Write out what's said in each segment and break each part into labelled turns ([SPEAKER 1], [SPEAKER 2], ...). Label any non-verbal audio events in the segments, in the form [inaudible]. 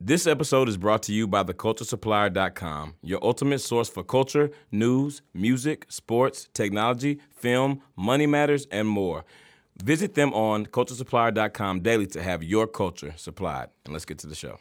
[SPEAKER 1] This episode is brought to you by theculturesupplier.com, your ultimate source for culture, news, music, sports, technology, film, money matters, and more. Visit them on culturesupplier.com daily to have your culture supplied. And let's get to the show.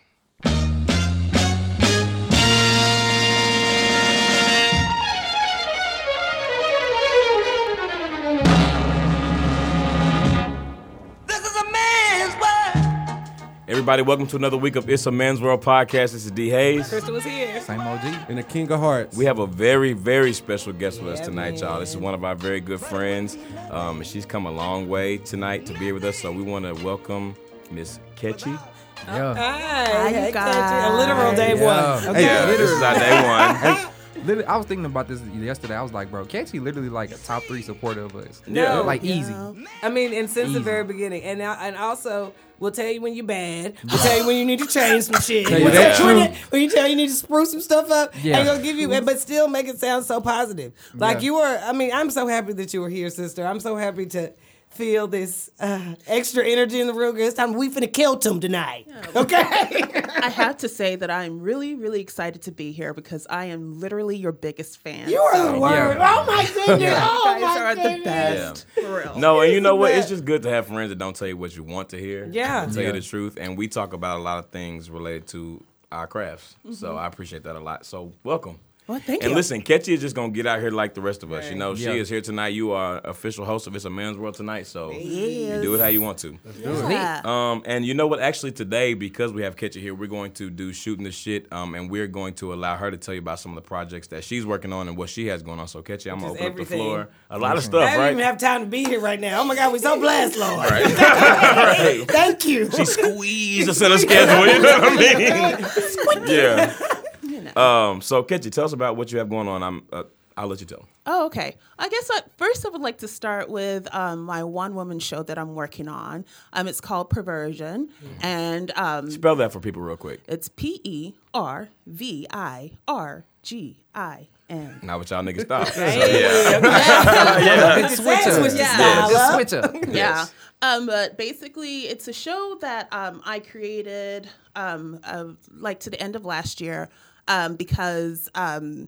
[SPEAKER 2] This is a man's world.
[SPEAKER 1] Everybody, welcome to another week of It's a Man's World podcast. This is D. Hayes.
[SPEAKER 3] Crystal was here.
[SPEAKER 4] Same OG.
[SPEAKER 5] and the King of Hearts.
[SPEAKER 1] We have a very, very special guest with us
[SPEAKER 3] Yeah,
[SPEAKER 1] tonight, y'all. This is one of our very good friends. Um, and she's come a long way tonight to be here with us, so we want to welcome Miss Ketchy.
[SPEAKER 4] Yeah.
[SPEAKER 3] Hi,
[SPEAKER 6] you
[SPEAKER 3] hey,
[SPEAKER 6] guys.
[SPEAKER 3] Ketchy. A literal day
[SPEAKER 4] Yeah.
[SPEAKER 3] one.
[SPEAKER 4] Hey,
[SPEAKER 3] Okay.
[SPEAKER 1] Yeah, this is our day one.
[SPEAKER 4] Literally, I was thinking about this yesterday. I was like, bro, Catchy literally like a top three supporter of us.
[SPEAKER 1] Yeah.
[SPEAKER 4] Like easy.
[SPEAKER 3] I mean, and since the
[SPEAKER 4] Easy.
[SPEAKER 3] very beginning, and now, and also, we'll tell you when you're bad. We'll tell you when you need to change some shit.
[SPEAKER 4] you
[SPEAKER 3] We'll
[SPEAKER 4] that
[SPEAKER 3] tell you when,
[SPEAKER 4] truth.
[SPEAKER 3] you- when you tell you need to spruce some stuff up.
[SPEAKER 4] Yeah.
[SPEAKER 3] And gonna give you, but still make it sound so positive. Like
[SPEAKER 4] Yeah.
[SPEAKER 3] you were. I mean, I'm so happy that you were here, sister. I'm so happy to. Feel this uh, extra energy in the room. 'cause It's time we finna kill them tonight. Okay. [laughs]
[SPEAKER 6] I have to say that I am really, really excited to be here because I am literally your biggest fan.
[SPEAKER 3] you are the word.
[SPEAKER 4] Yeah.
[SPEAKER 3] Oh my goodness. Oh
[SPEAKER 6] you guys
[SPEAKER 3] my
[SPEAKER 6] are
[SPEAKER 3] goodness.
[SPEAKER 6] the best. For
[SPEAKER 3] Oh,
[SPEAKER 6] real.
[SPEAKER 1] No, and you know what?
[SPEAKER 3] that?
[SPEAKER 1] It's just good to have friends that don't tell you what you want to hear.
[SPEAKER 3] Yeah.
[SPEAKER 1] They Tell
[SPEAKER 4] Yeah.
[SPEAKER 1] you the truth. And we talk about a lot of things related to our crafts.
[SPEAKER 3] Mm-hmm.
[SPEAKER 1] So I appreciate that a lot. So welcome.
[SPEAKER 6] Well, thank
[SPEAKER 1] and
[SPEAKER 6] you.
[SPEAKER 1] listen, Ketchy is just gonna get out here like the rest of us. You know,
[SPEAKER 4] Yeah.
[SPEAKER 1] she is here tonight. You are official host of It's a Man's World tonight, so you do it how you want to.
[SPEAKER 6] Yeah.
[SPEAKER 1] Um, and you know what? Actually, today because we have Ketchy here, we're going to do shooting the shit. Um, and we're going to allow her to tell you about some of the projects that she's working on and what she has going on. So Ketchy, I'm gonna
[SPEAKER 3] Just
[SPEAKER 1] open
[SPEAKER 3] everything.
[SPEAKER 1] up the floor. A lot of stuff,
[SPEAKER 3] I don't
[SPEAKER 1] right?
[SPEAKER 3] even have time to be here right now. Oh my God, we so blessed, Lord. [laughs]
[SPEAKER 1] right.
[SPEAKER 3] Thank you.
[SPEAKER 1] She squeezed us in a schedule. You know what I mean? yeah. Um. So, Ketchy, tell us about what you have going on. I'm. Uh, I'll let you tell.
[SPEAKER 6] Oh, okay. I guess I, first I would like to start with um, my one woman show that I'm working on. Um, it's called Perversion,
[SPEAKER 3] Mm.
[SPEAKER 6] and um,
[SPEAKER 1] Spell that for people real quick.
[SPEAKER 6] it's P E R V I R G I N.
[SPEAKER 1] Not what y'all niggas thought. So,
[SPEAKER 3] Hey,
[SPEAKER 1] yeah.
[SPEAKER 4] It's switch up.
[SPEAKER 3] Switch the
[SPEAKER 6] Yeah.
[SPEAKER 3] style
[SPEAKER 4] Just
[SPEAKER 3] up.
[SPEAKER 4] switch up.
[SPEAKER 6] Yeah. Um, but basically, it's a show that um, I created um, uh, like to the end of last year um, because um,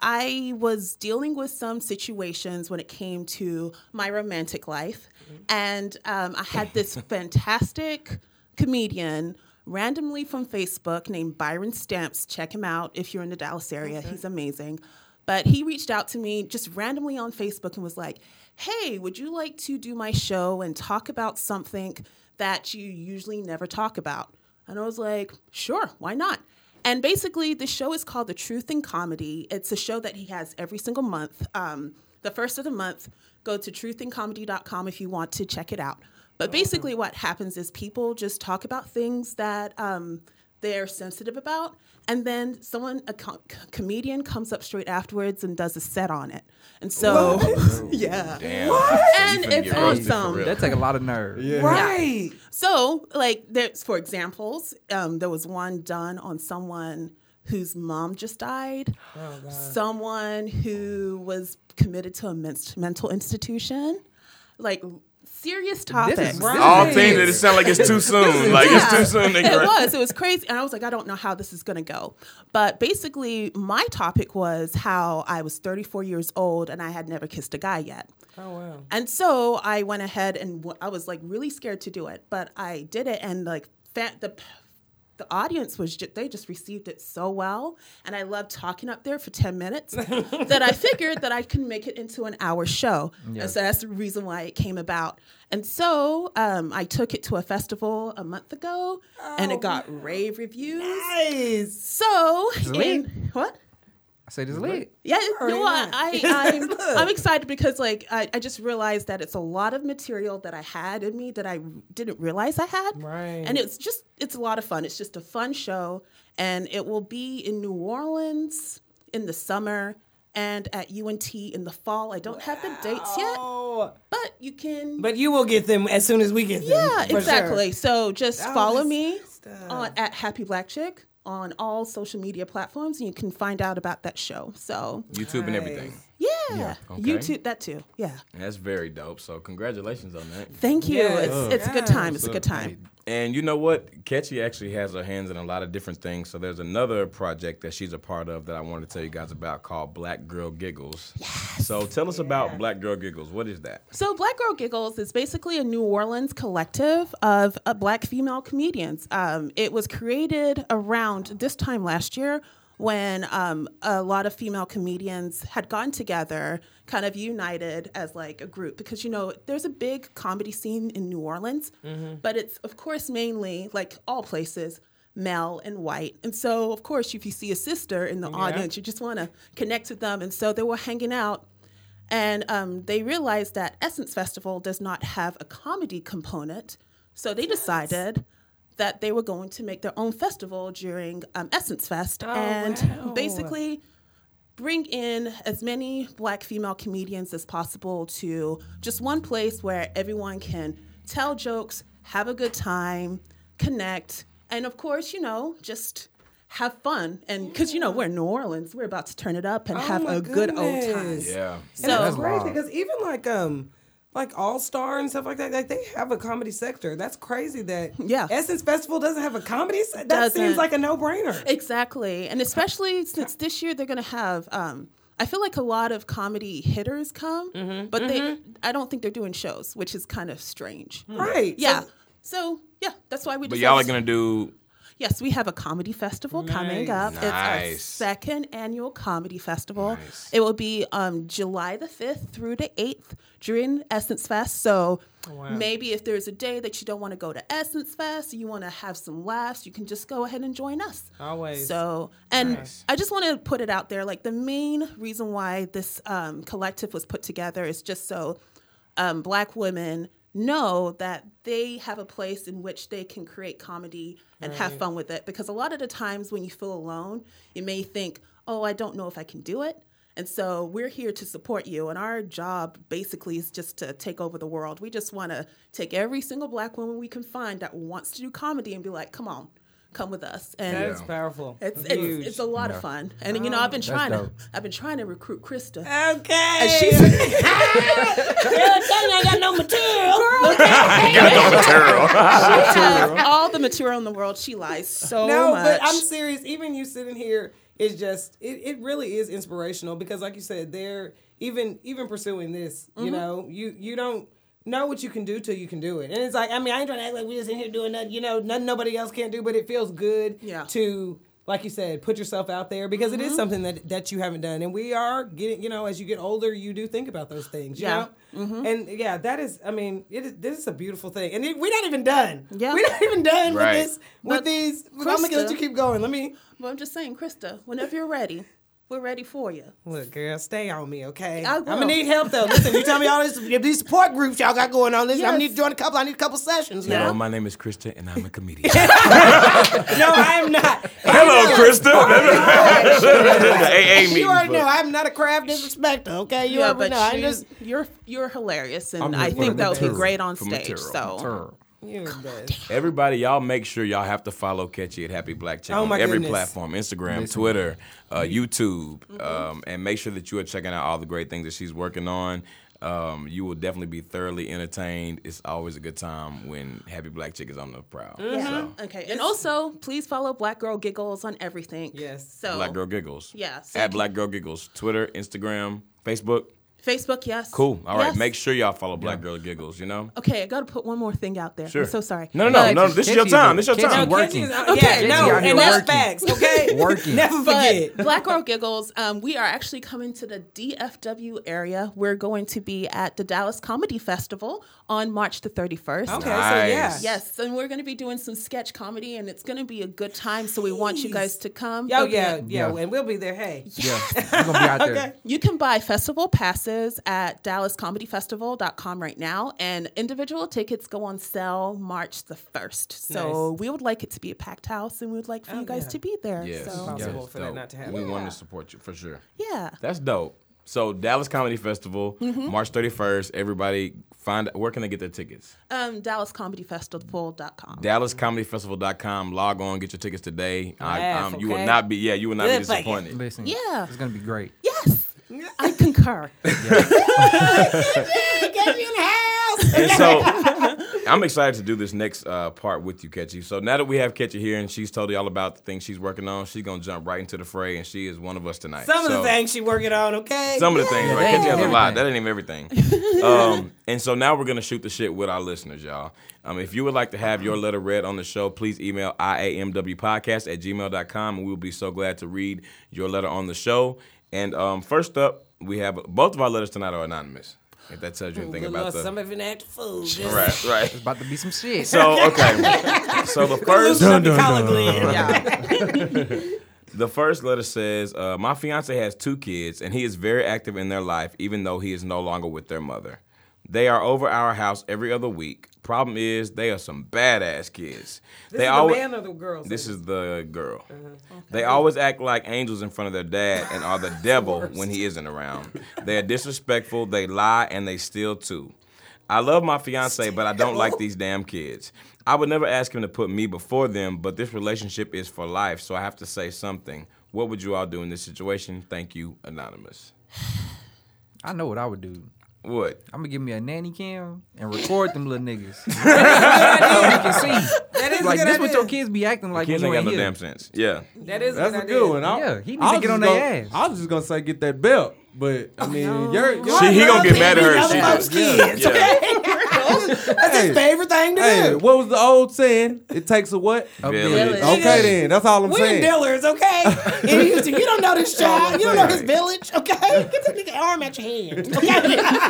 [SPEAKER 6] I was dealing with some situations when it came to my romantic life. And um, I had this fantastic comedian randomly from Facebook named Byron Stamps. Check him out if you're in the Dallas area, he's amazing. But he reached out to me just randomly on Facebook and was like, Hey, would you like to do my show and talk about something that you usually never talk about? And I was like, Sure, why not? And basically, the show is called The Truth in Comedy. It's a show that he has every single month. Um, the first of the month, go to truthincomedy.com if you want to check it out. But basically, what happens is people just talk about things that um, they're sensitive about, and then someone, a co- c- comedian, comes up straight afterwards and does a set on it. And so, [laughs] yeah.
[SPEAKER 1] Damn.
[SPEAKER 6] And
[SPEAKER 1] You finna
[SPEAKER 6] it's
[SPEAKER 1] get roasted for
[SPEAKER 6] awesome.
[SPEAKER 1] real.
[SPEAKER 4] That take a lot of nerve. Yeah.
[SPEAKER 3] Right.
[SPEAKER 6] So, like, there's for examples, um, there was one done on someone whose mom just died,
[SPEAKER 4] Oh,
[SPEAKER 6] someone who was committed to a men- mental institution, like serious topics.
[SPEAKER 4] This is
[SPEAKER 1] All
[SPEAKER 4] Right.
[SPEAKER 1] things that it sound like it's too soon. Like it's too soon. Nigga.
[SPEAKER 6] It was. It was crazy. And I was like, I don't know how this is going to go. But basically, my topic was how I was 34 years old and I had never kissed a guy yet. Oh, wow. And so I went ahead and w- I was like really scared to do it, but I did it. And like, fa- the the audience was just, they just received it so well and i loved talking up there for 10 minutes that i figured that i can make it into an hour show and so that's the reason why it came about and so um, i took it to a festival a month ago and it got rave reviews
[SPEAKER 3] Nice.
[SPEAKER 6] so
[SPEAKER 4] lit.
[SPEAKER 6] in, what
[SPEAKER 4] I said it's lit.
[SPEAKER 6] yeah, it-
[SPEAKER 3] Already
[SPEAKER 6] no, I,
[SPEAKER 3] not.
[SPEAKER 6] I,
[SPEAKER 3] [laughs]
[SPEAKER 6] I'm, I'm excited because like I, I just realized that it's a lot of material that I had in me that I didn't realize I had.
[SPEAKER 3] Right.
[SPEAKER 6] And it's just it's a lot of fun. It's just a fun show, and it will be in New Orleans in the summer and at UNT in the fall. I don't have the dates yet,
[SPEAKER 3] Oh,
[SPEAKER 6] but you can.
[SPEAKER 3] but you will get them as soon as we get them.
[SPEAKER 6] yeah,
[SPEAKER 3] for sure.
[SPEAKER 6] exactly. So just follow
[SPEAKER 3] that's
[SPEAKER 6] me
[SPEAKER 3] stuff.
[SPEAKER 6] on at Happy Black Chick on all social media platforms, and you can find out about that show. So
[SPEAKER 1] YouTube and everything.
[SPEAKER 6] yeah, Yeah.
[SPEAKER 1] Okay.
[SPEAKER 6] You too. That too. Yeah.
[SPEAKER 1] That's very dope. So congratulations on that.
[SPEAKER 6] Thank you.
[SPEAKER 3] Yes.
[SPEAKER 6] It's, it's a good time. It's a good time.
[SPEAKER 1] And you know what? Ketchy actually has her hands in a lot of different things. So there's another project that she's a part of that I wanted to tell you guys about called Black Girl Giggles. Yes. So tell us about Black Girl Giggles. What is that?
[SPEAKER 6] So, Black Girl Giggles is basically a New Orleans collective of uh, black female comedians. Um, it was created around this time last year when um, a lot of female comedians had gotten together, kind of united as like a group, because you know, there's a big comedy scene in New Orleans, but it's, of course, mainly like all places. Male and white. And so, of course, if you see a sister in the audience, you just want to connect with them. And so they were hanging out and um, they realized that Essence Festival does not have a comedy component. So they decided that they were going to make their own festival during um, Essence
[SPEAKER 3] Oh,
[SPEAKER 6] Fest and basically bring in as many black female comedians as possible to just one place where everyone can tell jokes, have a good time, connect, and of course, you know, just have fun. And because, you know, we're in New Orleans, we're about to turn it up and have
[SPEAKER 3] Oh, my
[SPEAKER 6] a good old time.
[SPEAKER 3] goodness.
[SPEAKER 1] Yeah.
[SPEAKER 3] And
[SPEAKER 6] So-
[SPEAKER 3] it's crazy
[SPEAKER 4] Wow.
[SPEAKER 3] because even like um like All Star and stuff like that, like they have a comedy sector. That's crazy that
[SPEAKER 6] Yeah.
[SPEAKER 3] Essence Festival doesn't have a comedy. Se- that seems
[SPEAKER 6] Doesn't.
[SPEAKER 3] like a no brainer.
[SPEAKER 6] Exactly, and especially since this year they're going to have. Um, I feel like a lot of comedy hitters come,
[SPEAKER 1] Mm-hmm.
[SPEAKER 6] but they. I don't think they're doing shows, which is kind of strange.
[SPEAKER 3] Right?
[SPEAKER 6] Yeah. So, yeah, that's why we.
[SPEAKER 1] Hmm. But
[SPEAKER 6] decided-
[SPEAKER 1] y'all are going to do.
[SPEAKER 6] Yes, we have a comedy festival coming up. It's our
[SPEAKER 1] Nice.
[SPEAKER 6] second annual comedy festival. It will be um, July the 5th through the 8th during Essence Fest. So maybe if there's a day that you don't want to go to Essence Fest, you want to have some laughs, you can just go ahead and join us.
[SPEAKER 3] Always.
[SPEAKER 6] So, and I just want to put it out there like the main reason why this um, collective was put together is just so um, black women know that they have a place in which they can create comedy and have fun with it. Because a lot of the times when you feel alone, you may think, oh, I don't know if I can do it. And so we're here to support you. And our job basically is just to take over the world. We just want to take every single black woman we can find that wants to do comedy and be like, come on, come with us. And
[SPEAKER 3] That is powerful.
[SPEAKER 6] it's,
[SPEAKER 3] Huge. Oh,
[SPEAKER 6] it's, it's a lot of fun. And you know, I've been trying to
[SPEAKER 4] dope.
[SPEAKER 6] I've been trying to recruit Krista.
[SPEAKER 3] [laughs] okay.
[SPEAKER 6] And she's
[SPEAKER 3] [laughs]
[SPEAKER 6] [laughs]
[SPEAKER 3] ain't got no material.
[SPEAKER 6] she has all the material in the world. She lies so
[SPEAKER 3] no,
[SPEAKER 6] much.
[SPEAKER 3] but I'm serious. Even you sitting here is just it, it really is inspirational because like you said, they're even even pursuing this, you
[SPEAKER 6] Mm-hmm.
[SPEAKER 3] know, you you don't know what you can do till you can do it. And it's like, I mean, I ain't trying to act like we just in here doing nothing, you know, nothing nobody else can't do, but it feels good
[SPEAKER 6] Yeah. Mm-hmm.
[SPEAKER 3] to like you said, put yourself out there because it is something that that you haven't done. And we are getting, you know, as you get older, you do think about those things, you
[SPEAKER 6] Yeah. Mm-hmm.
[SPEAKER 3] know? And yeah, that is, I mean, it is, this is a beautiful thing. And it, we're not even done.
[SPEAKER 6] Yeah.
[SPEAKER 3] We're not even done
[SPEAKER 1] Right.
[SPEAKER 3] with this, with
[SPEAKER 6] But
[SPEAKER 3] these. I'm gonna let you
[SPEAKER 6] Krista-
[SPEAKER 3] keep going. Let me
[SPEAKER 6] but I'm just saying, Krista, whenever you're ready, we're ready for you.
[SPEAKER 3] look, girl. Stay on me, okay?
[SPEAKER 6] I
[SPEAKER 3] I'm gonna
[SPEAKER 6] will.
[SPEAKER 3] need help though. Listen, you tell me
[SPEAKER 6] [laughs]
[SPEAKER 3] all this, these support groups y'all got going on. Listen, I'm gonna
[SPEAKER 6] Yes.
[SPEAKER 3] need to join a couple. I need a couple sessions.
[SPEAKER 1] Hello,
[SPEAKER 3] Now.
[SPEAKER 1] my name is Krista, and I'm a comedian.
[SPEAKER 3] no, I'm not.
[SPEAKER 1] [laughs] Hello,
[SPEAKER 3] [laughs]
[SPEAKER 1] Krista. [laughs] hey, hey,
[SPEAKER 3] you already
[SPEAKER 1] meeting,
[SPEAKER 3] know
[SPEAKER 1] but-
[SPEAKER 3] I'm not a crab disrespecter, okay? You
[SPEAKER 6] yeah,
[SPEAKER 3] already
[SPEAKER 6] but
[SPEAKER 3] know. I
[SPEAKER 6] she's,
[SPEAKER 3] just
[SPEAKER 6] you're you're hilarious, and
[SPEAKER 4] I'm
[SPEAKER 6] I
[SPEAKER 4] here for
[SPEAKER 6] think that would be
[SPEAKER 4] material.
[SPEAKER 6] great on
[SPEAKER 1] For
[SPEAKER 6] stage.
[SPEAKER 1] material.
[SPEAKER 6] So
[SPEAKER 4] Turn.
[SPEAKER 3] you're the best.
[SPEAKER 1] Everybody, y'all make sure y'all have to follow Catchy at Happy Black Chick
[SPEAKER 3] Oh,
[SPEAKER 1] on
[SPEAKER 3] my
[SPEAKER 1] every
[SPEAKER 3] goodness.
[SPEAKER 1] platform Instagram, Twitter, uh, YouTube, um, and make sure that you are checking out all the great things that she's working on. Um, you will definitely be thoroughly entertained. It's always a good time when Happy Black Chick is on the prowl.
[SPEAKER 6] Mm.
[SPEAKER 3] Uh-huh.
[SPEAKER 1] So,
[SPEAKER 6] okay, and also please follow Black Girl Giggles on everything.
[SPEAKER 3] Yes.
[SPEAKER 6] So
[SPEAKER 1] Black Girl Giggles.
[SPEAKER 6] Oh. Yeah, so you
[SPEAKER 1] at
[SPEAKER 6] can-
[SPEAKER 1] Black Girl Giggles, Twitter, Instagram, Facebook.
[SPEAKER 6] Facebook, yes.
[SPEAKER 1] Cool. All right.
[SPEAKER 6] Yes.
[SPEAKER 1] Make sure y'all follow Black Girl Giggles. You know.
[SPEAKER 6] Okay, I gotta put one more thing out there.
[SPEAKER 1] Sure.
[SPEAKER 6] I'm so sorry. Uh,
[SPEAKER 1] No, no, no,
[SPEAKER 6] But-
[SPEAKER 1] no. This is your
[SPEAKER 4] Kenji,
[SPEAKER 1] time. This is your
[SPEAKER 4] Kenji,
[SPEAKER 1] time.
[SPEAKER 4] work-
[SPEAKER 3] Kenji's
[SPEAKER 4] Working.
[SPEAKER 3] out-
[SPEAKER 6] Okay,
[SPEAKER 3] yeah,
[SPEAKER 6] Kenji's
[SPEAKER 3] no,
[SPEAKER 6] out here
[SPEAKER 3] and that's
[SPEAKER 4] working.
[SPEAKER 3] facts,
[SPEAKER 6] [laughs]
[SPEAKER 3] okay? [laughs]
[SPEAKER 4] Working.
[SPEAKER 3] Never forget.
[SPEAKER 6] But
[SPEAKER 3] [laughs]
[SPEAKER 6] Black Girl Giggles, um, we are actually coming to the DFW area. We're going to be at the Dallas Comedy Festival on March the 31st.
[SPEAKER 3] Okay, so
[SPEAKER 1] Nice.
[SPEAKER 3] yeah.
[SPEAKER 6] Yes, and we're going to be doing some sketch comedy, and it's going to be a good time. So we want you guys to come.
[SPEAKER 3] Oh
[SPEAKER 6] There'll be
[SPEAKER 3] yeah,
[SPEAKER 6] a-
[SPEAKER 3] yeah,
[SPEAKER 4] Yeah.
[SPEAKER 3] and we'll be there. Hey, [laughs]
[SPEAKER 4] Yeah, I'm gonna be out there.
[SPEAKER 6] You can buy festival passes at dallascomedyfestival.com right now, and individual tickets go on sale March the 1st. So we would like it to be a packed house, and we would like for you guys
[SPEAKER 3] Oh, yeah.
[SPEAKER 6] to be there.
[SPEAKER 1] Yes.
[SPEAKER 6] So,
[SPEAKER 3] Impossible
[SPEAKER 1] yes,
[SPEAKER 3] for that
[SPEAKER 1] dope.
[SPEAKER 3] not to happen.
[SPEAKER 1] We want to support you for sure.
[SPEAKER 6] yeah.
[SPEAKER 1] That's dope. So Dallas Comedy Festival,
[SPEAKER 3] Mm-hmm.
[SPEAKER 1] March 31st. Everybody find where can they get their tickets?
[SPEAKER 6] Um, dallascomedyfestival.com.
[SPEAKER 1] DallasComedyFestival.com. Log on, get your tickets today. I,
[SPEAKER 3] Laugh,
[SPEAKER 1] um, You will
[SPEAKER 3] okay?
[SPEAKER 1] not be yeah, you will not be
[SPEAKER 3] Good fucking. [laughs]
[SPEAKER 1] disappointed.
[SPEAKER 4] Listen,
[SPEAKER 6] Yeah.
[SPEAKER 4] it's gonna be great.
[SPEAKER 6] Yes. I concur.
[SPEAKER 1] And so
[SPEAKER 3] [laughs]
[SPEAKER 1] I'm excited to do this next uh, part with you, Ketchy. So now that we have Ketchy here and she's told you all about the things she's working on, she's gonna jump right into the fray, and she is one of us tonight.
[SPEAKER 3] Some of
[SPEAKER 1] So-
[SPEAKER 3] the things she working on, okay?
[SPEAKER 1] Some of the things, right?
[SPEAKER 4] that ain't
[SPEAKER 1] Catchy has a lot.
[SPEAKER 4] everything.
[SPEAKER 1] That ain't even everything. um, and so now we're gonna shoot the shit with our listeners, y'all. Um, if you would like to have your letter read on the show, please email iamwpodcast at gmail.com and we will be so glad to read your letter on the show. And um, first up, we have both of our letters tonight are anonymous. If that tells you anything
[SPEAKER 3] Good
[SPEAKER 1] about
[SPEAKER 3] Lord,
[SPEAKER 1] the
[SPEAKER 3] some of it act fool.
[SPEAKER 1] right,
[SPEAKER 3] Just
[SPEAKER 1] right.
[SPEAKER 4] [laughs] About to be some shit.
[SPEAKER 1] So okay, so the first
[SPEAKER 3] loosen up your collar gland.
[SPEAKER 1] The first letter says, uh, "My fiance has two kids, and he is very active in their life, even though he is no longer with their mother. They are over our house every other week. Problem is, they are some badass kids. they
[SPEAKER 3] This is the
[SPEAKER 1] always
[SPEAKER 3] man or the girl?
[SPEAKER 1] this is the girl.
[SPEAKER 4] Uh-huh.
[SPEAKER 1] They always act like angels in front of their dad and are
[SPEAKER 4] [laughs]
[SPEAKER 1] the devil when he isn't around. They are disrespectful, they lie, and they steal too. I love my fiance, but I don't like these damn kids. I would never ask him to put me before them, but this relationship is for life, so I have to say something. What would you all do in this situation? Thank you, Anonymous.
[SPEAKER 4] I know what I would do.
[SPEAKER 1] What?
[SPEAKER 4] I'm gonna give me a nanny cam and record them little
[SPEAKER 3] [laughs]
[SPEAKER 4] niggas. so we can see.
[SPEAKER 3] That is a
[SPEAKER 4] like
[SPEAKER 3] good
[SPEAKER 4] this, what
[SPEAKER 3] idea.
[SPEAKER 4] your kids be acting like
[SPEAKER 1] Kids
[SPEAKER 4] when
[SPEAKER 1] ain't
[SPEAKER 4] you
[SPEAKER 1] got
[SPEAKER 4] ain't
[SPEAKER 1] no
[SPEAKER 4] here.
[SPEAKER 1] damn sense. Yeah.
[SPEAKER 3] That is
[SPEAKER 5] That's a good one. I-
[SPEAKER 4] Yeah, he need
[SPEAKER 5] I
[SPEAKER 4] to
[SPEAKER 5] was
[SPEAKER 4] get on
[SPEAKER 5] just
[SPEAKER 4] their
[SPEAKER 5] gonna-
[SPEAKER 4] ass.
[SPEAKER 5] I was just gonna say get that belt, but I mean, you're, you're
[SPEAKER 1] She, he gonna get mad at her. if
[SPEAKER 3] Other
[SPEAKER 1] She
[SPEAKER 3] folks'
[SPEAKER 1] does.
[SPEAKER 3] kids.
[SPEAKER 1] Yeah.
[SPEAKER 3] That's his [laughs] favorite thing to
[SPEAKER 5] Hey,
[SPEAKER 3] do.
[SPEAKER 5] what was the old saying? It takes a what?
[SPEAKER 4] Oh,
[SPEAKER 1] Village.
[SPEAKER 6] Village.
[SPEAKER 5] Okay, then that's all I'm
[SPEAKER 3] We're
[SPEAKER 5] saying.
[SPEAKER 3] in Dillers, okay? In Houston, you don't
[SPEAKER 1] [laughs]
[SPEAKER 3] know this child. You don't know this village, okay? Get that nigga arm out your hand.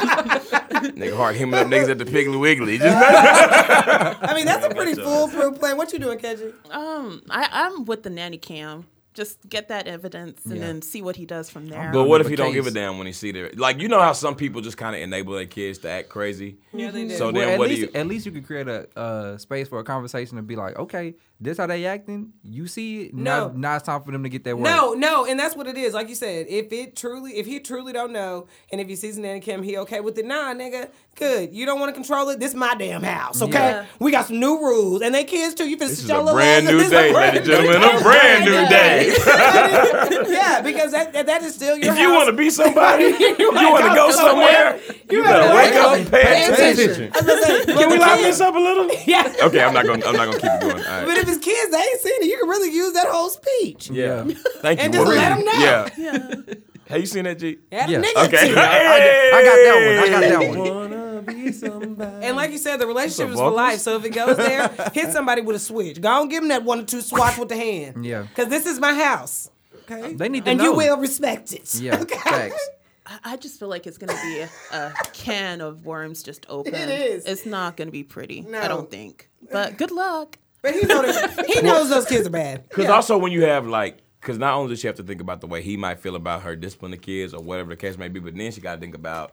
[SPEAKER 1] Nigga hard hemming up niggas at the Piggly
[SPEAKER 4] [laughs]
[SPEAKER 1] Wiggly. Just
[SPEAKER 3] [laughs] I mean, that's a pretty foolproof plan. What you doing, Kedji?
[SPEAKER 6] Um, I, I'm with the nanny cam. Just get that evidence and then see what he does from there.
[SPEAKER 1] But what if
[SPEAKER 4] the
[SPEAKER 1] he don't give a
[SPEAKER 4] case.
[SPEAKER 1] damn when he see the like? You know how some people just kind of enable their kids to act crazy. Yeah,
[SPEAKER 3] they do.
[SPEAKER 1] So
[SPEAKER 4] Well,
[SPEAKER 1] then
[SPEAKER 4] at
[SPEAKER 1] what
[SPEAKER 4] least,
[SPEAKER 1] do you?
[SPEAKER 4] at least you could create a uh, space for a conversation to be like, okay, this how they acting. You see it. Now,
[SPEAKER 3] No.
[SPEAKER 4] now it's time for them to get that word.
[SPEAKER 3] No, no, and that's what it is. Like you said, if it truly, if he truly don't know, and if he sees an Kim, he okay with it. Nah, nigga, good. You don't want to control it. This my damn house, okay?
[SPEAKER 6] Yeah.
[SPEAKER 3] We got some new rules, and they kids too. You finna
[SPEAKER 1] This is
[SPEAKER 3] show
[SPEAKER 1] a
[SPEAKER 3] little
[SPEAKER 1] brand
[SPEAKER 3] ass-
[SPEAKER 1] new
[SPEAKER 3] this is a
[SPEAKER 1] day,
[SPEAKER 3] brand
[SPEAKER 1] ladies and
[SPEAKER 3] new-
[SPEAKER 1] gentlemen. A brand new day.
[SPEAKER 3] [laughs] yeah, because that, that that is still
[SPEAKER 1] [laughs]
[SPEAKER 3] your.
[SPEAKER 1] If you
[SPEAKER 3] house.
[SPEAKER 1] want to be somebody, you want to go somewhere, you better
[SPEAKER 3] better
[SPEAKER 1] wake up and
[SPEAKER 3] wake
[SPEAKER 1] pay attention.
[SPEAKER 5] attention.
[SPEAKER 3] I was gonna say,
[SPEAKER 1] Can we
[SPEAKER 3] but
[SPEAKER 1] lock
[SPEAKER 3] kids-
[SPEAKER 1] this up a little?
[SPEAKER 3] [laughs] Yeah.
[SPEAKER 1] Okay, I'm not gonna. I'm not gonna keep it going. All
[SPEAKER 3] But
[SPEAKER 1] right.
[SPEAKER 3] if it's kids, they ain't seen it. You can really use that whole speech.
[SPEAKER 1] Yeah. Thank you.
[SPEAKER 3] And just
[SPEAKER 1] Marie.
[SPEAKER 3] let 'em know.
[SPEAKER 1] Yeah. Have you seen that G?
[SPEAKER 3] That
[SPEAKER 4] Yeah.
[SPEAKER 3] nigga [laughs]
[SPEAKER 1] Okay.
[SPEAKER 3] too.
[SPEAKER 1] [laughs]
[SPEAKER 4] [laughs] I got that one. I got that one.
[SPEAKER 5] Wanna be somebody.
[SPEAKER 3] And like you said, the relationship is for
[SPEAKER 1] vocals?
[SPEAKER 3] life. So if it goes there, hit somebody with a switch. Go on, give them that one or two swats with the hand.
[SPEAKER 4] Yeah.
[SPEAKER 3] Because this is my house. Okay.
[SPEAKER 4] They need to
[SPEAKER 3] and
[SPEAKER 4] know.
[SPEAKER 3] you will respect it.
[SPEAKER 4] Yeah,
[SPEAKER 3] [laughs] Okay.
[SPEAKER 4] facts.
[SPEAKER 6] I, I just feel like it's gonna be a, a can of worms just open.
[SPEAKER 3] It is.
[SPEAKER 6] It's not gonna be pretty.
[SPEAKER 3] No.
[SPEAKER 6] I don't think. But good luck.
[SPEAKER 3] But he, know that- he knows those kids are bad.
[SPEAKER 1] Because also when you have like, because not only does she have to think about the way he might feel about her discipline the kids or whatever the case may be, but then she got to think about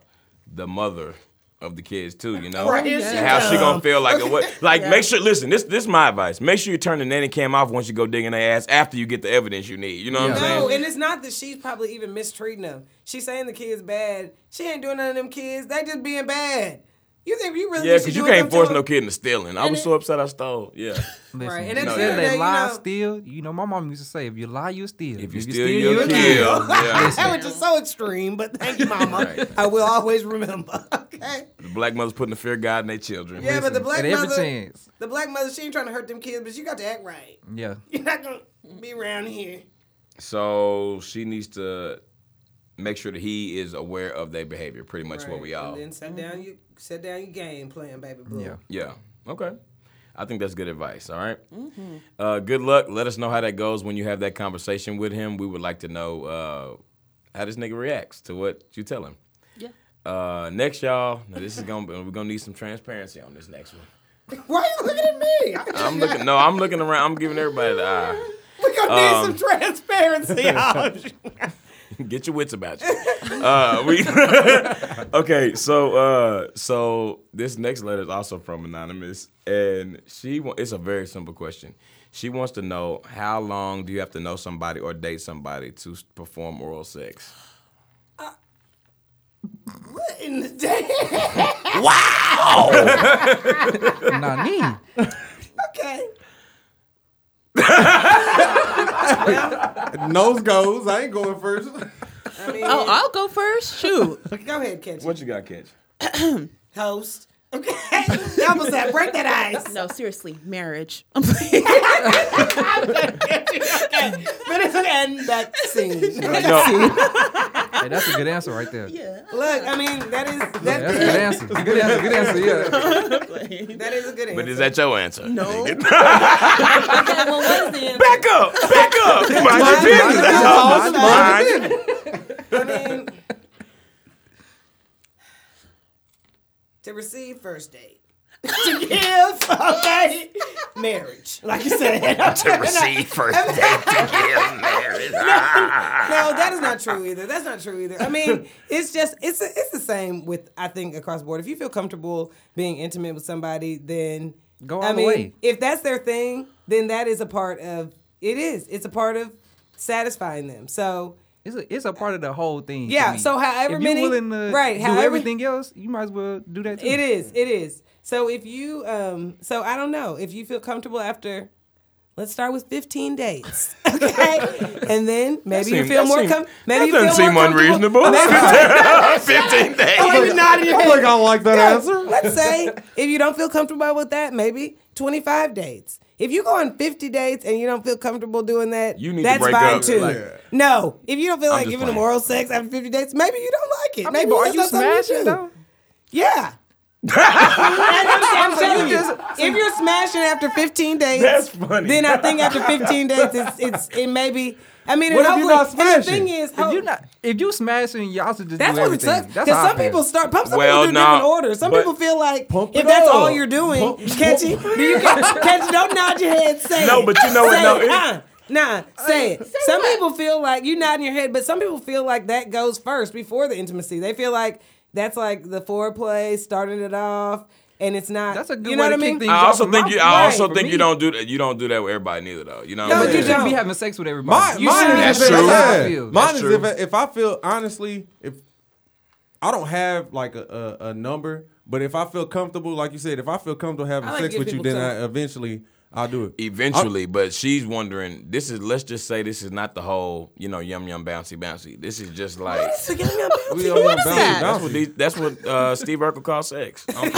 [SPEAKER 1] the mother of the kids too. You know
[SPEAKER 3] Right, here she
[SPEAKER 1] And how she gonna
[SPEAKER 3] come.
[SPEAKER 1] feel like
[SPEAKER 3] [laughs]
[SPEAKER 1] what? Like make sure. Listen, this this is my advice. Make sure you turn the nanny cam off once you go digging their ass after you get the evidence you need. You know what I'm
[SPEAKER 4] Yeah.
[SPEAKER 1] saying?
[SPEAKER 3] No, and it's not that she's probably even mistreating them. She's saying the kids bad. She ain't doing none of them kids. They just being bad. You think you really
[SPEAKER 1] yeah,
[SPEAKER 3] think she
[SPEAKER 1] because you
[SPEAKER 3] doing
[SPEAKER 1] can't
[SPEAKER 3] something to
[SPEAKER 1] force
[SPEAKER 3] them?
[SPEAKER 1] no kid into stealing. I was so upset I stole. Yeah.
[SPEAKER 4] Listen,
[SPEAKER 3] Right, and at
[SPEAKER 4] you
[SPEAKER 3] the
[SPEAKER 4] said
[SPEAKER 3] end of the
[SPEAKER 4] they
[SPEAKER 3] day, you
[SPEAKER 4] lie,
[SPEAKER 3] know-
[SPEAKER 4] steal. You know, my mom used to say, if you lie, you steal.
[SPEAKER 1] If you steal, you'll
[SPEAKER 4] you
[SPEAKER 1] kill.
[SPEAKER 3] [laughs]
[SPEAKER 1] Yeah.
[SPEAKER 3] That was just so extreme, but thank you, Mama.
[SPEAKER 1] Right.
[SPEAKER 3] I will always remember. [laughs] Okay.
[SPEAKER 1] The black mothers putting the fear of God in their children.
[SPEAKER 3] Yeah, but the black
[SPEAKER 4] At every
[SPEAKER 3] mother,
[SPEAKER 4] chance.
[SPEAKER 3] the black mother, she ain't trying to hurt them kids, but you got to act right. [laughs]
[SPEAKER 4] Yeah.
[SPEAKER 3] You're not gonna be around here.
[SPEAKER 1] So she needs to make sure that he is aware of their behavior. Pretty much what we all.
[SPEAKER 3] And then set down you set down your game plan, baby boo.
[SPEAKER 4] Yeah.
[SPEAKER 1] Yeah. Okay. I think that's good advice. All right? Uh, good luck. Let us know how that goes when you have that conversation with him. We would like to know uh, how this nigga reacts to what you tell him.
[SPEAKER 6] Yeah.
[SPEAKER 1] Uh, next, y'all. Now this is gonna be, we're gonna need some transparency on this next one.
[SPEAKER 3] [laughs] Why are you looking at me? [laughs] I-
[SPEAKER 1] I'm looking. No, I'm looking around. I'm giving everybody the eye.
[SPEAKER 3] We gonna need some
[SPEAKER 1] Um, [laughs]
[SPEAKER 3] transparency. out of you.
[SPEAKER 1] Get your wits about you. Uh, we [laughs] okay. So uh, so this next letter is also from anonymous, and she wa- it's a very simple question. She wants to know how long do you have to know somebody or date somebody to s- perform oral sex?
[SPEAKER 3] [laughs] What in the day?
[SPEAKER 4] Nah, me.
[SPEAKER 3] Okay.
[SPEAKER 5] Nose goes. I ain't going first.
[SPEAKER 3] mean,
[SPEAKER 6] Oh, I'll go first.
[SPEAKER 3] [laughs]
[SPEAKER 6] Shoot.
[SPEAKER 3] go ahead, catch
[SPEAKER 1] What you got, Catch?
[SPEAKER 3] host. Okay, [laughs] that was that. Break that
[SPEAKER 6] [laughs]
[SPEAKER 3] ice.
[SPEAKER 6] no, seriously,
[SPEAKER 3] [laughs]
[SPEAKER 6] marriage. [laughs] I'm playing.
[SPEAKER 3] But it's an end that
[SPEAKER 4] [laughs]
[SPEAKER 3] scene.
[SPEAKER 1] No,
[SPEAKER 4] Hey, that's a good answer
[SPEAKER 3] [laughs]
[SPEAKER 4] right there. Yeah,
[SPEAKER 6] Yeah.
[SPEAKER 3] Look, I mean that is that,
[SPEAKER 4] that's a good answer. Good answer. Good answer.
[SPEAKER 3] [laughs]
[SPEAKER 4] Yeah.
[SPEAKER 3] that is a good answer.
[SPEAKER 1] but [laughs] is that your answer?
[SPEAKER 6] No.
[SPEAKER 3] okay, well, what is the answer?
[SPEAKER 1] Back up, back [laughs] up. Mind your business. That's all. Mind.
[SPEAKER 7] [laughs]
[SPEAKER 3] I mean, to receive first date, to give okay, marriage, like you said.
[SPEAKER 7] [laughs] to receive
[SPEAKER 3] [laughs]
[SPEAKER 7] first date to give marriage. Ah.
[SPEAKER 3] No, that is not true either. That's not true either. I mean, it's just it's it's the same with I think across the board. If you feel comfortable being intimate with somebody, then
[SPEAKER 4] Go
[SPEAKER 3] I
[SPEAKER 4] all the
[SPEAKER 3] mean,
[SPEAKER 4] way.
[SPEAKER 3] If that's their thing, then that is a part of it. Is it's a part of satisfying them. So
[SPEAKER 4] It's a, it's a part of the whole thing. to
[SPEAKER 3] Yeah,
[SPEAKER 4] me.
[SPEAKER 3] so however
[SPEAKER 4] if
[SPEAKER 3] many-
[SPEAKER 4] you're willing to
[SPEAKER 3] right,
[SPEAKER 4] do
[SPEAKER 3] however-
[SPEAKER 4] everything else, you might as well do that too.
[SPEAKER 3] It is. It is. So if you, um, so I don't know if you feel comfortable after. Let's start with 15 dates, [laughs] okay? and then maybe you
[SPEAKER 1] seem-
[SPEAKER 3] feel
[SPEAKER 1] that
[SPEAKER 3] more
[SPEAKER 1] seem-
[SPEAKER 3] com- maybe you
[SPEAKER 1] that doesn't
[SPEAKER 3] feel
[SPEAKER 1] seem
[SPEAKER 3] more comfortable-
[SPEAKER 1] unreasonable. [laughs]
[SPEAKER 7] Fifteen
[SPEAKER 3] [laughs]
[SPEAKER 7] days.
[SPEAKER 5] you nodding [laughs] your head. I don't like that answer.
[SPEAKER 3] Let's say if you don't feel comfortable with that, maybe 25 dates. If you go on 50 dates and you don't feel comfortable doing that,
[SPEAKER 1] You need to
[SPEAKER 3] that's
[SPEAKER 1] break
[SPEAKER 3] fine
[SPEAKER 1] up,
[SPEAKER 3] too.
[SPEAKER 1] like-
[SPEAKER 3] no, if you don't feel like
[SPEAKER 1] just
[SPEAKER 3] giving them
[SPEAKER 1] playing.
[SPEAKER 3] oral sex after 50 dates, maybe you don't like it.
[SPEAKER 4] I mean,
[SPEAKER 3] maybe
[SPEAKER 4] are
[SPEAKER 3] that's
[SPEAKER 4] you
[SPEAKER 3] not something
[SPEAKER 4] smashing
[SPEAKER 3] do.
[SPEAKER 4] though?
[SPEAKER 3] Yeah. I'm, telling you, if you're smashing after 15 days,
[SPEAKER 1] That's funny.
[SPEAKER 3] Then I think after 15 days, it's it's it may be. I mean,
[SPEAKER 5] What
[SPEAKER 3] and
[SPEAKER 5] if you're
[SPEAKER 3] hopefully-
[SPEAKER 5] not
[SPEAKER 3] and the
[SPEAKER 5] smashing?
[SPEAKER 3] thing is,
[SPEAKER 4] If
[SPEAKER 3] hope-
[SPEAKER 4] you not, if you smashing, y'all should just
[SPEAKER 3] that's
[SPEAKER 4] do
[SPEAKER 3] what it
[SPEAKER 4] everything.
[SPEAKER 3] sucks.
[SPEAKER 4] That's how
[SPEAKER 3] Because
[SPEAKER 4] I
[SPEAKER 3] some
[SPEAKER 4] feel.
[SPEAKER 3] people start. Some
[SPEAKER 1] Well,
[SPEAKER 3] people do
[SPEAKER 1] nah,
[SPEAKER 3] different orders. Some
[SPEAKER 1] but-
[SPEAKER 3] people feel like
[SPEAKER 5] Pump
[SPEAKER 3] if
[SPEAKER 5] it
[SPEAKER 3] that's
[SPEAKER 5] up.
[SPEAKER 3] all you're doing,
[SPEAKER 5] Pump-
[SPEAKER 3] catchy,
[SPEAKER 4] [laughs]
[SPEAKER 3] do you catch, catchy, [laughs] don't nod your head. Say
[SPEAKER 1] No,
[SPEAKER 3] it.
[SPEAKER 1] but you know what,
[SPEAKER 3] Say
[SPEAKER 1] no,
[SPEAKER 3] it.
[SPEAKER 1] it-
[SPEAKER 3] Nah, Nah, say it. Some people feel like you nodding your head, but some people feel like that goes first before the intimacy. They feel like that's like the foreplay, starting it off, and it's not.
[SPEAKER 4] That's a good
[SPEAKER 3] you know
[SPEAKER 4] way
[SPEAKER 3] what
[SPEAKER 4] to
[SPEAKER 3] I mean?
[SPEAKER 4] kick things
[SPEAKER 1] I
[SPEAKER 4] off
[SPEAKER 1] also
[SPEAKER 4] in
[SPEAKER 1] think
[SPEAKER 4] my-
[SPEAKER 1] you. I
[SPEAKER 4] Right,
[SPEAKER 1] also
[SPEAKER 4] for
[SPEAKER 1] think
[SPEAKER 4] me.
[SPEAKER 1] you don't do that. You don't do that with everybody neither, though. You know.
[SPEAKER 3] No,
[SPEAKER 1] what I'm
[SPEAKER 4] But you
[SPEAKER 1] saying?
[SPEAKER 4] shouldn't be
[SPEAKER 3] don't.
[SPEAKER 4] having sex with
[SPEAKER 5] Mine,
[SPEAKER 4] everybody.
[SPEAKER 5] mine
[SPEAKER 3] should.
[SPEAKER 5] is
[SPEAKER 1] That's true.
[SPEAKER 5] That's how I
[SPEAKER 4] Yeah.
[SPEAKER 5] feel.
[SPEAKER 4] That's
[SPEAKER 5] Mine is
[SPEAKER 1] true.
[SPEAKER 5] if I, if I feel honestly, if I don't have like a, a, a number, but if I feel comfortable, like you said, if I feel comfortable having
[SPEAKER 3] I like to
[SPEAKER 5] sex
[SPEAKER 3] give
[SPEAKER 5] with you,
[SPEAKER 3] people
[SPEAKER 5] then
[SPEAKER 3] time.
[SPEAKER 5] I eventually I'll do it.
[SPEAKER 1] Eventually, but she's wondering. This is. Let's just say this is not the whole. You know, yum yum bouncy bouncy. This is just like.
[SPEAKER 3] So give me a bouncy,
[SPEAKER 5] We all
[SPEAKER 6] is
[SPEAKER 5] bouncy,
[SPEAKER 6] that?
[SPEAKER 1] That's
[SPEAKER 5] bouncy.
[SPEAKER 1] what. These, that's what uh, Steve Urkel calls
[SPEAKER 4] [laughs]
[SPEAKER 1] sex. I'm-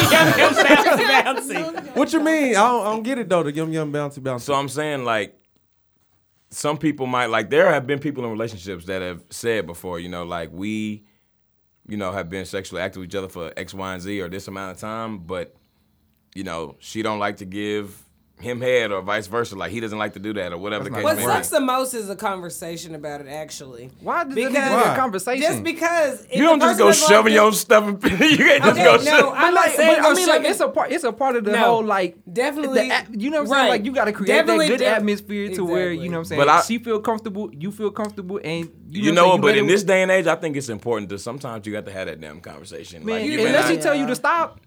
[SPEAKER 3] bouncy.
[SPEAKER 5] What you mean? I don't, I don't get it though. The yum yum bouncy bouncy.
[SPEAKER 1] So I'm saying like some people might like there have been people in relationships that have said before, you know, like we, you know, have been sexually active with each other for X, Y, and Z or this amount of time, but you know, she don't like to give him head or vice versa. Like he doesn't like to do that or whatever the case
[SPEAKER 3] What
[SPEAKER 1] may
[SPEAKER 3] sucks
[SPEAKER 1] be.
[SPEAKER 3] the most is a conversation about it. Actually,
[SPEAKER 4] Why does
[SPEAKER 3] Because-
[SPEAKER 4] it need to be
[SPEAKER 5] Why?
[SPEAKER 4] a conversation?
[SPEAKER 3] just because if
[SPEAKER 1] You don't
[SPEAKER 3] the
[SPEAKER 1] just go
[SPEAKER 3] person doesn't like
[SPEAKER 1] shoving
[SPEAKER 3] it-
[SPEAKER 1] your stuff. In, [laughs] you can't just
[SPEAKER 3] Okay,
[SPEAKER 1] go
[SPEAKER 3] no,
[SPEAKER 1] shove-
[SPEAKER 3] I'm not
[SPEAKER 4] Like,
[SPEAKER 3] saying
[SPEAKER 4] but
[SPEAKER 3] go
[SPEAKER 4] I mean, like
[SPEAKER 3] shove it.
[SPEAKER 4] it's a part. It's a part of the
[SPEAKER 3] No.
[SPEAKER 4] whole like
[SPEAKER 3] Definitely-
[SPEAKER 4] the at- you know what I'm saying.
[SPEAKER 3] right.
[SPEAKER 4] Like you got to create
[SPEAKER 3] Definitely
[SPEAKER 4] that good
[SPEAKER 3] def-
[SPEAKER 4] atmosphere to where you know what I'm saying.
[SPEAKER 1] But I-
[SPEAKER 4] she feel comfortable, you feel comfortable, and you,
[SPEAKER 1] You
[SPEAKER 4] know,
[SPEAKER 1] know,
[SPEAKER 4] what I'm saying,
[SPEAKER 1] but
[SPEAKER 4] let
[SPEAKER 1] in
[SPEAKER 4] it-
[SPEAKER 1] this day and age, I think it's important to sometimes you got to have that damn conversation.
[SPEAKER 4] man,
[SPEAKER 1] like, you
[SPEAKER 3] may
[SPEAKER 4] unless
[SPEAKER 1] better
[SPEAKER 4] she
[SPEAKER 3] not-
[SPEAKER 4] tell you to stop,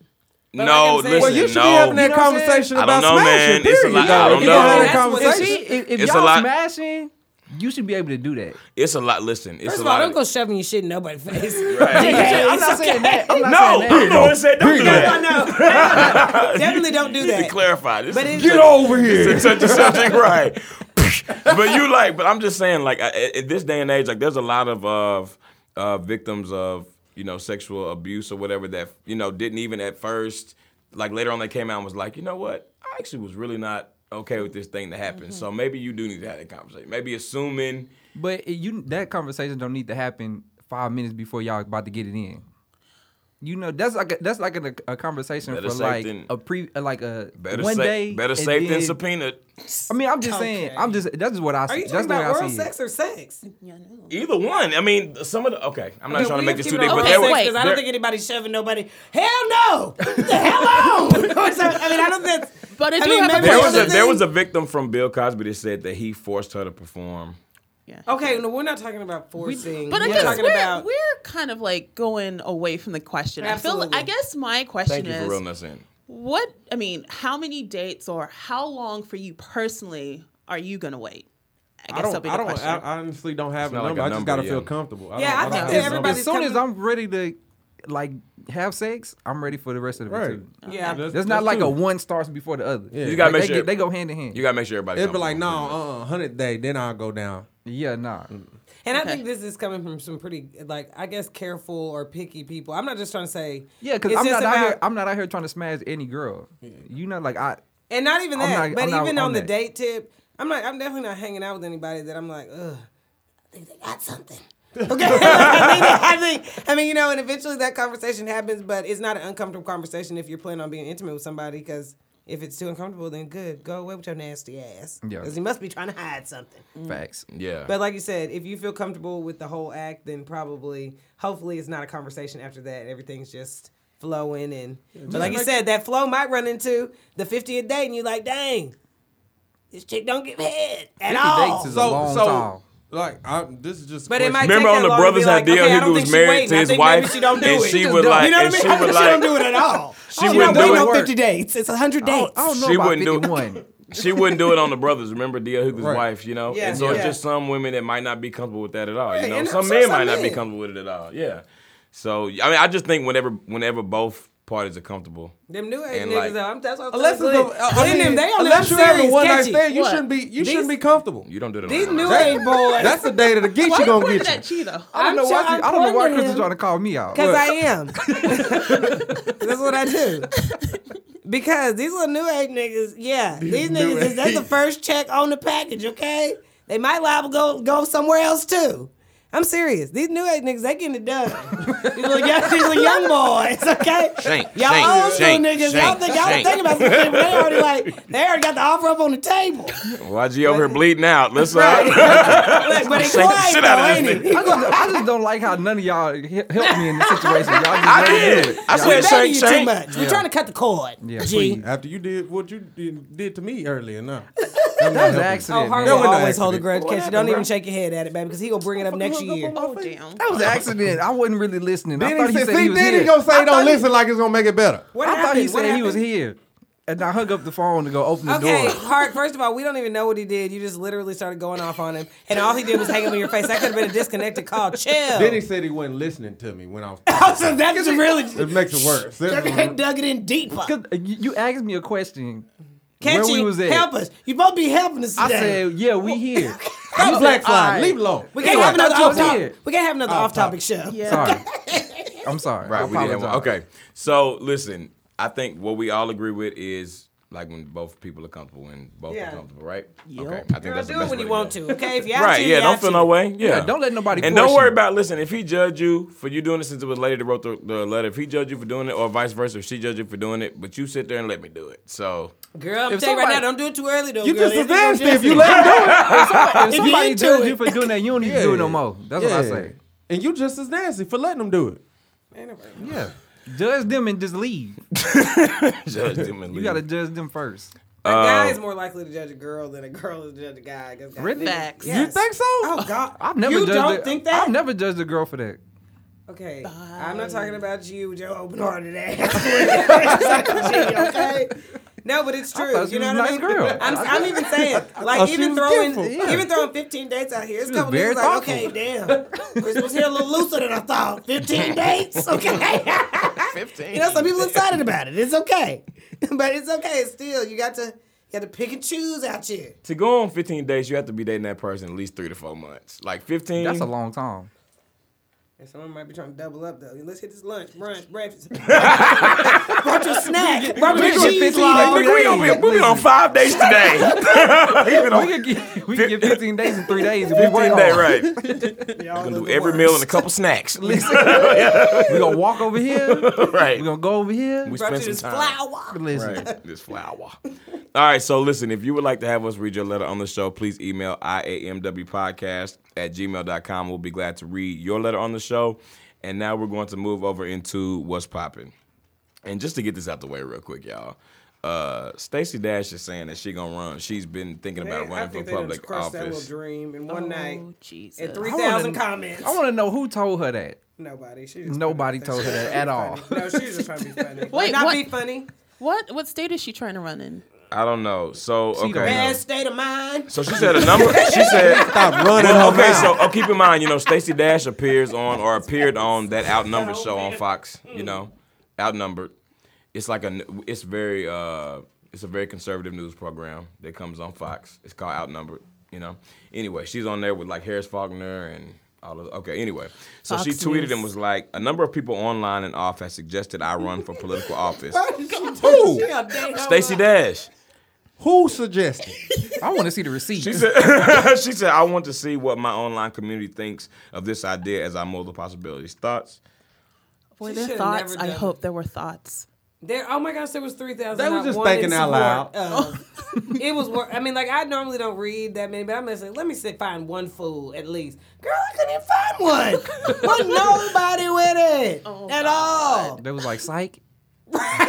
[SPEAKER 1] not,
[SPEAKER 3] like
[SPEAKER 1] no,
[SPEAKER 3] I'm saying-
[SPEAKER 1] listen,
[SPEAKER 5] Well, you should
[SPEAKER 1] no.
[SPEAKER 5] be having that
[SPEAKER 4] You know what I'm saying?
[SPEAKER 5] conversation
[SPEAKER 1] I don't
[SPEAKER 5] about
[SPEAKER 1] know, man. It's
[SPEAKER 5] smashing.
[SPEAKER 1] a
[SPEAKER 5] Period.
[SPEAKER 1] lot- I
[SPEAKER 5] though.
[SPEAKER 1] don't
[SPEAKER 5] If you don't
[SPEAKER 1] know.
[SPEAKER 5] have that
[SPEAKER 3] That's what-
[SPEAKER 4] if
[SPEAKER 5] conversation.
[SPEAKER 4] she if, if
[SPEAKER 1] It's a
[SPEAKER 4] y'all
[SPEAKER 1] lot-
[SPEAKER 4] smashing, you should be able to do that.
[SPEAKER 1] It's a lot. Listen, it's
[SPEAKER 3] First
[SPEAKER 1] a
[SPEAKER 3] of all,
[SPEAKER 1] lot.
[SPEAKER 3] don't
[SPEAKER 1] of-
[SPEAKER 3] go shoving your shit in nobody's face. [laughs]
[SPEAKER 4] I'm not saying that. I'm
[SPEAKER 1] [laughs]
[SPEAKER 4] not
[SPEAKER 1] No,
[SPEAKER 4] saying
[SPEAKER 1] I'm
[SPEAKER 4] that.
[SPEAKER 1] the one said don't do
[SPEAKER 3] No,
[SPEAKER 1] that.
[SPEAKER 3] no,
[SPEAKER 4] [laughs]
[SPEAKER 3] definitely don't do
[SPEAKER 1] To
[SPEAKER 3] that.
[SPEAKER 1] clarify, this
[SPEAKER 3] But
[SPEAKER 1] is
[SPEAKER 3] it's-
[SPEAKER 1] just-
[SPEAKER 5] Get over here.
[SPEAKER 1] to touch
[SPEAKER 3] [laughs]
[SPEAKER 1] the subject right. [laughs] but you like, but I'm just saying, like I- I- at this day and age, like there's a lot of of uh, victims of you know sexual abuse or whatever that you know didn't even at first. Like later on, they came out and was like, you know what, I actually was really not okay with this thing to happen.
[SPEAKER 3] Mm-hmm.
[SPEAKER 1] So maybe you do need to have that conversation. Maybe assuming
[SPEAKER 4] But it- you that conversation don't need to happen five minutes before y'all about to get it in. You know that's like a, that's like a, a conversation
[SPEAKER 1] Better
[SPEAKER 4] for
[SPEAKER 1] safe
[SPEAKER 4] like
[SPEAKER 1] than-
[SPEAKER 4] a pre uh, like a
[SPEAKER 1] better
[SPEAKER 4] one
[SPEAKER 1] sa-
[SPEAKER 4] day
[SPEAKER 1] better
[SPEAKER 4] and
[SPEAKER 1] safe than
[SPEAKER 4] then-
[SPEAKER 1] subpoenaed.
[SPEAKER 4] I mean, I'm just saying.
[SPEAKER 3] Okay.
[SPEAKER 4] I'm just that's just what I
[SPEAKER 3] Are
[SPEAKER 4] see.
[SPEAKER 3] you
[SPEAKER 4] That's
[SPEAKER 3] talking
[SPEAKER 4] the way
[SPEAKER 3] about
[SPEAKER 4] I
[SPEAKER 3] oral
[SPEAKER 4] see it.
[SPEAKER 3] sex or sex?
[SPEAKER 1] Either one. I mean, some of the okay. I'm not
[SPEAKER 3] Okay,
[SPEAKER 1] trying to
[SPEAKER 3] we
[SPEAKER 1] make
[SPEAKER 3] just
[SPEAKER 1] this too
[SPEAKER 3] keep
[SPEAKER 1] big,
[SPEAKER 3] it on
[SPEAKER 1] but there
[SPEAKER 3] oral sex,
[SPEAKER 1] was.
[SPEAKER 3] 'cause I
[SPEAKER 1] there-
[SPEAKER 3] don't think anybody's shoving nobody. Hell no! Get the hell on! [laughs]
[SPEAKER 4] [laughs]
[SPEAKER 3] I mean, I don't think. that's-
[SPEAKER 6] But it
[SPEAKER 3] I
[SPEAKER 6] do
[SPEAKER 3] mean,
[SPEAKER 6] happen
[SPEAKER 3] maybe
[SPEAKER 1] There
[SPEAKER 6] for
[SPEAKER 3] the
[SPEAKER 1] was
[SPEAKER 3] other
[SPEAKER 1] a there
[SPEAKER 3] thing-
[SPEAKER 1] was a victim from Bill Cosby that said that he forced her to perform.
[SPEAKER 3] Okay, no, we're not talking about forcing.
[SPEAKER 6] But I
[SPEAKER 3] we're
[SPEAKER 6] guess
[SPEAKER 3] talking
[SPEAKER 6] we're,
[SPEAKER 3] about.
[SPEAKER 6] we're kind of like going away from the question. I feel
[SPEAKER 3] Absolutely.
[SPEAKER 6] I guess my
[SPEAKER 1] Thank
[SPEAKER 6] question
[SPEAKER 1] you for
[SPEAKER 6] is
[SPEAKER 1] reeling us in.
[SPEAKER 6] what I mean, how many dates or how long for you personally are you gonna wait? I guess
[SPEAKER 5] I
[SPEAKER 6] that'll
[SPEAKER 5] don't.
[SPEAKER 6] be
[SPEAKER 5] I
[SPEAKER 6] the
[SPEAKER 5] don't.
[SPEAKER 6] question.
[SPEAKER 5] I, I honestly don't have a
[SPEAKER 1] not like
[SPEAKER 5] number.
[SPEAKER 1] a
[SPEAKER 5] I just gotta
[SPEAKER 1] number,
[SPEAKER 5] feel
[SPEAKER 1] yeah.
[SPEAKER 5] comfortable. I
[SPEAKER 3] Yeah,
[SPEAKER 5] don't-
[SPEAKER 3] I
[SPEAKER 5] don't
[SPEAKER 3] think
[SPEAKER 5] have
[SPEAKER 3] that
[SPEAKER 5] a number.
[SPEAKER 3] everybody's
[SPEAKER 4] As soon as
[SPEAKER 3] coming-
[SPEAKER 4] I'm ready to like have sex, I'm ready for the rest of it
[SPEAKER 5] Right.
[SPEAKER 4] too.
[SPEAKER 3] Yeah.
[SPEAKER 4] That's not like
[SPEAKER 5] true.
[SPEAKER 4] a one starts before the other.
[SPEAKER 5] You
[SPEAKER 1] gotta
[SPEAKER 4] Like,
[SPEAKER 1] make
[SPEAKER 4] they,
[SPEAKER 1] sure-
[SPEAKER 4] get- they go hand in hand.
[SPEAKER 1] You gotta make sure everybody.
[SPEAKER 5] It'd be
[SPEAKER 1] comfortable.
[SPEAKER 5] like, no, uh, uh hundred day, then I'll go down.
[SPEAKER 4] Yeah, nah.
[SPEAKER 3] And I think this is coming from some pretty, like, I guess, careful or picky people. I'm not just trying to say.
[SPEAKER 4] Yeah, because
[SPEAKER 3] it's
[SPEAKER 4] I'm
[SPEAKER 3] just
[SPEAKER 4] not out here.
[SPEAKER 3] about-
[SPEAKER 4] I'm not out here trying to smash any girl. You know, like I.
[SPEAKER 3] and not even
[SPEAKER 4] I'm
[SPEAKER 3] that,
[SPEAKER 4] not-
[SPEAKER 3] but
[SPEAKER 4] I'm not
[SPEAKER 3] even
[SPEAKER 4] on
[SPEAKER 3] on the
[SPEAKER 4] that.
[SPEAKER 3] date tip, I'm not. I'm definitely not hanging out with anybody that I'm like, ugh, I think they got
[SPEAKER 4] [laughs]
[SPEAKER 3] something. Okay, [laughs] I, think, I think I mean you know, and eventually that conversation happens, but it's not an uncomfortable conversation if you're planning on being intimate with somebody because. If it's too uncomfortable, then good. Go away with your nasty ass.
[SPEAKER 4] Yeah.
[SPEAKER 3] Because he must be trying to hide something.
[SPEAKER 4] Facts.
[SPEAKER 1] Mm. Yeah.
[SPEAKER 3] But like you said, if you feel comfortable with the whole act, then probably, hopefully, it's not a conversation after that. Everything's just flowing, and but like you said, that flow might run into the 50th date, and you're like, dang, this chick don't give head at all.
[SPEAKER 4] dates is a
[SPEAKER 5] So
[SPEAKER 4] long
[SPEAKER 5] so
[SPEAKER 4] time.
[SPEAKER 5] like I, this is just. a
[SPEAKER 3] But it might
[SPEAKER 5] question.
[SPEAKER 1] Remember
[SPEAKER 3] take
[SPEAKER 1] on
[SPEAKER 3] that
[SPEAKER 1] the
[SPEAKER 3] long to
[SPEAKER 1] Brothers
[SPEAKER 3] be like,
[SPEAKER 1] Idea,
[SPEAKER 3] okay, I
[SPEAKER 1] he
[SPEAKER 3] don't
[SPEAKER 1] was
[SPEAKER 3] think she
[SPEAKER 1] married
[SPEAKER 3] waiting.
[SPEAKER 1] to
[SPEAKER 3] I
[SPEAKER 1] his
[SPEAKER 3] think maybe
[SPEAKER 1] wife,
[SPEAKER 3] she don't do
[SPEAKER 1] and
[SPEAKER 3] it.
[SPEAKER 1] she
[SPEAKER 3] just
[SPEAKER 1] was
[SPEAKER 3] don't-
[SPEAKER 1] like-
[SPEAKER 3] you know what
[SPEAKER 1] and
[SPEAKER 3] I mean?
[SPEAKER 1] she
[SPEAKER 3] I
[SPEAKER 1] was
[SPEAKER 3] think she don't
[SPEAKER 1] like-
[SPEAKER 3] do it at all.
[SPEAKER 1] She
[SPEAKER 3] she
[SPEAKER 1] wouldn't
[SPEAKER 3] don't
[SPEAKER 1] do
[SPEAKER 3] wait
[SPEAKER 1] it.
[SPEAKER 3] no 50 dates. It's 100 dates.
[SPEAKER 4] I don't know
[SPEAKER 1] She
[SPEAKER 4] about
[SPEAKER 1] wouldn't do it.
[SPEAKER 4] 51.
[SPEAKER 1] she wouldn't do it on the brothers. Remember Dia Hooker's
[SPEAKER 5] Right.
[SPEAKER 1] wife, you know?
[SPEAKER 3] Yeah,
[SPEAKER 1] and so it's
[SPEAKER 3] yeah.
[SPEAKER 1] just some women that might not be comfortable with that at all. You
[SPEAKER 3] Right,
[SPEAKER 1] know,
[SPEAKER 3] and
[SPEAKER 1] some
[SPEAKER 3] so
[SPEAKER 1] men
[SPEAKER 3] some
[SPEAKER 1] might not be
[SPEAKER 3] men.
[SPEAKER 1] comfortable with it at all. Yeah. So I mean, I just think whenever whenever both parties are comfortable.
[SPEAKER 3] Them new age
[SPEAKER 1] And,
[SPEAKER 3] niggas,
[SPEAKER 1] like-
[SPEAKER 3] though. I'm, that's what I'm
[SPEAKER 5] Unless, it's
[SPEAKER 3] telling
[SPEAKER 5] a,
[SPEAKER 3] Glenn.
[SPEAKER 5] I
[SPEAKER 3] Glenn,
[SPEAKER 5] mean,
[SPEAKER 3] them, they don't
[SPEAKER 5] unless
[SPEAKER 3] have
[SPEAKER 5] you're having
[SPEAKER 3] serious
[SPEAKER 5] a one night
[SPEAKER 3] catchy.
[SPEAKER 5] stand, you
[SPEAKER 6] What?
[SPEAKER 5] shouldn't be you
[SPEAKER 3] These-
[SPEAKER 5] shouldn't be comfortable.
[SPEAKER 1] You don't do that.
[SPEAKER 3] These
[SPEAKER 1] on
[SPEAKER 3] new
[SPEAKER 1] that.
[SPEAKER 3] age boys.
[SPEAKER 5] That's the day that'll
[SPEAKER 6] [laughs]
[SPEAKER 5] get
[SPEAKER 6] Why
[SPEAKER 5] you
[SPEAKER 6] you
[SPEAKER 5] gonna
[SPEAKER 6] pointing
[SPEAKER 5] get you.
[SPEAKER 6] at Cheetah?
[SPEAKER 4] I don't know why.
[SPEAKER 3] I'm
[SPEAKER 4] I don't know why
[SPEAKER 3] pointing at
[SPEAKER 4] Chris is
[SPEAKER 3] him.
[SPEAKER 4] trying to call me out.
[SPEAKER 3] Because
[SPEAKER 4] Look,
[SPEAKER 3] I am. [laughs] that's what I do. Because these little new age niggas, yeah, these niggas is that's the first check on the package, okay? They might liable go go somewhere else too. I'm serious. These new age niggas, they getting it done. these, little young, these little young boys, okay?
[SPEAKER 7] Shank,
[SPEAKER 3] y'all
[SPEAKER 7] shank, shank,
[SPEAKER 3] old school niggas, y'all
[SPEAKER 7] shank,
[SPEAKER 3] think y'all
[SPEAKER 7] shank.
[SPEAKER 3] think about some shit, but they already like they already got the offer up on the table.
[SPEAKER 1] YG over here bleeding out. Let's uh,
[SPEAKER 3] Right. but it's
[SPEAKER 1] Shank the
[SPEAKER 3] quiet
[SPEAKER 1] shit out
[SPEAKER 3] though,
[SPEAKER 1] of
[SPEAKER 3] ain't
[SPEAKER 1] this
[SPEAKER 3] it?
[SPEAKER 4] I just,
[SPEAKER 3] [laughs]
[SPEAKER 4] [laughs] I just don't like how none of y'all he- helped me in this situation. Y'all
[SPEAKER 1] [laughs]
[SPEAKER 4] just
[SPEAKER 1] I
[SPEAKER 4] let me do
[SPEAKER 1] did.
[SPEAKER 4] it.
[SPEAKER 1] I
[SPEAKER 4] Y'all-
[SPEAKER 1] said
[SPEAKER 3] We're begging
[SPEAKER 1] shank
[SPEAKER 3] you too
[SPEAKER 1] shank.
[SPEAKER 3] much. We're trying to cut the cord.
[SPEAKER 4] Yeah,
[SPEAKER 3] G.
[SPEAKER 5] After you did what you did, did to me earlier, no.
[SPEAKER 4] That was an accident.
[SPEAKER 3] Oh,
[SPEAKER 4] man.
[SPEAKER 3] Harlow
[SPEAKER 5] That was an
[SPEAKER 3] always hold a
[SPEAKER 5] accident.
[SPEAKER 3] grudge.
[SPEAKER 5] What
[SPEAKER 3] Catch you.
[SPEAKER 5] happened,
[SPEAKER 3] Don't even
[SPEAKER 5] bro?
[SPEAKER 3] shake your head at it, baby, because he gonna bring it up next [laughs] year.
[SPEAKER 6] Oh damn!
[SPEAKER 4] That was an accident. I wasn't really listening. I
[SPEAKER 5] Then
[SPEAKER 4] thought
[SPEAKER 5] he
[SPEAKER 4] he
[SPEAKER 5] said,
[SPEAKER 4] said
[SPEAKER 5] see,
[SPEAKER 4] he was
[SPEAKER 5] then he
[SPEAKER 4] here.
[SPEAKER 5] gonna
[SPEAKER 4] I
[SPEAKER 5] say don't
[SPEAKER 4] thought he-
[SPEAKER 5] listen like it's gonna make it better.
[SPEAKER 3] What
[SPEAKER 4] thought he
[SPEAKER 3] happened? What
[SPEAKER 4] said he was
[SPEAKER 3] happened?
[SPEAKER 4] here, and I hung up the phone to go open the
[SPEAKER 3] Okay,
[SPEAKER 4] door.
[SPEAKER 3] Hart. First of all, we don't even know what he did. You just literally started going off on him, and all he did was hang up in your face. That could have been a disconnected call. [laughs] Chill.
[SPEAKER 5] Then he said he wasn't listening to me when I was.
[SPEAKER 3] also, that is really.
[SPEAKER 5] it makes it worse.
[SPEAKER 3] They dug it in deeper.
[SPEAKER 4] Cause you you asked me a question.
[SPEAKER 3] Can't
[SPEAKER 4] where we
[SPEAKER 3] you
[SPEAKER 4] was at.
[SPEAKER 3] help us? You both be helping us
[SPEAKER 4] I
[SPEAKER 3] today.
[SPEAKER 4] said, "Yeah, we here."
[SPEAKER 5] Leave black slide.
[SPEAKER 4] Alright.
[SPEAKER 5] Leave alone.
[SPEAKER 3] we can't
[SPEAKER 4] Yeah,
[SPEAKER 3] have
[SPEAKER 4] I thought
[SPEAKER 3] another
[SPEAKER 4] you
[SPEAKER 3] off
[SPEAKER 4] was
[SPEAKER 3] topic.
[SPEAKER 4] here.
[SPEAKER 3] We can't have another off topic show.
[SPEAKER 4] [laughs] Sorry, I'm sorry. I
[SPEAKER 1] Right, we did have one.
[SPEAKER 4] apologize.
[SPEAKER 1] Okay, so listen, I think what we all agree with is like when both people are comfortable and both
[SPEAKER 3] Yeah.
[SPEAKER 1] are comfortable, right?
[SPEAKER 6] Yep.
[SPEAKER 1] Okay, I think
[SPEAKER 3] Girl,
[SPEAKER 1] that's the
[SPEAKER 3] do it
[SPEAKER 1] best
[SPEAKER 3] when
[SPEAKER 1] way
[SPEAKER 3] you
[SPEAKER 1] to go.
[SPEAKER 3] want to. Okay, if you have
[SPEAKER 1] Right,
[SPEAKER 3] to,
[SPEAKER 1] yeah.
[SPEAKER 3] you
[SPEAKER 1] Don't
[SPEAKER 3] have
[SPEAKER 1] feel
[SPEAKER 3] to.
[SPEAKER 1] no way. Yeah.
[SPEAKER 4] don't let nobody
[SPEAKER 1] And
[SPEAKER 4] force
[SPEAKER 1] don't worry
[SPEAKER 4] you.
[SPEAKER 1] about. Listen, if he judge you for you doing it since it was lady that wrote the, the letter, if he judge you for doing it, or vice versa, if she judge you for doing it, but you sit there and let me do it. So
[SPEAKER 3] Girl, I'm
[SPEAKER 4] If
[SPEAKER 3] telling you right now,
[SPEAKER 4] somebody-
[SPEAKER 3] don't do it too early though.
[SPEAKER 5] You
[SPEAKER 3] girl.
[SPEAKER 5] just
[SPEAKER 3] It's gonna
[SPEAKER 5] advanced it if
[SPEAKER 3] just-
[SPEAKER 5] you let him do it.
[SPEAKER 4] If somebody
[SPEAKER 3] into
[SPEAKER 4] judges
[SPEAKER 3] it-
[SPEAKER 4] you for doing that, you don't need to do it no more. That's what I say.
[SPEAKER 5] And you just as nasty for letting him do it. Yeah.
[SPEAKER 4] Judge them and just leave.
[SPEAKER 1] judge them and
[SPEAKER 4] You
[SPEAKER 1] leave.
[SPEAKER 4] gotta judge them first.
[SPEAKER 3] A guy is more likely to judge a girl than a girl is to judge a guy. 'cause guys-
[SPEAKER 4] Really?
[SPEAKER 6] Facts.
[SPEAKER 3] Yes.
[SPEAKER 5] You think so?
[SPEAKER 3] Oh God!
[SPEAKER 4] I've never
[SPEAKER 3] You
[SPEAKER 4] judged
[SPEAKER 3] don't
[SPEAKER 4] a-
[SPEAKER 3] think that?
[SPEAKER 4] I've never judged a girl for that.
[SPEAKER 3] Okay, I'm not talking about you with your open hearted ass. okay? [laughs] No, but it's true.
[SPEAKER 4] thought she
[SPEAKER 3] you know
[SPEAKER 4] was
[SPEAKER 3] what
[SPEAKER 4] a
[SPEAKER 3] I
[SPEAKER 4] nice
[SPEAKER 3] mean?
[SPEAKER 4] girl.
[SPEAKER 3] I'm, I'm even saying, like,
[SPEAKER 5] thought she
[SPEAKER 3] even
[SPEAKER 5] was
[SPEAKER 3] throwing,
[SPEAKER 5] beautiful.
[SPEAKER 3] even throwing 15 dates out here. It's
[SPEAKER 4] was
[SPEAKER 3] couple
[SPEAKER 4] very
[SPEAKER 3] niggas like, okay,
[SPEAKER 4] [laughs]
[SPEAKER 3] damn, Chris was here a little looser than I thought. 15 dates, okay? [laughs]
[SPEAKER 1] 15.
[SPEAKER 3] you know, some people excited about it. It's okay, [laughs] but it's okay. It's still, you got to, you got to pick and choose out here.
[SPEAKER 1] to go on 15 days, you have to be dating that person at least three to four months. Like 15.
[SPEAKER 4] That's a long time.
[SPEAKER 3] And someone might be trying to double up though. Let's hit this lunch,
[SPEAKER 6] [laughs]
[SPEAKER 3] brunch, [laughs] breakfast. Brought your snack. Brought your
[SPEAKER 4] We get
[SPEAKER 3] cheese
[SPEAKER 4] 15
[SPEAKER 3] log.
[SPEAKER 1] Nigga, we on, we we on five days today. [laughs] Even
[SPEAKER 4] We
[SPEAKER 1] on [laughs]
[SPEAKER 4] could get, we could get 15 days in three days. If we
[SPEAKER 1] 15
[SPEAKER 4] work
[SPEAKER 1] day,
[SPEAKER 4] hard.
[SPEAKER 1] right? We're gonna do every meal and a couple snacks.
[SPEAKER 4] [laughs] We gonna walk over here. We
[SPEAKER 1] [laughs] right.
[SPEAKER 4] gonna go over here.
[SPEAKER 1] We
[SPEAKER 3] Brought you
[SPEAKER 1] spend some
[SPEAKER 3] this
[SPEAKER 1] time.
[SPEAKER 3] flour.
[SPEAKER 4] [laughs] Listen,
[SPEAKER 1] Right. this flower. All right, so listen, if you would like to have us read your letter on the show, please email iamwpodcast at gmail.com. We'll be glad to read your letter on the show. And now we're going to move over into what's popping. And just to get this out the way real quick, y'all. Uh, Stacey Dash is saying that she gonna run. She's been thinking about
[SPEAKER 3] I
[SPEAKER 1] running
[SPEAKER 3] think
[SPEAKER 1] for
[SPEAKER 3] they done
[SPEAKER 1] public
[SPEAKER 3] crushed that little
[SPEAKER 1] office.
[SPEAKER 3] dream in one night.
[SPEAKER 6] Oh Jesus!
[SPEAKER 3] And 3,000
[SPEAKER 4] I wanna-
[SPEAKER 3] comments.
[SPEAKER 4] I want to know who told her that.
[SPEAKER 3] Nobody. She just
[SPEAKER 4] Nobody told her that at all.
[SPEAKER 3] funny. No, she was just trying to be funny.
[SPEAKER 6] [laughs] Wait,
[SPEAKER 3] Not
[SPEAKER 6] what?
[SPEAKER 3] be funny.
[SPEAKER 6] What what state is she trying to run in?
[SPEAKER 1] I don't know. So
[SPEAKER 4] don't
[SPEAKER 1] okay.
[SPEAKER 4] know.
[SPEAKER 3] Bad state of mind.
[SPEAKER 1] So she said a number. She said
[SPEAKER 5] Stop running
[SPEAKER 1] Well,
[SPEAKER 5] her
[SPEAKER 1] okay,
[SPEAKER 5] mouth.
[SPEAKER 1] so oh, keep in mind, you know, Stacey Dash appears on or appeared on that outnumbered show on Fox. You
[SPEAKER 6] Mm.
[SPEAKER 1] know, outnumbered. It's like a, n- it's very, uh, it's a very conservative news program that comes on Fox. It's called Outnumbered. you know. Anyway, she's on there with like Harris Faulkner and all of. Okay, anyway, so she
[SPEAKER 6] Fox
[SPEAKER 1] tweeted
[SPEAKER 6] News.
[SPEAKER 1] and was like, a number of people online and off have suggested I run for political
[SPEAKER 6] [laughs]
[SPEAKER 1] office.
[SPEAKER 5] Who?
[SPEAKER 1] Stacey Dash.
[SPEAKER 5] Who suggested?
[SPEAKER 4] I want to see the receipt.
[SPEAKER 1] She said, [laughs] she said, I want to see what my online community thinks of this idea as I mull the possibilities. Thoughts?
[SPEAKER 6] Were
[SPEAKER 3] She
[SPEAKER 6] there
[SPEAKER 3] should've
[SPEAKER 6] thoughts?
[SPEAKER 3] never
[SPEAKER 6] I
[SPEAKER 3] done
[SPEAKER 6] hope there were thoughts.
[SPEAKER 3] There, oh my gosh, there was three thousand.
[SPEAKER 5] They
[SPEAKER 3] I
[SPEAKER 5] was just
[SPEAKER 3] wanted
[SPEAKER 5] thinking out
[SPEAKER 3] support
[SPEAKER 5] loud.
[SPEAKER 3] [laughs] of. it was. wor- I mean, like I normally don't read that many, but I'm just like, let me say, find one fool at least. Girl, I couldn't [laughs] even find one. Wasn't nobody with it
[SPEAKER 6] Oh,
[SPEAKER 3] at all.
[SPEAKER 4] They was like, psych.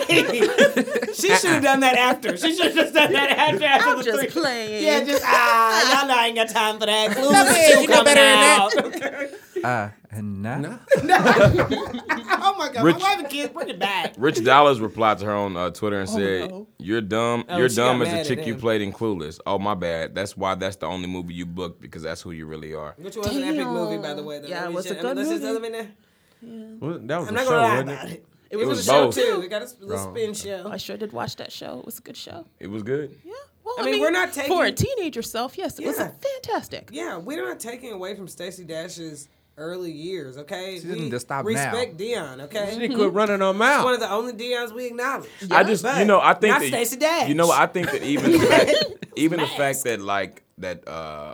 [SPEAKER 3] she should have done that after. She should have [laughs] just done that after. after
[SPEAKER 6] I'm
[SPEAKER 3] the
[SPEAKER 6] just
[SPEAKER 3] three.
[SPEAKER 6] playing.
[SPEAKER 3] Yeah, just ah, y'all know I ain't got time for that. Clueless you know better than that.
[SPEAKER 4] Ah, and nah.
[SPEAKER 3] oh my god,
[SPEAKER 1] Rich-
[SPEAKER 3] my wife and kids, bring it back.
[SPEAKER 1] Rich Dollars replied to her on uh, Twitter and said, "You're dumb. You're
[SPEAKER 3] she
[SPEAKER 1] dumb
[SPEAKER 3] got
[SPEAKER 1] as
[SPEAKER 3] mad
[SPEAKER 1] the
[SPEAKER 3] at
[SPEAKER 1] chick you
[SPEAKER 3] him.
[SPEAKER 1] played in Clueless. Oh my bad. That's why that's the only movie you booked because that's who you really are.
[SPEAKER 3] Which was an epic movie, by the
[SPEAKER 6] Damn.
[SPEAKER 3] way. Though.
[SPEAKER 6] Yeah,
[SPEAKER 3] Let
[SPEAKER 6] it
[SPEAKER 3] me
[SPEAKER 6] was a
[SPEAKER 3] just- I
[SPEAKER 6] good
[SPEAKER 3] mean, let's just
[SPEAKER 6] movie.
[SPEAKER 3] let me know.
[SPEAKER 5] Well, that was
[SPEAKER 3] I'm
[SPEAKER 5] a
[SPEAKER 3] not
[SPEAKER 5] show,
[SPEAKER 3] gonna lie
[SPEAKER 5] wasn't
[SPEAKER 3] about
[SPEAKER 5] it?
[SPEAKER 3] it. It was,
[SPEAKER 1] was
[SPEAKER 3] a show
[SPEAKER 1] both.
[SPEAKER 3] too. We got a, a spin show.
[SPEAKER 6] I sure did watch that show. It was a good show.
[SPEAKER 1] It was good.
[SPEAKER 6] Yeah. Well,
[SPEAKER 3] I mean, we're not
[SPEAKER 6] for a
[SPEAKER 3] taking-
[SPEAKER 6] teenage yourself. Yes, it was
[SPEAKER 3] Yeah.
[SPEAKER 6] a fantastic.
[SPEAKER 3] Yeah, we're not taking away from Stacey Dash's early years, okay?
[SPEAKER 4] doesn't need to stop now.
[SPEAKER 3] respect Dion, okay?
[SPEAKER 5] She quit running her
[SPEAKER 3] One
[SPEAKER 5] mouth.
[SPEAKER 3] of the only Dion's we acknowledge.
[SPEAKER 1] Oh. I just,
[SPEAKER 3] but
[SPEAKER 1] you know, I think
[SPEAKER 3] not
[SPEAKER 1] that
[SPEAKER 3] Stacey Dash.
[SPEAKER 1] you know, I think that even the
[SPEAKER 3] [laughs]
[SPEAKER 1] fact, even the fact that like that uh,